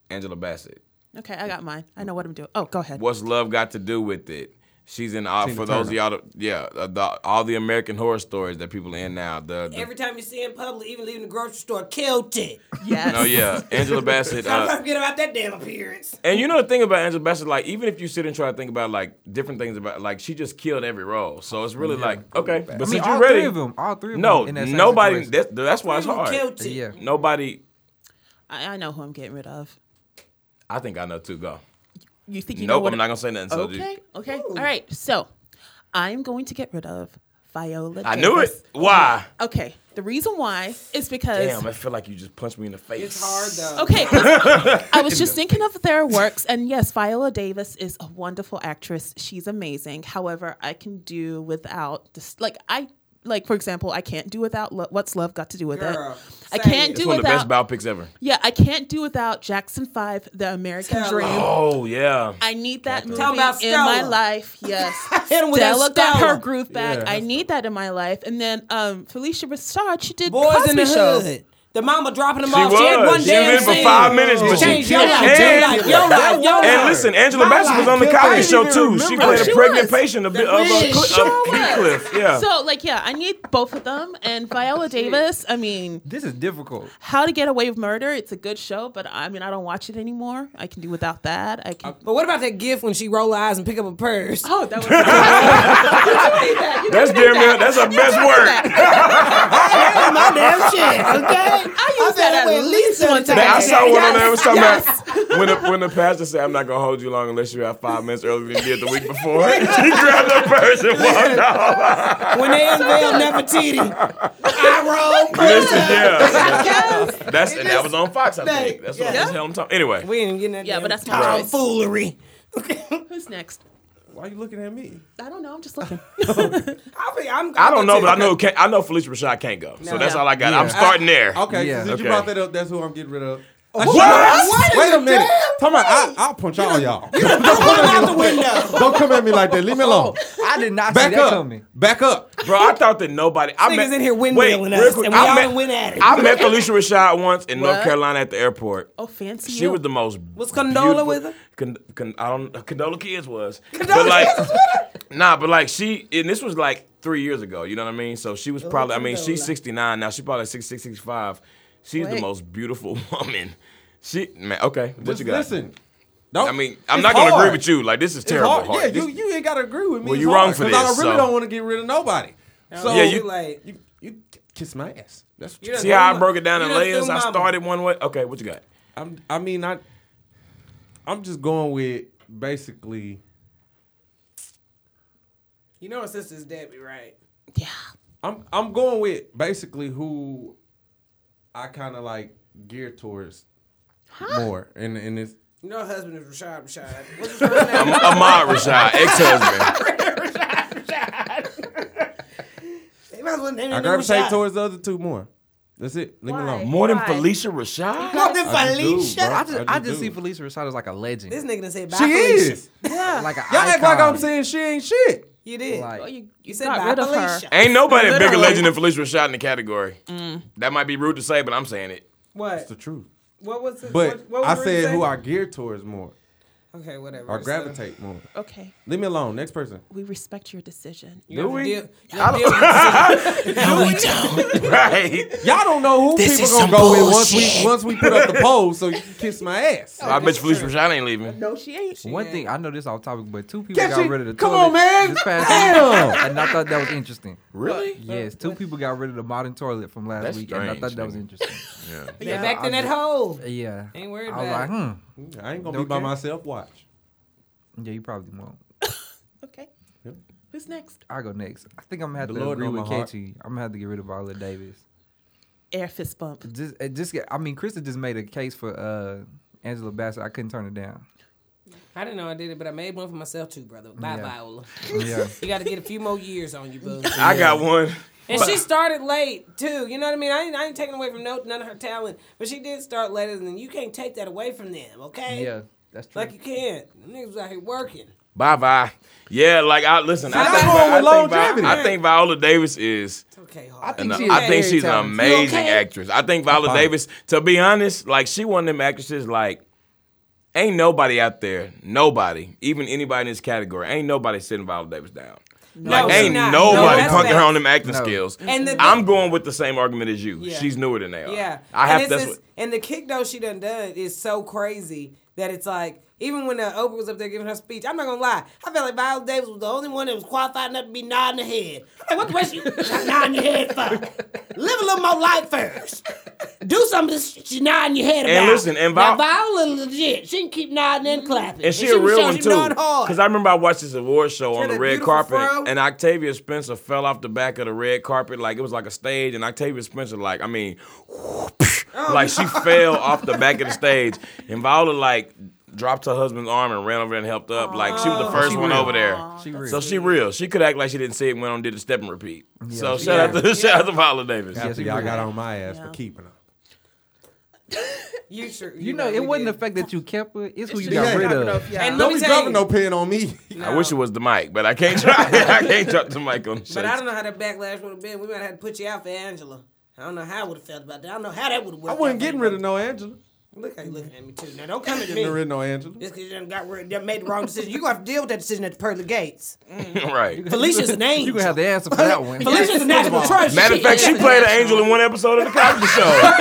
[SPEAKER 1] Angela Bassett.
[SPEAKER 6] Okay, I got mine. I know what I'm doing. Oh, go ahead.
[SPEAKER 1] What's love got to do with it? She's in all, for those of y'all, that- yeah, uh, the, all the American horror stories that people are in now. The, the
[SPEAKER 3] Every time you see in public, even leaving the grocery store, killed it.
[SPEAKER 6] Yes.
[SPEAKER 1] no, Oh, yeah, Angela Bassett.
[SPEAKER 3] I'm
[SPEAKER 1] Uh,
[SPEAKER 4] [laughs]
[SPEAKER 3] trying to [laughs] forget about that damn appearance.
[SPEAKER 1] and you know the thing about Angela Bassett, like even if you sit and try to think about like different things about, like she just killed every role, so it's really like okay. But
[SPEAKER 4] I
[SPEAKER 1] since
[SPEAKER 4] mean,
[SPEAKER 1] you
[SPEAKER 4] all
[SPEAKER 1] ready,
[SPEAKER 4] three of them. All three of
[SPEAKER 1] no,
[SPEAKER 4] them. in that same
[SPEAKER 1] nobody.
[SPEAKER 4] situation.
[SPEAKER 1] That, that's why it's
[SPEAKER 3] You
[SPEAKER 1] hard.
[SPEAKER 3] killed it.
[SPEAKER 4] Yeah.
[SPEAKER 1] Nobody.
[SPEAKER 6] I, I know who I'm getting rid of.
[SPEAKER 1] I think I know too. Go.
[SPEAKER 6] You think you know
[SPEAKER 1] nope,
[SPEAKER 6] what?
[SPEAKER 1] I'm not gonna say nothing. So
[SPEAKER 6] okay.
[SPEAKER 1] just,
[SPEAKER 6] Okay. All right. So, I'm going to get rid of Viola.
[SPEAKER 1] I knew it. Why?
[SPEAKER 6] Okay. The reason why is because
[SPEAKER 1] Damn, I feel like you just punched me in the face.
[SPEAKER 3] It's hard
[SPEAKER 1] [laughs]
[SPEAKER 3] though.
[SPEAKER 6] Okay, 'cause I was just thinking of their works, and yes, Viola Davis is a wonderful actress. She's amazing. However, I can do without this. Like I, like for example, I can't do without lo- what's love got to do with
[SPEAKER 3] Girl,
[SPEAKER 6] it. I
[SPEAKER 3] say
[SPEAKER 6] can't
[SPEAKER 3] it.
[SPEAKER 1] It's
[SPEAKER 6] do
[SPEAKER 1] one of the best
[SPEAKER 6] without.
[SPEAKER 1] bow picks ever.
[SPEAKER 6] yeah, I can't do without Jackson Five, The American
[SPEAKER 3] Tell
[SPEAKER 6] Dream.
[SPEAKER 1] Oh yeah.
[SPEAKER 6] I need that movie
[SPEAKER 3] Talk about
[SPEAKER 6] in my
[SPEAKER 3] Stella. [laughs]
[SPEAKER 6] life. Yes,
[SPEAKER 3] Hit him with that
[SPEAKER 6] Della got
[SPEAKER 3] Stella.
[SPEAKER 6] her groove back. I need that in my life. And then um, Felicia Rashad, she did
[SPEAKER 3] Boys
[SPEAKER 6] Cosby
[SPEAKER 3] in the
[SPEAKER 6] show.
[SPEAKER 3] hood. The mama dropping them
[SPEAKER 1] She
[SPEAKER 3] off. She had
[SPEAKER 1] was.
[SPEAKER 3] one
[SPEAKER 1] She
[SPEAKER 3] damn
[SPEAKER 1] was in for
[SPEAKER 3] scene.
[SPEAKER 1] five minutes, but she
[SPEAKER 3] changed your
[SPEAKER 1] killed
[SPEAKER 3] life.
[SPEAKER 1] it.
[SPEAKER 3] Your life. Your life. Your life.
[SPEAKER 1] And listen, Angela Bassett was on the
[SPEAKER 5] can't
[SPEAKER 1] Cosby
[SPEAKER 5] believe
[SPEAKER 1] Show
[SPEAKER 5] you
[SPEAKER 1] too.
[SPEAKER 5] remember
[SPEAKER 1] She
[SPEAKER 5] that.
[SPEAKER 1] played
[SPEAKER 6] She
[SPEAKER 1] a pregnant
[SPEAKER 6] was.
[SPEAKER 1] patient of, of, of,
[SPEAKER 3] She
[SPEAKER 1] Cl-
[SPEAKER 6] sure
[SPEAKER 1] of Heathcliff. Yeah.
[SPEAKER 6] So like yeah, I need both of them and
[SPEAKER 1] [laughs]
[SPEAKER 6] Viola Davis. I mean,
[SPEAKER 4] This is difficult.
[SPEAKER 6] How to Get Away with Murder. It's a good show, but I mean, I don't watch it anymore. I can do without that. I
[SPEAKER 1] Uh,
[SPEAKER 6] can.
[SPEAKER 3] But what about that gift when she roll her eyes and pick up a purse?
[SPEAKER 1] [laughs]
[SPEAKER 6] Oh, that was. [laughs] you can do that. You
[SPEAKER 1] that's
[SPEAKER 6] can do
[SPEAKER 1] damn near,
[SPEAKER 6] that.
[SPEAKER 1] that's her best [laughs] work.
[SPEAKER 3] my damn shit, okay?
[SPEAKER 6] I use that at least one time.
[SPEAKER 1] That- I saw one on
[SPEAKER 6] Yes,
[SPEAKER 1] there was talking
[SPEAKER 6] yes.
[SPEAKER 1] about when the, when the pastor said, "I'm not gonna hold you long unless you're out five minutes earlier than you did the week before." [laughs] she grabbed her purse and walked
[SPEAKER 3] [laughs]
[SPEAKER 1] off.
[SPEAKER 3] [laughs] When they unveil Nefertiti, I roll purse.
[SPEAKER 1] [laughs] Listen, yeah, that's and that was on Fox. I
[SPEAKER 3] They-
[SPEAKER 1] think that's what
[SPEAKER 3] yeah.
[SPEAKER 1] that's hell I'm talking. Anyway,
[SPEAKER 3] We ain't getting that
[SPEAKER 6] Yeah,
[SPEAKER 3] damn
[SPEAKER 6] but that's my choice.
[SPEAKER 3] tomfoolery.
[SPEAKER 6] Who's next?
[SPEAKER 5] Why you looking at me?
[SPEAKER 6] I don't know. I'm just
[SPEAKER 1] [laughs]
[SPEAKER 6] looking.
[SPEAKER 3] I'll be, I'm,
[SPEAKER 1] I don't know, but I know can't, I know Felicia Rashad can't go, so that's
[SPEAKER 6] Yeah.
[SPEAKER 1] all I got. I'm
[SPEAKER 4] Yeah.
[SPEAKER 1] starting there.
[SPEAKER 5] Okay,
[SPEAKER 4] Yeah.
[SPEAKER 5] since
[SPEAKER 1] Okay.
[SPEAKER 5] you brought that up, that's who I'm getting rid of. Oh,
[SPEAKER 1] What?
[SPEAKER 5] Wait a minute. Talking about, I, I'll punch all y'all.
[SPEAKER 3] out the window.
[SPEAKER 5] Don't come at me like that. Leave
[SPEAKER 3] [laughs]
[SPEAKER 5] me alone.
[SPEAKER 4] I did not
[SPEAKER 5] Back
[SPEAKER 4] see that
[SPEAKER 5] up.
[SPEAKER 4] coming.
[SPEAKER 5] Back up.
[SPEAKER 1] Bro, I thought that nobody. I
[SPEAKER 3] Niggas
[SPEAKER 1] met,
[SPEAKER 3] in here windmilling
[SPEAKER 1] wait,
[SPEAKER 3] us,
[SPEAKER 1] real quick,
[SPEAKER 3] and we
[SPEAKER 1] I
[SPEAKER 3] all
[SPEAKER 1] met,
[SPEAKER 3] done went at it.
[SPEAKER 1] I met Felicia Rashad once in North
[SPEAKER 6] What?
[SPEAKER 1] Carolina at the airport.
[SPEAKER 6] Oh, fancy.
[SPEAKER 1] She
[SPEAKER 6] you.
[SPEAKER 1] was the most.
[SPEAKER 3] Was Condola
[SPEAKER 1] beautiful-
[SPEAKER 3] with her?
[SPEAKER 1] Con, con, I don't. Condola Kids was. Condola
[SPEAKER 3] Condola
[SPEAKER 1] like, Nah, but like she, and this was like three years ago. You know what I mean? So she was probably. I mean, she's
[SPEAKER 3] Oh, Condola.
[SPEAKER 1] sixty nine now. She probably 66, 65. She's the
[SPEAKER 6] Wait.
[SPEAKER 1] most beautiful [laughs] woman. She man. Okay, what
[SPEAKER 5] Just
[SPEAKER 1] you got?
[SPEAKER 5] listen. Don't-
[SPEAKER 1] I mean, I'm
[SPEAKER 5] it's
[SPEAKER 1] not gonna
[SPEAKER 5] hard.
[SPEAKER 1] agree with you. Like this is
[SPEAKER 5] It's
[SPEAKER 1] terrible.
[SPEAKER 5] hard.
[SPEAKER 1] hard.
[SPEAKER 5] Yeah,
[SPEAKER 1] This-
[SPEAKER 5] you, you ain't got to agree with me.
[SPEAKER 1] Well,
[SPEAKER 5] It's
[SPEAKER 1] you wrong
[SPEAKER 5] hard,
[SPEAKER 1] for
[SPEAKER 5] 'cause
[SPEAKER 1] this,
[SPEAKER 5] I
[SPEAKER 1] so.
[SPEAKER 5] really don't want to get rid of nobody. So
[SPEAKER 1] Yeah, you-
[SPEAKER 3] like
[SPEAKER 5] you, you kiss my ass. That's what
[SPEAKER 3] You
[SPEAKER 5] you
[SPEAKER 1] See how I
[SPEAKER 3] Mama.
[SPEAKER 1] broke it down in
[SPEAKER 3] You done
[SPEAKER 1] layers?
[SPEAKER 3] threw
[SPEAKER 1] I
[SPEAKER 3] mama.
[SPEAKER 1] started one way. Okay, what you got?
[SPEAKER 5] I'm, I mean, I, I'm just going with basically.
[SPEAKER 3] you know, her sister's Debbie, right?
[SPEAKER 6] Yeah.
[SPEAKER 5] I'm I'm going with basically who I kind of like gear towards more, and and it's
[SPEAKER 3] You know, her husband is Rashad Rashad. What's
[SPEAKER 1] [laughs]
[SPEAKER 3] his first name?
[SPEAKER 1] Ahmad Rashad, ex-husband.
[SPEAKER 3] They might as well name
[SPEAKER 5] I
[SPEAKER 3] him
[SPEAKER 5] gravitate
[SPEAKER 3] Rashad.
[SPEAKER 5] towards the other two more. That's it. Leave
[SPEAKER 6] Why?
[SPEAKER 5] me
[SPEAKER 1] [laughs]
[SPEAKER 5] alone.
[SPEAKER 1] More than
[SPEAKER 6] Why?
[SPEAKER 1] Felicia Rashad?
[SPEAKER 3] Not the
[SPEAKER 5] I just do,
[SPEAKER 3] Felicia.
[SPEAKER 5] bro.
[SPEAKER 4] I just, I
[SPEAKER 5] I
[SPEAKER 4] just
[SPEAKER 5] just
[SPEAKER 4] see
[SPEAKER 5] do.
[SPEAKER 4] Felicia Rashad as like a legend.
[SPEAKER 3] This nigga done said bye,
[SPEAKER 5] She
[SPEAKER 3] Felicia.
[SPEAKER 5] is.
[SPEAKER 4] like an
[SPEAKER 5] Y'all
[SPEAKER 4] icon.
[SPEAKER 5] act like I'm saying she ain't shit.
[SPEAKER 3] You did.
[SPEAKER 4] Like-
[SPEAKER 6] Well, Oh, you, you
[SPEAKER 3] you said
[SPEAKER 6] got
[SPEAKER 3] bye,
[SPEAKER 6] rid of her.
[SPEAKER 3] Felicia.
[SPEAKER 1] Ain't nobody a bigger
[SPEAKER 6] Literally.
[SPEAKER 1] legend than Felicia Rashad in the category. That might be rude to say, but I'm saying it.
[SPEAKER 5] It's the
[SPEAKER 3] What?
[SPEAKER 5] truth.
[SPEAKER 3] What was it?
[SPEAKER 5] But
[SPEAKER 3] what, what was
[SPEAKER 5] I
[SPEAKER 3] Ree
[SPEAKER 5] said
[SPEAKER 3] saying?
[SPEAKER 5] who I gear towards more
[SPEAKER 3] Okay, whatever. uh,
[SPEAKER 5] or
[SPEAKER 3] so-
[SPEAKER 5] gravitate more.
[SPEAKER 6] Okay.
[SPEAKER 5] Leave me alone. Next person.
[SPEAKER 6] We respect your decision.
[SPEAKER 3] You have to
[SPEAKER 1] we?
[SPEAKER 3] deal- you have to deal with the
[SPEAKER 1] [laughs] Right.
[SPEAKER 5] Y'all don't know who
[SPEAKER 2] This
[SPEAKER 5] people
[SPEAKER 2] is
[SPEAKER 5] gonna
[SPEAKER 2] some
[SPEAKER 5] go with once
[SPEAKER 2] bullshit.
[SPEAKER 5] we once we put up the poll. So you can kiss my ass.
[SPEAKER 1] I bet you Felicia Rashad ain't leaving.
[SPEAKER 6] No, she ain't.
[SPEAKER 4] One thing I know this off topic, but two people
[SPEAKER 5] Can't
[SPEAKER 4] got
[SPEAKER 5] she-
[SPEAKER 4] rid of the
[SPEAKER 5] come
[SPEAKER 4] toilet
[SPEAKER 5] on, man.
[SPEAKER 4] this past
[SPEAKER 5] Damn.
[SPEAKER 4] week, and I thought that was interesting.
[SPEAKER 1] Really?
[SPEAKER 4] Yes, two people got rid of the modern toilet from last
[SPEAKER 1] That's
[SPEAKER 4] week, and I thought
[SPEAKER 1] strange,
[SPEAKER 4] that was
[SPEAKER 1] nigga.
[SPEAKER 4] interesting.
[SPEAKER 1] Yeah.
[SPEAKER 3] They back in that hole.
[SPEAKER 4] yeah,
[SPEAKER 3] Ain't worried
[SPEAKER 4] I was
[SPEAKER 3] about
[SPEAKER 4] like,
[SPEAKER 3] it.
[SPEAKER 4] hmm.
[SPEAKER 5] I ain't gonna be by
[SPEAKER 4] Okay.
[SPEAKER 5] myself. Watch.
[SPEAKER 4] Yeah, you probably won't.
[SPEAKER 6] Okay.
[SPEAKER 5] Yep.
[SPEAKER 6] Who's next?
[SPEAKER 4] I'll go next. I think I'm gonna have
[SPEAKER 5] The
[SPEAKER 4] to
[SPEAKER 5] Lord
[SPEAKER 4] agree
[SPEAKER 5] know
[SPEAKER 4] with
[SPEAKER 5] my heart.
[SPEAKER 4] KT. I'm gonna have to get rid of Viola Davis.
[SPEAKER 6] Air fist bump.
[SPEAKER 4] Just, it just, get- I mean, Krista just made a case for uh, Angela Bassett. I couldn't turn it down.
[SPEAKER 3] I didn't know I did it, but I made one for myself too, brother. Bye,
[SPEAKER 4] Yeah.
[SPEAKER 3] Viola.
[SPEAKER 4] Yeah,
[SPEAKER 3] You got to get a few more years on you, boo.
[SPEAKER 1] I got one.
[SPEAKER 3] And she started late too. You know what I mean? I ain't, I ain't taking away from no, none of her talent, but she did start later, and you can't take that away from them, okay?
[SPEAKER 4] yeah, that's true.
[SPEAKER 3] Like you can't. Them niggas out here working.
[SPEAKER 1] Bye bye. Yeah, like I listen. I
[SPEAKER 5] What's
[SPEAKER 1] think, Vi-
[SPEAKER 5] wrong
[SPEAKER 1] I,
[SPEAKER 5] with
[SPEAKER 1] think Vi-
[SPEAKER 5] longevity?
[SPEAKER 1] I think Viola Davis is.
[SPEAKER 3] It's okay, hard.
[SPEAKER 1] an- I
[SPEAKER 4] she's
[SPEAKER 1] think,
[SPEAKER 4] very
[SPEAKER 1] she's an
[SPEAKER 4] talented.
[SPEAKER 1] amazing
[SPEAKER 3] okay?
[SPEAKER 1] actress. I think Viola
[SPEAKER 5] fine.
[SPEAKER 1] Davis. To be honest, like she one of them actresses. Like ain't nobody out there, nobody, even anybody in this category, ain't nobody sitting Viola Davis down. like
[SPEAKER 3] she
[SPEAKER 1] ain't
[SPEAKER 3] not.
[SPEAKER 1] nobody
[SPEAKER 3] Oh, No, that's
[SPEAKER 1] punking her
[SPEAKER 3] facts.
[SPEAKER 1] on them acting
[SPEAKER 4] No.
[SPEAKER 1] skills.
[SPEAKER 3] And the-
[SPEAKER 1] I'm going with the same argument as you.
[SPEAKER 3] Yeah.
[SPEAKER 1] She's newer than they are.
[SPEAKER 3] Yeah,
[SPEAKER 1] I
[SPEAKER 3] and
[SPEAKER 1] have.
[SPEAKER 3] it's
[SPEAKER 1] That's
[SPEAKER 3] just-
[SPEAKER 1] what,
[SPEAKER 3] and the kick though she done done is so crazy that it's like even when uh, Oprah was up there giving her speech, I'm not gonna lie, I felt like Viola Davis was the only one that was qualified enough to be nodding her head. I'm like, what the
[SPEAKER 1] [laughs]
[SPEAKER 3] rest of you nodding your head for? Live a little more life first. Do some of this shit you nodding your head about.
[SPEAKER 1] And listen, and
[SPEAKER 3] Now,
[SPEAKER 1] Viol-
[SPEAKER 3] Viola legit. She can keep nodding and clapping,
[SPEAKER 1] And she, a real one too. Because
[SPEAKER 3] Because
[SPEAKER 1] I remember I watched this award show on
[SPEAKER 3] had
[SPEAKER 1] the
[SPEAKER 3] that
[SPEAKER 1] red
[SPEAKER 3] beautiful
[SPEAKER 1] carpet,
[SPEAKER 3] fro.
[SPEAKER 1] and Octavia Spencer fell off the back of the red carpet like it was like a stage, and Octavia Spencer like I mean,
[SPEAKER 3] Oh,
[SPEAKER 1] like
[SPEAKER 3] [laughs]
[SPEAKER 1] she fell off the back of the stage, and Viola like dropped her husband's arm and ran over and helped up. Like she
[SPEAKER 3] Oh.
[SPEAKER 1] was the first
[SPEAKER 4] she
[SPEAKER 1] one
[SPEAKER 4] real.
[SPEAKER 1] over there.
[SPEAKER 4] she real.
[SPEAKER 1] So she real. She could act like she didn't see it. Went on did the step and repeat. So shout
[SPEAKER 3] Yeah.
[SPEAKER 1] out to [laughs] shout out to Viola Davis.
[SPEAKER 4] Yeah.
[SPEAKER 5] After y'all got on my ass for
[SPEAKER 6] Yeah.
[SPEAKER 5] keeping her.
[SPEAKER 3] you, sure,
[SPEAKER 4] you know, it wasn't
[SPEAKER 3] did.
[SPEAKER 4] the fact that you kept her; it's who you
[SPEAKER 6] just
[SPEAKER 4] got
[SPEAKER 5] you
[SPEAKER 4] rid
[SPEAKER 5] got
[SPEAKER 4] of.
[SPEAKER 6] yeah.
[SPEAKER 3] And
[SPEAKER 5] Don't
[SPEAKER 3] Let me
[SPEAKER 5] be
[SPEAKER 3] tell you-
[SPEAKER 5] dropping no pin on me.
[SPEAKER 1] I wish it was the mic, but I can't try. [laughs] I can't drop the mic on the show.
[SPEAKER 3] But I don't know how that backlash would have been. We might have had to put you out for Angela. I don't know how I would have felt about that. I don't know how that would have
[SPEAKER 5] [laughs] I
[SPEAKER 3] worked.
[SPEAKER 5] wasn't
[SPEAKER 3] out for
[SPEAKER 5] getting
[SPEAKER 3] you.
[SPEAKER 5] rid of no Angela.
[SPEAKER 3] Look how you looking at me too. Now don't come at me.
[SPEAKER 5] Getting rid of no Angela.
[SPEAKER 3] Just because you done got rid, done made the wrong decision, you gonna have to deal with that decision at the pearly
[SPEAKER 5] [laughs]
[SPEAKER 3] gates.
[SPEAKER 1] [laughs]
[SPEAKER 3] [laughs]
[SPEAKER 1] right.
[SPEAKER 3] Felicia's an angel.
[SPEAKER 4] You gonna have the answer for that one.
[SPEAKER 3] Felicia's an actual atrocious.
[SPEAKER 1] Matter of fact,
[SPEAKER 3] [laughs]
[SPEAKER 1] she played an angel in one episode of the Cosby Show. Remember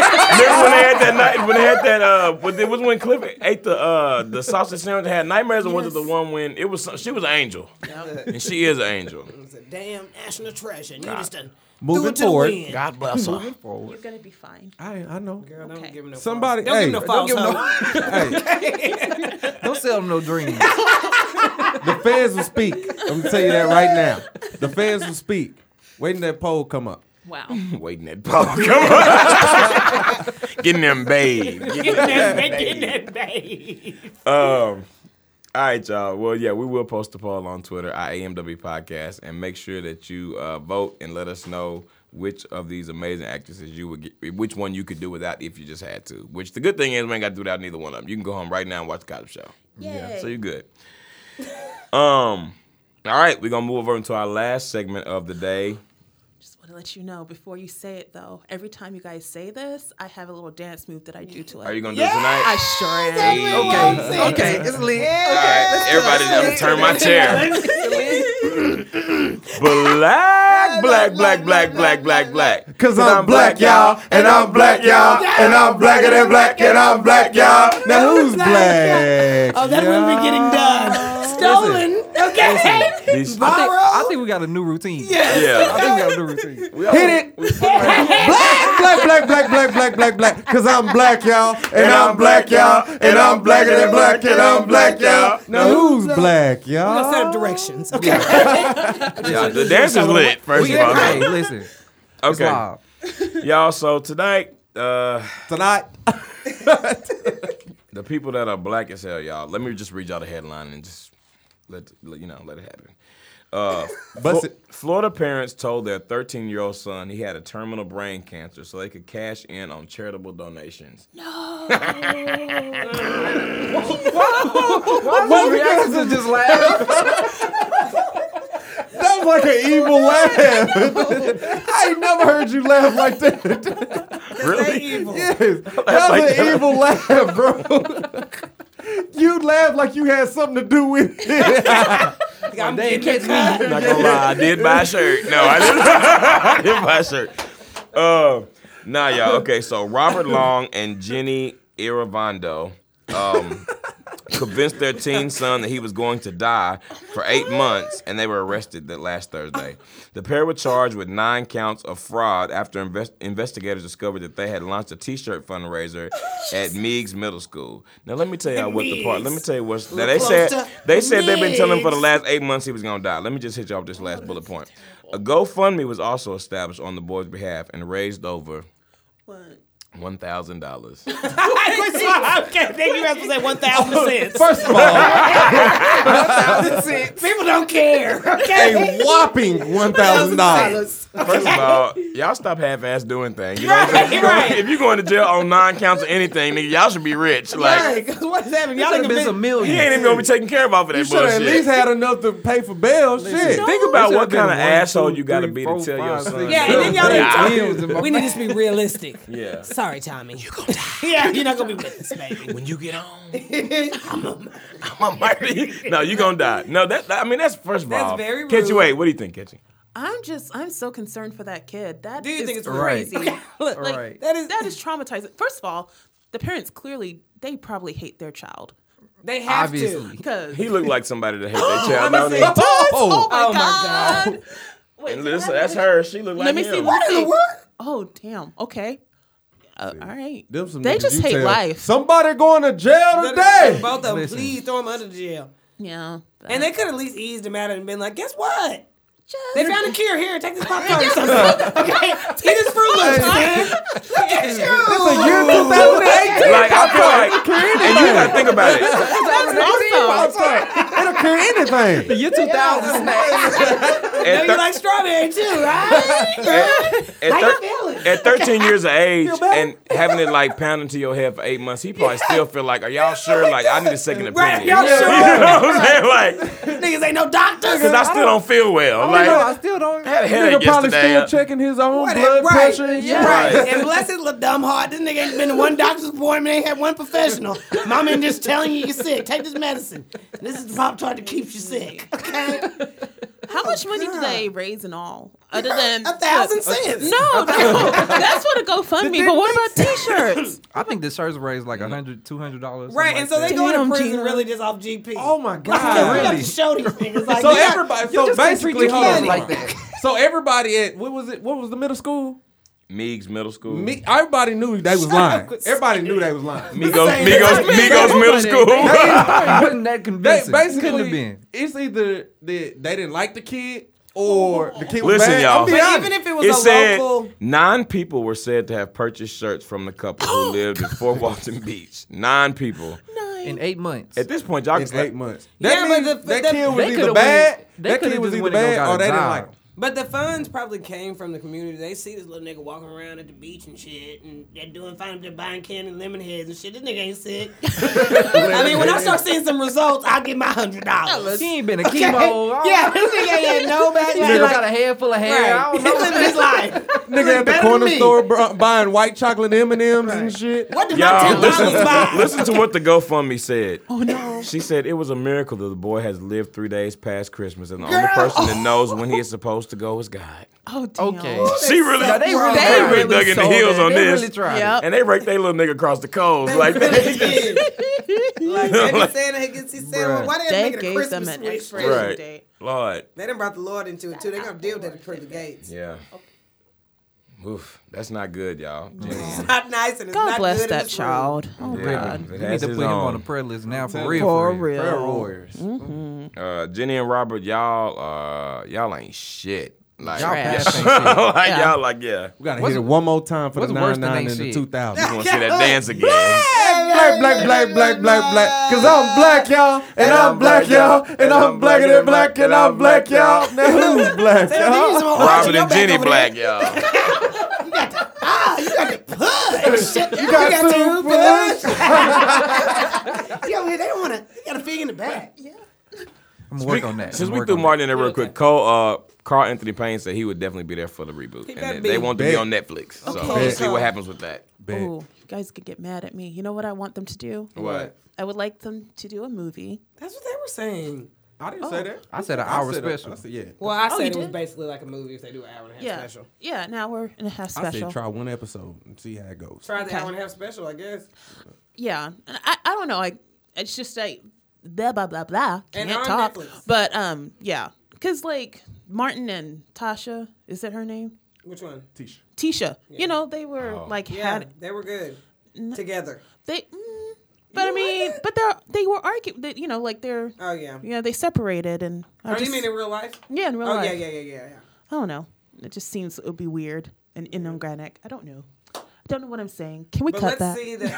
[SPEAKER 1] when they had that night when they had that uh, what it was when Cliff ate the uh the sausage sandwich and had nightmares, or was it the one when it was some- she was an angel, and she is an angel.
[SPEAKER 3] It's a damn national treasure. And you just done
[SPEAKER 5] Moving
[SPEAKER 3] threw it to
[SPEAKER 5] forward.
[SPEAKER 3] the wind.
[SPEAKER 1] God bless her.
[SPEAKER 6] You're gonna be fine.
[SPEAKER 5] I I know.
[SPEAKER 3] Girl, don't
[SPEAKER 6] Okay.
[SPEAKER 3] give me no
[SPEAKER 5] Somebody,
[SPEAKER 3] Don't
[SPEAKER 5] hey,
[SPEAKER 3] give no false
[SPEAKER 5] don't give no.
[SPEAKER 3] hope.
[SPEAKER 5] hey,
[SPEAKER 4] Don't sell them no dreams.
[SPEAKER 5] the fans will speak. I'm gonna tell you that right now. The fans will speak. Waiting that poll come up.
[SPEAKER 6] Wow.
[SPEAKER 1] Waiting that pole, [laughs] come on,
[SPEAKER 3] [laughs]
[SPEAKER 1] getting them babe. Getting them babe. Um. All right, y'all. Well, yeah, we will post the poll on Twitter, IAMW Podcast, and make sure that you uh, vote and let us know which of these amazing actresses you would get, which one you could do without if you just had to. Which the good thing is, we ain't got to do without neither one of them. You can go home right now and watch the Cosby Show.
[SPEAKER 6] Yay.
[SPEAKER 1] So you're good. um. All right, we're gonna move over into our last segment of the day.
[SPEAKER 6] Just want to let you know before you say it though. Every time you guys say this, I have a little dance move that I do to it.
[SPEAKER 1] Are you gonna do it
[SPEAKER 6] I
[SPEAKER 1] tonight?
[SPEAKER 6] sure
[SPEAKER 1] Okay.
[SPEAKER 6] am.
[SPEAKER 4] okay, it's lit.
[SPEAKER 1] All right, everybody, I'm gonna turn my chair.
[SPEAKER 5] [laughs]
[SPEAKER 1] Black, black, black, black, black, black, black.
[SPEAKER 5] Cause I'm black, y'all, and I'm black, y'all, and I'm blacker than black, and I'm black, y'all. Now who's black?
[SPEAKER 3] Oh, that wouldn't be getting done. stolen. Okay.
[SPEAKER 1] These-
[SPEAKER 4] I think, I
[SPEAKER 3] Borrow?
[SPEAKER 4] think we got a new routine. I
[SPEAKER 1] yeah.
[SPEAKER 4] think we got a new routine.
[SPEAKER 5] Hit it. black, black, black, black, black, black, black. Cause I'm black, y'all. And, I'm black, y'all. And I'm blacker than black. And I'm black, y'all. Now who's black,
[SPEAKER 3] I'm
[SPEAKER 5] y'all?
[SPEAKER 3] gonna set up directions. Okay.
[SPEAKER 1] yeah, the dance is lit, first
[SPEAKER 4] We
[SPEAKER 1] of all.
[SPEAKER 4] hey, listen. It's
[SPEAKER 1] Okay.
[SPEAKER 4] live.
[SPEAKER 1] Y'all, so tonight, uh,
[SPEAKER 5] Tonight.
[SPEAKER 1] the people that are black as hell, y'all, let me just read y'all the headline and just let, let you know, let it happen. Uh,
[SPEAKER 5] Bust
[SPEAKER 1] Flo-
[SPEAKER 5] it.
[SPEAKER 1] Florida parents told their 13 year old son he had a terminal brain cancer so they could cash in on charitable donations.
[SPEAKER 4] Both reactions are just laugh.
[SPEAKER 5] That was like an evil laugh. [laughs] I ain't never heard you laugh like that.
[SPEAKER 1] Really?
[SPEAKER 5] Yes. That was an evil laugh, bro. [laughs] You laughed like you had something to do with
[SPEAKER 3] [laughs]
[SPEAKER 5] it.
[SPEAKER 3] I'm catch me.
[SPEAKER 1] Not gonna lie, I did buy a shirt. No, I didn't, [laughs] I didn't buy a shirt. Uh, nah, y'all. Okay, so Robert Long and Jenny Iravondo um, [laughs] convinced their teen son that he was going to die for eight months, and they were arrested that last Thursday. The pair were charged with nine counts of fraud after invest- investigators discovered that they had launched a T-shirt fundraiser at Meigs Middle School. Now, let me tell y'all what the part. Let me tell you what's. Now, they said they said they've been telling him for the last eight months he was gonna die. Let me just hit y'all with this last bullet point. A GoFundMe was also established on the boy's behalf and raised over
[SPEAKER 6] What?
[SPEAKER 1] one thousand dollars.
[SPEAKER 3] okay, then you have to say one thousand cents.
[SPEAKER 5] [laughs] First of all,
[SPEAKER 3] People don't care. Okay.
[SPEAKER 5] a whopping $1,000.
[SPEAKER 1] First of all, y'all stop half-ass doing things. You know what I'm saying?
[SPEAKER 3] Right, right.
[SPEAKER 1] If you're going to jail on nine counts of anything, nigga, y'all should be rich. Like
[SPEAKER 3] Right, 'cause what's happening? Y'all
[SPEAKER 4] Should have
[SPEAKER 3] ain't
[SPEAKER 4] been some
[SPEAKER 3] been.
[SPEAKER 1] he
[SPEAKER 4] millions.
[SPEAKER 1] ain't even gonna be taken care of off of that
[SPEAKER 5] You should
[SPEAKER 1] bullshit.
[SPEAKER 5] have at
[SPEAKER 1] [laughs]
[SPEAKER 5] least had enough to pay for bail. Shit.
[SPEAKER 1] Think about
[SPEAKER 4] It
[SPEAKER 1] what
[SPEAKER 4] should've
[SPEAKER 1] kind of
[SPEAKER 4] been one,
[SPEAKER 1] asshole
[SPEAKER 4] two,
[SPEAKER 1] you got to
[SPEAKER 4] three,
[SPEAKER 1] be
[SPEAKER 4] four,
[SPEAKER 1] to tell your
[SPEAKER 4] five,
[SPEAKER 1] son.
[SPEAKER 4] six,
[SPEAKER 3] Yeah, and then y'all
[SPEAKER 4] seven,
[SPEAKER 3] didn't
[SPEAKER 4] eight
[SPEAKER 3] talk.
[SPEAKER 4] millions in my
[SPEAKER 3] We need to be realistic.
[SPEAKER 1] Yeah.
[SPEAKER 3] Sorry, Tommy. You gonna die. [laughs] Yeah, you're not gonna be with us, baby.
[SPEAKER 1] When you get home,
[SPEAKER 3] [laughs]
[SPEAKER 1] I'm a, I'm a mighty. No, you gonna die. No, that I mean that's first of
[SPEAKER 3] That's
[SPEAKER 1] all.
[SPEAKER 3] very rude.
[SPEAKER 1] Catchy, wait, what do you think, Catchy?
[SPEAKER 6] I'm just I'm so concerned for that kid. That
[SPEAKER 3] Do you
[SPEAKER 6] is
[SPEAKER 3] think it's
[SPEAKER 4] Right.
[SPEAKER 3] [laughs]
[SPEAKER 6] crazy.
[SPEAKER 3] Look,
[SPEAKER 6] [laughs] Like
[SPEAKER 4] Right.
[SPEAKER 3] That is-
[SPEAKER 6] that is traumatizing. First of all, the parents clearly they probably hate their child
[SPEAKER 3] they have
[SPEAKER 4] Obviously.
[SPEAKER 3] to.
[SPEAKER 6] because
[SPEAKER 1] He looked like somebody that hate their child. don't he?
[SPEAKER 6] oh, my
[SPEAKER 3] [laughs] Oh my
[SPEAKER 6] god. Wait,
[SPEAKER 1] And
[SPEAKER 6] did I
[SPEAKER 1] listen,
[SPEAKER 6] have
[SPEAKER 1] that's
[SPEAKER 6] it?
[SPEAKER 1] her. She looked like
[SPEAKER 6] Let me
[SPEAKER 1] him.
[SPEAKER 6] see. What in the world? Oh damn. Okay. Uh, all right.
[SPEAKER 5] Them some
[SPEAKER 6] They
[SPEAKER 5] niggas
[SPEAKER 6] just
[SPEAKER 5] you
[SPEAKER 6] hate
[SPEAKER 5] tell,
[SPEAKER 6] life.
[SPEAKER 5] Somebody going to jail today.
[SPEAKER 3] Both of them,
[SPEAKER 4] Listen.
[SPEAKER 3] please throw them under the jail.
[SPEAKER 6] yeah.
[SPEAKER 3] And
[SPEAKER 6] that-
[SPEAKER 3] they could at least eased him out and been like, guess what?
[SPEAKER 6] just,
[SPEAKER 3] They found a cure. Here, take this popcorn. or something. [laughs] okay, eat this Fruit Loops, man. Look at you.
[SPEAKER 5] It's a year 2018.
[SPEAKER 1] Like I feel like, and you gotta think about it.
[SPEAKER 5] I'm sorry. [laughs] It'll cure anything.
[SPEAKER 4] You're 2000.
[SPEAKER 3] Maybe you like strawberry too, right?
[SPEAKER 1] At,
[SPEAKER 3] How
[SPEAKER 1] thir-
[SPEAKER 3] you feeling?
[SPEAKER 1] at 13 years of age
[SPEAKER 3] better?
[SPEAKER 1] and having it like pounded to your head for eight months, he probably still feel like, are y'all sure? Like I need a second
[SPEAKER 3] Right,
[SPEAKER 1] opinion.
[SPEAKER 3] y'all sure?
[SPEAKER 1] You know what I'm saying? Like,
[SPEAKER 3] Niggas ain't no doctors.
[SPEAKER 1] cause I still don't feel well.
[SPEAKER 4] No, I
[SPEAKER 1] Like,
[SPEAKER 4] still don't.
[SPEAKER 1] I had a headache
[SPEAKER 5] Nigga probably
[SPEAKER 1] yesterday.
[SPEAKER 5] still
[SPEAKER 1] Uh,
[SPEAKER 5] checking his own
[SPEAKER 3] What
[SPEAKER 5] blood
[SPEAKER 3] it- right,
[SPEAKER 5] pressure and shit.
[SPEAKER 3] Right.
[SPEAKER 1] Right.
[SPEAKER 3] and bless his little dumb heart. This nigga ain't been to one doctor's appointment, ain't had one professional. Mama ain't just telling you you're sick. Take this medicine. This is the Pop Tart that keeps you sick. Okay?
[SPEAKER 6] How much money do they raise in all? Other than
[SPEAKER 3] Oh, [laughs] A thousand cents.
[SPEAKER 6] No, no. That's what a GoFundMe. But what about T-shirts?
[SPEAKER 4] I think the shirts raised like 100 $200. something
[SPEAKER 3] Right, and
[SPEAKER 4] like
[SPEAKER 3] so they
[SPEAKER 4] that.
[SPEAKER 3] go into
[SPEAKER 6] Damn,
[SPEAKER 3] prison
[SPEAKER 6] Gina.
[SPEAKER 3] really just off GP.
[SPEAKER 5] Oh my
[SPEAKER 3] God,
[SPEAKER 5] God.
[SPEAKER 3] We have
[SPEAKER 4] really?
[SPEAKER 3] to show these niggas. Like,
[SPEAKER 5] So
[SPEAKER 3] we got-
[SPEAKER 5] everybody, so
[SPEAKER 4] can't treat
[SPEAKER 5] basically,
[SPEAKER 4] your
[SPEAKER 5] hold on.
[SPEAKER 4] kids like that.
[SPEAKER 5] So everybody at what was it? What was the middle school?
[SPEAKER 1] Meigs Middle School.
[SPEAKER 5] Me, everybody knew they was lying. Everybody knew they was lying.
[SPEAKER 1] Migos, Migos, Migos Middle School. [laughs]
[SPEAKER 4] Wasn't that
[SPEAKER 5] They
[SPEAKER 4] convincing? Couldn't
[SPEAKER 5] basically,
[SPEAKER 4] have been.
[SPEAKER 5] it's either the, they didn't like the kid or the kid was
[SPEAKER 1] Listen,
[SPEAKER 5] bad.
[SPEAKER 1] y'all.
[SPEAKER 5] I'm being
[SPEAKER 3] But
[SPEAKER 5] honest.
[SPEAKER 3] even if it was
[SPEAKER 1] It
[SPEAKER 3] a
[SPEAKER 1] said
[SPEAKER 3] local,
[SPEAKER 1] nine people were said to have purchased shirts from the couple
[SPEAKER 3] [gasps]
[SPEAKER 1] who lived in Fort Walton Beach. Nine people.
[SPEAKER 4] In eight months.
[SPEAKER 1] At this point, y'all
[SPEAKER 5] It's
[SPEAKER 1] can
[SPEAKER 5] eight months.
[SPEAKER 3] Yeah,
[SPEAKER 5] That,
[SPEAKER 3] but
[SPEAKER 5] means
[SPEAKER 3] the-
[SPEAKER 5] that
[SPEAKER 3] the-
[SPEAKER 5] kid
[SPEAKER 4] they
[SPEAKER 5] was either
[SPEAKER 4] could've
[SPEAKER 5] bad,
[SPEAKER 4] went- they
[SPEAKER 5] that
[SPEAKER 4] could've
[SPEAKER 5] kid was
[SPEAKER 4] just
[SPEAKER 5] either
[SPEAKER 4] went and
[SPEAKER 5] bad,
[SPEAKER 4] got
[SPEAKER 5] or
[SPEAKER 4] a
[SPEAKER 5] they didn't
[SPEAKER 4] job.
[SPEAKER 5] like him.
[SPEAKER 3] But the funds probably came from the community. They see this little nigga walking around at the beach and shit, and they're doing fine. They're buying candy, and lemon heads and shit. This nigga ain't sick. [laughs] I mean, when I start seeing some results, I'll get my hundred dollars.
[SPEAKER 4] She ain't been [laughs] a
[SPEAKER 3] [laughs] Yeah,
[SPEAKER 4] chemo.
[SPEAKER 3] this nigga ain't had no bad.
[SPEAKER 4] [laughs] She still got a head full of hair. I don't [laughs]
[SPEAKER 3] He's
[SPEAKER 4] know.
[SPEAKER 3] living his life.
[SPEAKER 5] Nigga at the
[SPEAKER 3] better
[SPEAKER 5] corner
[SPEAKER 3] than me.
[SPEAKER 5] store br- buying white chocolate M and M's and shit.
[SPEAKER 3] What did my
[SPEAKER 1] Y'all,
[SPEAKER 3] ten
[SPEAKER 1] listen,
[SPEAKER 3] dollars buy?
[SPEAKER 1] listen to what the GoFundMe said.
[SPEAKER 6] Oh no.
[SPEAKER 1] She said it was a miracle that the boy has lived three days past Christmas, and the only
[SPEAKER 3] Girl.
[SPEAKER 1] person that knows when he is supposed supposed to go is God.
[SPEAKER 6] Oh, damn.
[SPEAKER 9] Okay.
[SPEAKER 1] She really,
[SPEAKER 4] Now,
[SPEAKER 1] they
[SPEAKER 4] they
[SPEAKER 1] really,
[SPEAKER 4] really
[SPEAKER 1] they
[SPEAKER 4] tried.
[SPEAKER 1] really dug in the
[SPEAKER 4] They
[SPEAKER 1] heels on
[SPEAKER 4] really
[SPEAKER 1] this,
[SPEAKER 4] tried.
[SPEAKER 6] Yep.
[SPEAKER 1] and they raked their little nigga across the coals like
[SPEAKER 3] Really
[SPEAKER 5] [laughs]
[SPEAKER 3] did. like baby Santa Higgins, he said, well,
[SPEAKER 4] Bruh.
[SPEAKER 3] why they
[SPEAKER 6] They
[SPEAKER 3] didn't make it a
[SPEAKER 6] gave them
[SPEAKER 3] Christmas
[SPEAKER 6] an
[SPEAKER 3] wish?
[SPEAKER 6] extra
[SPEAKER 1] Right.
[SPEAKER 6] date.
[SPEAKER 1] [laughs] Lord.
[SPEAKER 3] They done brought the Lord into it too. They gonna deal with it through the gates. [laughs]
[SPEAKER 1] Yeah. Oof, that's not good, y'all.
[SPEAKER 3] It's not nice and it's
[SPEAKER 6] God
[SPEAKER 3] not
[SPEAKER 6] bless
[SPEAKER 3] good and
[SPEAKER 6] that
[SPEAKER 3] it's
[SPEAKER 6] child.
[SPEAKER 1] Yeah,
[SPEAKER 4] Oh, We
[SPEAKER 1] it
[SPEAKER 4] need
[SPEAKER 1] has
[SPEAKER 4] to put
[SPEAKER 1] its
[SPEAKER 4] him
[SPEAKER 1] own.
[SPEAKER 4] on the prayer list now for real.
[SPEAKER 6] For
[SPEAKER 4] For real.
[SPEAKER 5] Prayer
[SPEAKER 6] real.
[SPEAKER 5] warriors.
[SPEAKER 1] Uh, Jenny and Robert, y'all, uh, y'all ain't shit. Like, [laughs]
[SPEAKER 4] Y'all
[SPEAKER 1] yeah.
[SPEAKER 4] pass ain't shit.
[SPEAKER 1] like
[SPEAKER 6] Yeah.
[SPEAKER 1] y'all, like yeah.
[SPEAKER 5] We gotta
[SPEAKER 4] What's-
[SPEAKER 5] hit it one more time for
[SPEAKER 4] what's
[SPEAKER 5] the
[SPEAKER 4] worse than
[SPEAKER 5] nine nine
[SPEAKER 4] ain't
[SPEAKER 5] and the
[SPEAKER 4] shit?
[SPEAKER 5] two thousand.
[SPEAKER 1] You want to see that dance again?
[SPEAKER 5] black, black, black, black, black, black. Cause I'm black, y'all, and I'm black, y'all, and I'm blacker than black, and I'm black, y'all. Now who's black, y'all?
[SPEAKER 1] Robert and Jenny Black, y'all.
[SPEAKER 3] [laughs]
[SPEAKER 5] You got two push.
[SPEAKER 3] Yeah, they don't wanna. You got a fig in the back.
[SPEAKER 4] I'm gonna work on that.
[SPEAKER 1] Since
[SPEAKER 4] I'ma
[SPEAKER 1] we
[SPEAKER 4] work
[SPEAKER 1] threw
[SPEAKER 4] on
[SPEAKER 1] Martin in there real quick, Cole, uh, Carl Anthony Payne said he would definitely be there for the reboot, and
[SPEAKER 3] better
[SPEAKER 1] they- they
[SPEAKER 3] be.
[SPEAKER 1] want to be
[SPEAKER 5] Bet.
[SPEAKER 1] on Netflix. So
[SPEAKER 3] Okay.
[SPEAKER 1] we'll
[SPEAKER 3] Bet.
[SPEAKER 1] see what happens with that.
[SPEAKER 5] Bet.
[SPEAKER 6] Oh, Ooh, you guys could get mad at me. You know what I want them to do?
[SPEAKER 1] What?
[SPEAKER 6] I would like them to do a movie.
[SPEAKER 3] That's what they were saying. Oh,
[SPEAKER 5] I didn't say that.
[SPEAKER 4] I said an hour
[SPEAKER 5] said a-
[SPEAKER 4] special.
[SPEAKER 5] I said yeah.
[SPEAKER 3] Well, I
[SPEAKER 6] you
[SPEAKER 3] said it was
[SPEAKER 6] did?
[SPEAKER 3] basically like a movie if they do an hour and a half
[SPEAKER 6] Yeah.
[SPEAKER 3] special.
[SPEAKER 6] Yeah, an hour and a half
[SPEAKER 5] I
[SPEAKER 6] special.
[SPEAKER 5] said try one episode and see how it goes.
[SPEAKER 3] Try the
[SPEAKER 6] Okay.
[SPEAKER 3] hour and a half special, I guess.
[SPEAKER 6] yeah. And I, I don't know. I it's just like blah blah blah blah.
[SPEAKER 3] And
[SPEAKER 6] Can't
[SPEAKER 3] on
[SPEAKER 6] talk.
[SPEAKER 3] Netflix.
[SPEAKER 6] But um yeah. Cause like Martin and Tasha, is that her name?
[SPEAKER 3] Which one?
[SPEAKER 5] Tisha.
[SPEAKER 6] Tisha. You know, they were
[SPEAKER 1] Oh.
[SPEAKER 6] like
[SPEAKER 3] Yeah,
[SPEAKER 6] had
[SPEAKER 3] they were good together.
[SPEAKER 6] they mm, but I mean, but they are they were arguing, you know, like they're,
[SPEAKER 3] Oh yeah.
[SPEAKER 6] you know, they separated and. I
[SPEAKER 3] Oh, you
[SPEAKER 6] just-
[SPEAKER 3] mean in real life?
[SPEAKER 6] yeah, in real
[SPEAKER 3] oh
[SPEAKER 6] life.
[SPEAKER 3] yeah, yeah, yeah, yeah, yeah.
[SPEAKER 6] I don't know. It just seems it would be weird and inorganic. I don't know. I don't know what I'm saying. Can we
[SPEAKER 3] But
[SPEAKER 6] cut
[SPEAKER 1] [laughs]
[SPEAKER 3] let's
[SPEAKER 6] that?
[SPEAKER 3] see that.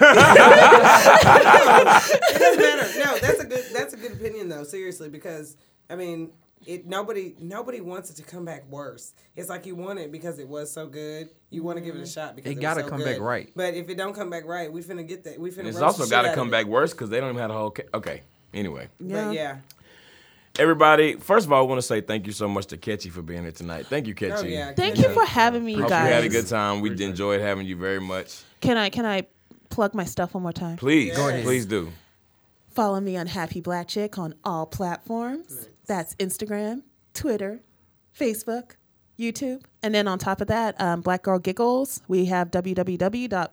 [SPEAKER 3] [laughs] it doesn't matter. No, that's a good that's a good opinion though, seriously, because I mean it nobody nobody wants it to come back worse. It's like you want it because it was so good. You want to give it
[SPEAKER 1] Mm-hmm.
[SPEAKER 3] a shot because
[SPEAKER 4] It
[SPEAKER 3] it,
[SPEAKER 4] gotta
[SPEAKER 3] was so
[SPEAKER 4] come back
[SPEAKER 3] good.
[SPEAKER 4] right.
[SPEAKER 3] But if it don't come back right, we finna get that. We finna.
[SPEAKER 1] And it's
[SPEAKER 3] roast the
[SPEAKER 1] also
[SPEAKER 3] shit
[SPEAKER 1] got
[SPEAKER 3] out
[SPEAKER 1] to
[SPEAKER 3] of
[SPEAKER 1] come
[SPEAKER 3] it.
[SPEAKER 1] back worse because they don't even have the whole. Ca- okay, anyway.
[SPEAKER 3] But yeah.
[SPEAKER 1] Everybody, first of all, I want to say thank you so much to Ketchy for being here tonight. Thank you, Ketchy.
[SPEAKER 3] Oh yeah.
[SPEAKER 6] Thank you for having me, you
[SPEAKER 1] Hope you had a
[SPEAKER 6] guys.
[SPEAKER 1] good time. We enjoyed having you very much.
[SPEAKER 6] Can I can I plug my stuff one more time?
[SPEAKER 1] Please, please do.
[SPEAKER 6] Follow me on Happy Black Chick on all platforms. That's Instagram, Twitter, Facebook, YouTube. And then on top of that, um, Black Girl Giggles. We have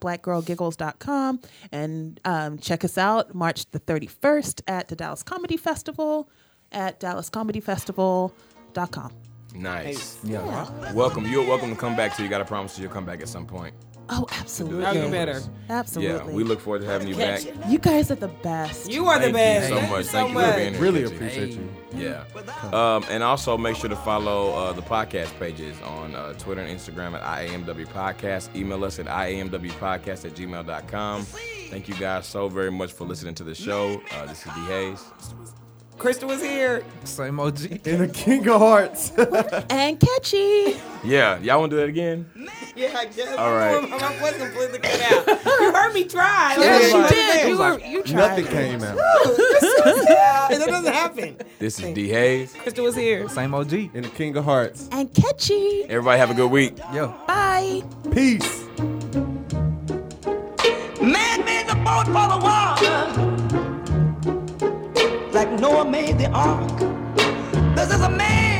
[SPEAKER 6] www.blackgirlgiggles.com. And um, check us out March the 31st at the Dallas Comedy Festival at dallascomedyfestival.com.
[SPEAKER 1] Nice. Yeah. Welcome. You're welcome to come back too. You got to promise you'll come back at some point.
[SPEAKER 6] Oh,
[SPEAKER 3] Oh,
[SPEAKER 6] absolutely.
[SPEAKER 3] you better.
[SPEAKER 6] Absolutely.
[SPEAKER 1] Yeah, we look forward to having you back.
[SPEAKER 6] you guys are the best.
[SPEAKER 3] You are the best.
[SPEAKER 1] so much. Thank you for being here.
[SPEAKER 5] Really
[SPEAKER 1] Ketchy.
[SPEAKER 5] appreciate you.
[SPEAKER 1] Yeah. Um, and also make sure to follow uh, the podcast pages on uh, Twitter and Instagram at IAMW Podcast. Email us at IAMWpodcast at gmail.com. Thank you guys so very much for listening to the show. Uh, this is D. Hayes.
[SPEAKER 3] Krista was here.
[SPEAKER 4] that. Same OG.
[SPEAKER 5] And the king of hearts.
[SPEAKER 6] And catchy.
[SPEAKER 1] Yeah, y'all want to do that again?
[SPEAKER 3] Yeah, I guess.
[SPEAKER 1] All right.
[SPEAKER 3] [laughs] My mouth was completely cut out. You heard me try. Like,
[SPEAKER 6] Yes, you
[SPEAKER 3] like,
[SPEAKER 6] did. You, were,
[SPEAKER 4] like,
[SPEAKER 6] you tried.
[SPEAKER 5] Nothing came out.
[SPEAKER 3] Yeah, that doesn't happen.
[SPEAKER 1] This is D. Hayes.
[SPEAKER 3] Krista was here.
[SPEAKER 4] Same OG.
[SPEAKER 5] And the king of hearts.
[SPEAKER 6] And catchy.
[SPEAKER 1] Everybody have a good week.
[SPEAKER 4] Yo.
[SPEAKER 6] Bye.
[SPEAKER 5] Peace.
[SPEAKER 2] Man made the boat for the water, like Noah made the ark. This is a man.